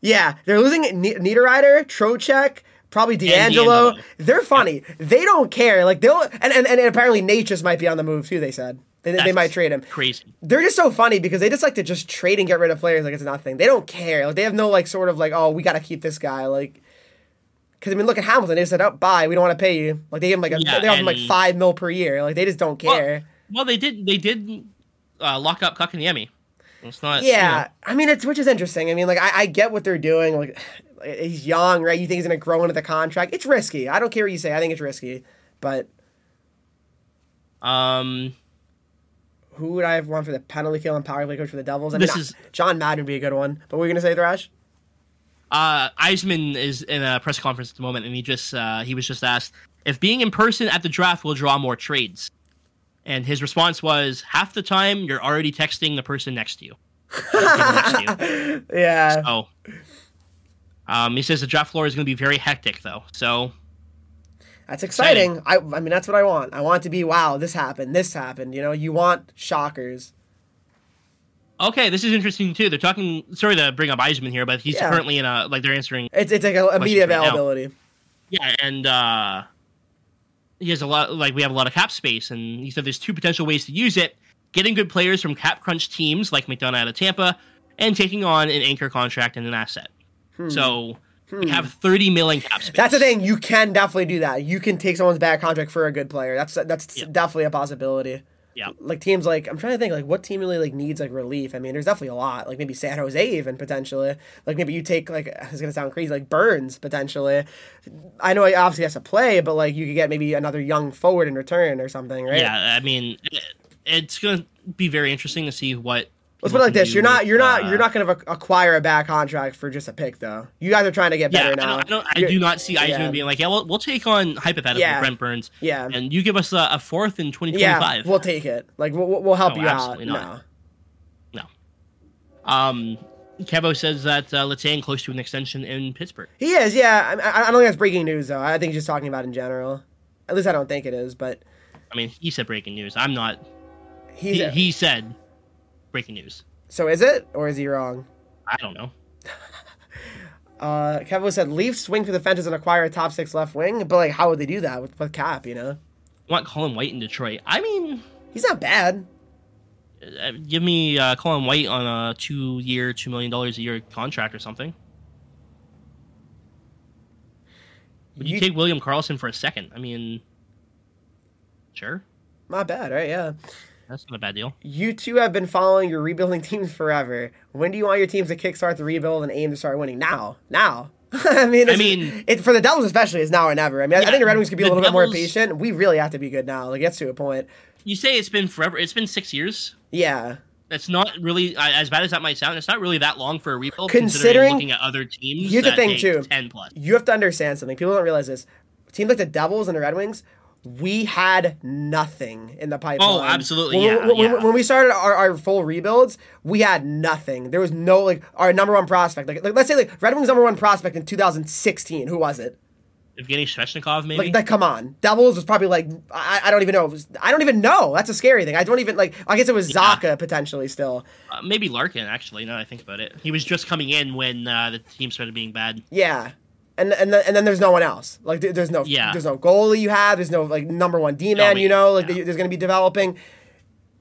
Speaker 2: yeah, they're losing Ni- Niederreiter, Trocek, probably D'Angelo.
Speaker 1: D'Angelo.
Speaker 2: They're funny. They don't care. Like they'll and, and and apparently Natchez might be on the move too. They said they, they
Speaker 1: That's
Speaker 2: might trade him.
Speaker 1: Crazy.
Speaker 2: they're just so funny because they just like to just trade and get rid of players like it's nothing. They don't care. Like they have no like sort of like oh we got to keep this guy like. Because I mean, look at Hamilton. They just said, "Oh, bye. We don't want to pay you." Like they give him like a,
Speaker 1: Yeah,
Speaker 2: they offer him like
Speaker 1: and-
Speaker 2: five mil per year. Like they just don't care.
Speaker 1: Well, they did. They did uh, lock up Kakanyemi. It's not. you
Speaker 2: yeah,
Speaker 1: know.
Speaker 2: I mean, it's which is interesting. I mean, like I, I get what they're doing. Like <sighs> he's young, right? You think he's gonna grow into the contract? It's risky. I don't care what you say. I think it's risky. But
Speaker 1: Um.
Speaker 2: who would I have won for the penalty kill and power play coach for the Devils? I
Speaker 1: This
Speaker 2: mean,
Speaker 1: is-
Speaker 2: John Madden would be a good one. But what were you gonna say, Thrash?
Speaker 1: uh, Eisman is in a press conference at the moment, and he just uh, he was just asked if being in person at the draft will draw more trades, and his response was, "Half the time you're already texting the person next to you."
Speaker 2: Yeah.
Speaker 1: oh, um, he says the draft floor is going to be very hectic, though. So
Speaker 2: That's exciting. I, I mean, that's what I want. I want it to be, wow, this happened, this happened. You know, you want shockers.
Speaker 1: okay, this is interesting too. They're talking. Sorry to bring up Eisman here, but he's
Speaker 2: Yeah.
Speaker 1: currently in a like they're answering.
Speaker 2: It's, it's like a, a media
Speaker 1: right now.
Speaker 2: availability.
Speaker 1: Yeah, and uh, he has a lot. Like we have a lot of cap space, and he said there's two potential ways to use it: getting good players from cap crunch teams like McDonough out of Tampa, and taking on an anchor contract and an asset. So we have 30 million cap space.
Speaker 2: Hmm. That's the thing. You can definitely do that. You can take someone's bad contract for a good player. That's that's
Speaker 1: Yeah.
Speaker 2: definitely a possibility.
Speaker 1: Yeah.
Speaker 2: Like teams like I'm trying to think like what team really like needs like relief. I mean, there's definitely a lot. Like maybe San Jose even potentially. Like maybe you take like <laughs> it's gonna sound crazy like Burns potentially. I know he obviously has to play, but like you could get maybe another young forward in return or something, right?
Speaker 1: Yeah, I mean, it's going to be very interesting to see what.
Speaker 2: Let's
Speaker 1: people
Speaker 2: put it like
Speaker 1: can
Speaker 2: this:
Speaker 1: do
Speaker 2: you're not
Speaker 1: with,
Speaker 2: you're not
Speaker 1: uh,
Speaker 2: you're not going to acquire a bad contract for just a pick, though. You guys are trying to get
Speaker 1: Yeah,
Speaker 2: better
Speaker 1: I
Speaker 2: now.
Speaker 1: don't, I, don't, I
Speaker 2: You're-
Speaker 1: do not see
Speaker 2: yeah.
Speaker 1: Eisman being like, yeah, we'll, we'll take on hypothetically
Speaker 2: Yeah.
Speaker 1: Brent Burns,
Speaker 2: Yeah,
Speaker 1: and you give us a, a fourth in twenty twenty
Speaker 2: yeah,
Speaker 1: five.
Speaker 2: we'll take it. Like we'll, we'll we'll help
Speaker 1: No,
Speaker 2: you out.
Speaker 1: absolutely not. Um, Kevo says that uh, Letang close to an extension in Pittsburgh.
Speaker 2: No, he is. Yeah, I, I- I don't think that's breaking news though. I think he's just talking about in general. At least I don't think it is. But
Speaker 1: I mean, he said breaking news. I'm not.
Speaker 2: he's
Speaker 1: He, he said breaking news.
Speaker 2: so is it or is he wrong?
Speaker 1: I don't know.
Speaker 2: Uh, Kevin said Leafs swing for the fences and acquire a top six left wing, but like how would they do that with, with cap? You know,
Speaker 1: want Colin White in Detroit. I mean,
Speaker 2: he's not bad.
Speaker 1: uh, give me uh, Colin White on a two-year, two million dollars a year contract or something. Would you,
Speaker 2: You-
Speaker 1: take William Carlson for a second? I mean, sure,
Speaker 2: Not bad, right? Yeah.
Speaker 1: that's not a bad deal.
Speaker 2: You two have been following your rebuilding <laughs> teams forever. When do you want your teams to kickstart the rebuild and aim to start winning? Now, now. <laughs> I mean,
Speaker 1: I
Speaker 2: it's-
Speaker 1: mean-
Speaker 2: it, for the Devils especially, it's now or never. I mean, I- I
Speaker 1: Yeah,
Speaker 2: think the Red Wings could be a
Speaker 1: the
Speaker 2: little bit more
Speaker 1: Devils-
Speaker 2: patient. We really have to be good now. Like that's to a point.
Speaker 1: You say it's been forever. It's been six years.
Speaker 2: Yeah,
Speaker 1: That's not really I- as bad as that might sound. It's not really that long for a rebuild.
Speaker 2: Considering-
Speaker 1: looking at other teams,
Speaker 2: Here's the
Speaker 1: that
Speaker 2: thing,
Speaker 1: take
Speaker 2: too.
Speaker 1: ten plus.
Speaker 2: you have to understand something. People don't realize this. Teams like the Devils and the Red Wings, we had nothing in the pipeline.
Speaker 1: Oh, absolutely,
Speaker 2: When,
Speaker 1: yeah,
Speaker 2: when, when-
Speaker 1: yeah.
Speaker 2: when we started our, our full rebuilds, we had nothing. There was no like our number one prospect. Like, like let's say like Red Wings number one prospect in 2016. Who was it?
Speaker 1: Evgeny Sveshnikov, maybe.
Speaker 2: Like, like, come on. Devils was probably like, I, I don't even know. It was- I don't even know. That's a scary thing. I don't even, like, I guess it was Zaka potentially still.
Speaker 1: Uh, maybe Larkin, actually, now that I think about it. He was just coming in when uh, the team started being bad.
Speaker 2: Yeah. And, and, the, and then there's no one else. Like, there- there's no
Speaker 1: Yeah.
Speaker 2: there's no goalie you have. There's no, like, number one D man,
Speaker 1: Dummy,
Speaker 2: you know? Like,
Speaker 1: yeah.
Speaker 2: there- there's going to be developing.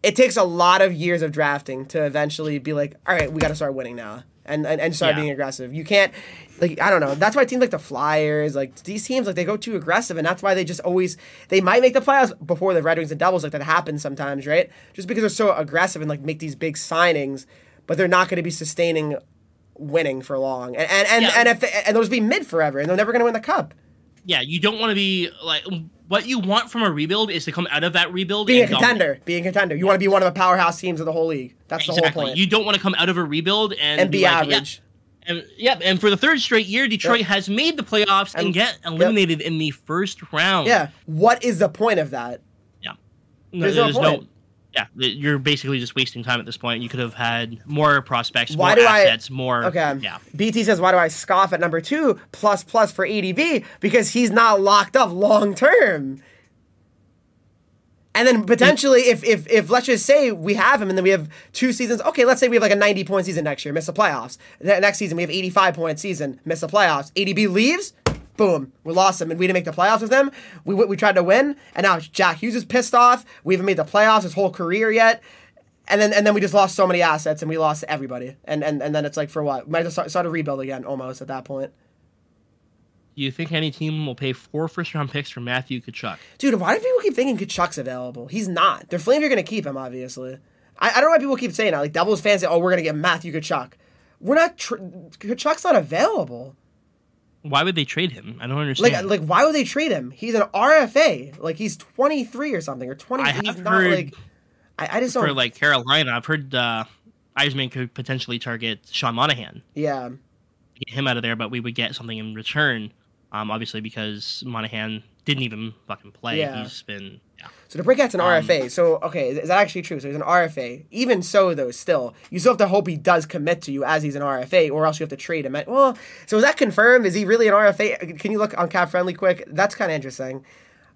Speaker 2: It takes a lot of years of drafting to eventually be like, all right, we got to start winning now and, and, and start
Speaker 1: Yeah.
Speaker 2: being aggressive. You can't, like, I don't know. That's why teams like the Flyers, like, these teams, like, they go too aggressive. And that's why they just always, they might make the playoffs before the Red Wings and Devils. Like, that happens sometimes, right? Just because they're so aggressive and, like, make these big signings, but they're not going to be sustaining winning for long. And, and, and,
Speaker 1: Yeah.
Speaker 2: and if they, and those be mid forever and they're never going to win the cup.
Speaker 1: Yeah, you don't want to be like what you want from a rebuild is to come out of that rebuild
Speaker 2: Being a
Speaker 1: and dominate.
Speaker 2: contender, being a contender. You want to be one of the powerhouse teams of the whole league. That's the whole
Speaker 1: Exactly.
Speaker 2: point.
Speaker 1: You don't want to come out of a rebuild and,
Speaker 2: and be
Speaker 1: like, yeah,
Speaker 2: average.
Speaker 1: And yeah, and for the third straight year, Detroit
Speaker 2: Yep.
Speaker 1: has made the playoffs and,
Speaker 2: And-
Speaker 1: get eliminated in the first round.
Speaker 2: Yeah. What is the point of that?
Speaker 1: no,
Speaker 2: there's
Speaker 1: there's,
Speaker 2: no
Speaker 1: no.
Speaker 2: point.
Speaker 1: Yeah, th- you're basically just wasting time at this point. You could have had more prospects,
Speaker 2: Why
Speaker 1: more
Speaker 2: do I-
Speaker 1: assets, more.
Speaker 2: Okay.
Speaker 1: Yeah.
Speaker 2: BT says, why do I scoff at number two plus plus for ADV? Because he's not locked up long term. And then potentially, if if if let's just say we have him, and then we have two seasons. Okay, let's say we have like a ninety point season next year, miss the playoffs. The next season we have eighty five point season, miss the playoffs. ADB leaves, boom, we lost him, and we didn't make the playoffs with them. We we tried to win, and now Jack Hughes is pissed off. We haven't made the playoffs his whole career yet, and then and then we just lost so many assets, and we lost everybody, and and and then it's like for what? Might just start, start a rebuild again almost at that point.
Speaker 1: Do you think any team will pay four first round picks for Matthew Kachuk?
Speaker 2: Dude, why do people keep thinking Kachuk's available? He's not. They're Flames are going to keep him, obviously. I, I don't know why people keep saying that. Like, Devils fans say, oh, we're going to get Matthew Kachuk. We're not. Tr- Kachuk's not available.
Speaker 1: Why would they trade him? I don't
Speaker 2: Like, uh,
Speaker 1: understand.
Speaker 2: like, why would they trade him? He's an RFA. Like, he's 23 or something, or 20.
Speaker 1: I
Speaker 2: he's
Speaker 1: have
Speaker 2: not,
Speaker 1: heard
Speaker 2: like. I, I just
Speaker 1: for
Speaker 2: don't.
Speaker 1: like Carolina, I've heard uh, Eisman could potentially target Sean Monahan,
Speaker 2: yeah.
Speaker 1: get him out of there, but we would get something in return. Um, obviously because Monahan didn't even fucking play.
Speaker 2: Yeah.
Speaker 1: He's been yeah.
Speaker 2: So the breakout's an RFA. So okay, is, is that actually true? So he's an RFA. Even so, though, still, you still have to hope he does commit to you as he's an RFA, or else you have to trade him. Well, so is that confirmed? Is he really an RFA? Can you look on Cap Friendly quick? That's kind of interesting.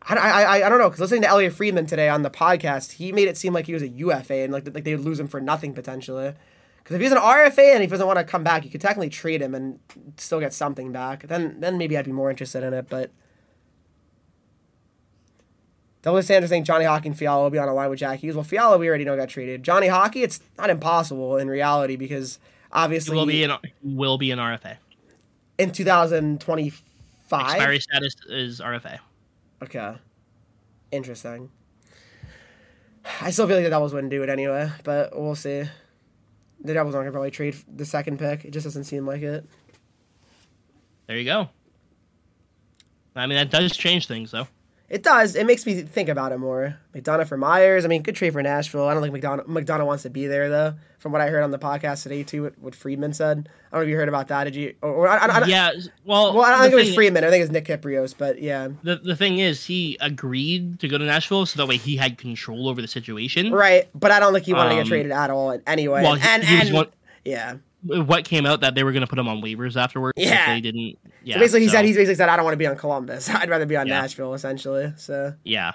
Speaker 2: I, I, I- I don't know because listening to Elliot Friedman today on the podcast, he made it seem like he was a UFA and like like they would lose him for nothing potentially. Because if he's an RFA and he doesn't want to come back, you could technically trade him and still get something back. Then then maybe I'd be more interested in it, but. Double Sanders saying Johnny Hockey and Fiala will be on a line with Jack Hughes. Well, Fiala we already know got traded. Johnny Hockey, it's not impossible in reality because
Speaker 1: He
Speaker 2: obviously
Speaker 1: will be an he will be an RFA.
Speaker 2: in 2025.
Speaker 1: Expiry status is RFA.
Speaker 2: Okay, interesting. I still feel like the Devils wouldn't do it anyway, but we'll see. The Devils aren't gonna probably trade the second pick. It just doesn't seem like it.
Speaker 1: There you go. I mean that does change things though.
Speaker 2: It does. It makes me think about it more. McDonough for Myers. I mean, good trade for Nashville. I don't think McDonough, McDonough wants to be there though. From what I heard on the podcast today, too, what, what Friedman said. I don't know if you heard about that. Did you? Or, or I, I, I,
Speaker 1: yeah. Well,
Speaker 2: Well, I don't
Speaker 1: the
Speaker 2: think it was
Speaker 1: thing-
Speaker 2: Freeman. I think it was Nick Kiprios. But yeah,
Speaker 1: The, the thing is, he agreed to go to Nashville so that way he had control over the situation.
Speaker 2: right. But I don't think he wanted to
Speaker 1: Um,
Speaker 2: get traded at all. in- Anyway,
Speaker 1: well, he-
Speaker 2: and
Speaker 1: he was
Speaker 2: and
Speaker 1: one-
Speaker 2: yeah.
Speaker 1: What came out that they were going to put him on waivers afterwards. if
Speaker 2: Yeah.
Speaker 1: they didn't. Yeah.
Speaker 2: So basically, he
Speaker 1: so,
Speaker 2: said he basically said I don't want to be on Columbus. <laughs> I'd rather be on
Speaker 1: Yeah.
Speaker 2: Nashville, essentially. So
Speaker 1: Yeah.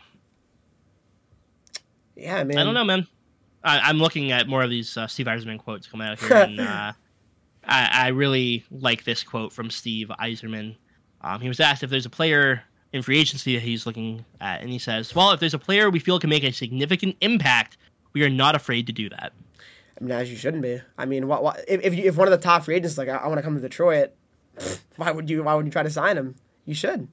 Speaker 2: yeah, I mean,
Speaker 1: I don't know, man. I, I'm looking at more of these uh, Steve Eiserman quotes coming out here, and uh, I, I really like this quote from Steve Eiserman. Um, he was asked if there's a player in free agency that he's looking at, and he says, "Well, if there's a player we feel can make a significant impact, we are not afraid to do that."
Speaker 2: I mean, as you shouldn't be. I mean, what, what if if, you, if one of the top free agents is like I, I want to come to Detroit? <laughs> Why would you? Why would you try to sign him? You should.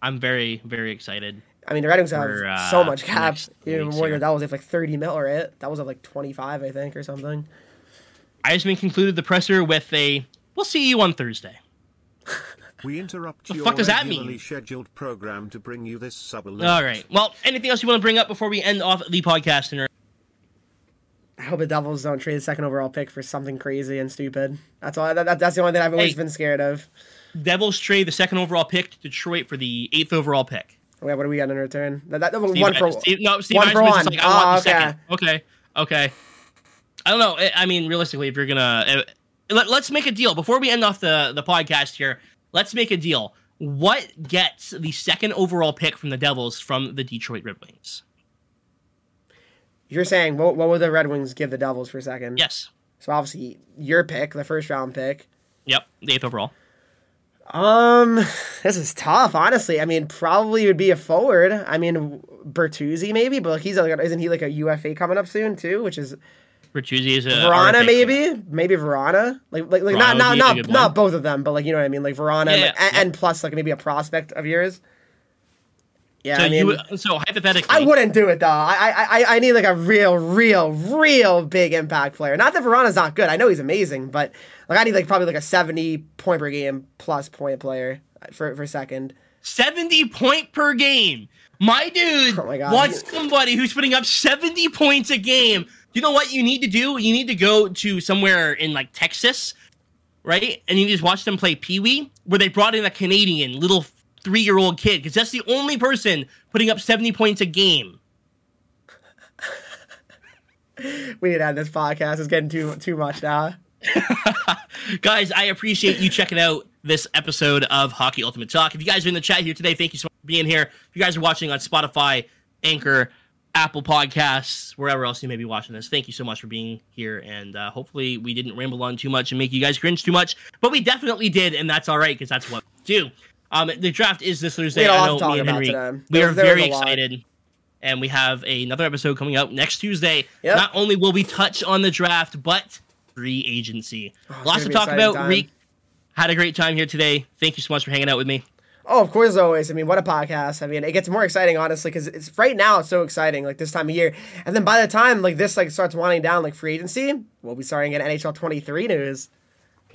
Speaker 1: I'm very, very excited.
Speaker 2: I mean, the Red Wings have
Speaker 1: For, uh,
Speaker 2: so much cap.
Speaker 1: next
Speaker 2: Even
Speaker 1: week's
Speaker 2: more
Speaker 1: here.
Speaker 2: than that was if like thirty mil, right? That was at like twenty five, I think, or something.
Speaker 1: Eiserman concluded the presser with a, "We'll see you on Thursday."
Speaker 3: We interrupt
Speaker 1: The
Speaker 3: your
Speaker 1: fuck does that
Speaker 3: regularly
Speaker 1: mean?
Speaker 3: scheduled program to bring you this sub
Speaker 1: All right. Well, anything else you want to bring up before we end off the podcast? Tanner?
Speaker 2: I hope the Devils don't trade the second overall pick for something crazy and stupid. That's all. That, that- that's the only thing I've always
Speaker 1: Hey.
Speaker 2: been scared of.
Speaker 1: Devils trade the second overall pick to Detroit for the eighth overall pick.
Speaker 2: Wait, what do we got in return? That, that,
Speaker 1: Steve, uh,
Speaker 2: one for
Speaker 1: Steve, no, Steve
Speaker 2: one for
Speaker 1: Eisenman's just
Speaker 2: one.
Speaker 1: like, I want the
Speaker 2: Oh, okay.
Speaker 1: second. Okay, okay. I don't know. I- I mean, realistically, if you're gonna uh, let, let's make a deal before we end off the the podcast here. Let's make a deal. What gets the second overall pick from the Devils from the Detroit Red Wings?
Speaker 2: You're saying what, what would the Red Wings give the Devils for second?
Speaker 1: Yes.
Speaker 2: So obviously your pick, the first round pick.
Speaker 1: Yep. The eighth overall.
Speaker 2: Um, this is tough, honestly. I mean, probably would be a forward. I mean, Bertuzzi maybe, but he's like, isn't he like a UFA coming up soon too? Which
Speaker 1: Uh,
Speaker 2: is
Speaker 1: Bertuzzi is a
Speaker 2: Verona,
Speaker 1: RFA.
Speaker 2: maybe, maybe Verona. Like, like,
Speaker 1: Verona
Speaker 2: like not,
Speaker 1: would
Speaker 2: not,
Speaker 1: be a
Speaker 2: not,
Speaker 1: good
Speaker 2: not
Speaker 1: one.
Speaker 2: both of them, but like you know what I mean, like Verona,
Speaker 1: Yeah,
Speaker 2: like,
Speaker 1: yeah.
Speaker 2: and, and plus like maybe a prospect of yours. Yeah,
Speaker 1: So
Speaker 2: I mean,
Speaker 1: you would- so hypothetically,
Speaker 2: I wouldn't do it though. I, I, I, I need like a real, real, real big impact player. Not that Verana's not good. I know he's amazing, but like I need like probably like a seventy point per game plus point player for for second.
Speaker 1: seventy point per game. My dude
Speaker 2: Oh my God.
Speaker 1: wants somebody who's putting up seventy points a game. You know what you need to do? You need to go to somewhere in like Texas, right? And you just watch them play Pee Wee, where they brought in a Canadian little three year old kid because that's the only person putting up seventy points a game.
Speaker 2: We need to end this podcast. It's getting too too much now.
Speaker 1: guys, I appreciate you checking out this episode of Hockey Ultimate Talk. If you guys are in the chat here today, thank you so much for being here. If you guys are watching on Spotify, Anchor, Apple Podcasts, wherever else you may be watching this, thank you so much for being here. And uh, hopefully, we didn't ramble on too much and make you guys cringe too much, but we definitely did, and that's all right because that's what we do. Um, the draft is this Thursday.
Speaker 2: We had a
Speaker 1: I
Speaker 2: lot
Speaker 1: know
Speaker 2: to talk
Speaker 1: me and
Speaker 2: about
Speaker 1: Henry,
Speaker 2: today.
Speaker 1: we
Speaker 2: There-
Speaker 1: are
Speaker 2: there was
Speaker 1: very
Speaker 2: a lot.
Speaker 1: excited and we have another episode coming out next Tuesday.
Speaker 2: Yep.
Speaker 1: Not only will we touch on the draft, but free agency. Lots
Speaker 2: it's gonna
Speaker 1: to
Speaker 2: be
Speaker 1: talk
Speaker 2: exciting
Speaker 1: about.
Speaker 2: time.
Speaker 1: Reek had a great time here today. Thank you so much for hanging out with me.
Speaker 2: Oh, of course, as always. I mean, what a podcast. I mean, it gets more exciting, honestly, because it's right now. It's so exciting, like this time of year. And then by the time like this like starts winding down, like free agency, we'll be starting at NHL twenty three news.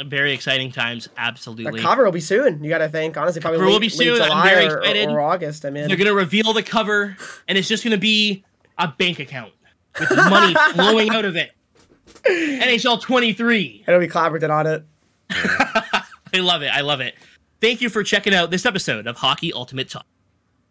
Speaker 1: Very exciting times,
Speaker 2: The
Speaker 1: absolutely.
Speaker 2: cover will be soon. You got to think, honestly, probably
Speaker 1: Cover will
Speaker 2: late-
Speaker 1: be
Speaker 2: late
Speaker 1: soon. I'm
Speaker 2: July
Speaker 1: very
Speaker 2: or- or-
Speaker 1: excited.
Speaker 2: or August. I mean,
Speaker 1: They're gonna reveal the cover, and it's just gonna be a bank account with
Speaker 2: <laughs>
Speaker 1: money flowing out of it. NHL 23.
Speaker 2: It'll be Clobberton on it.
Speaker 1: I love it. I love it. Thank you for checking out this episode of Hockey Ultimate Talk.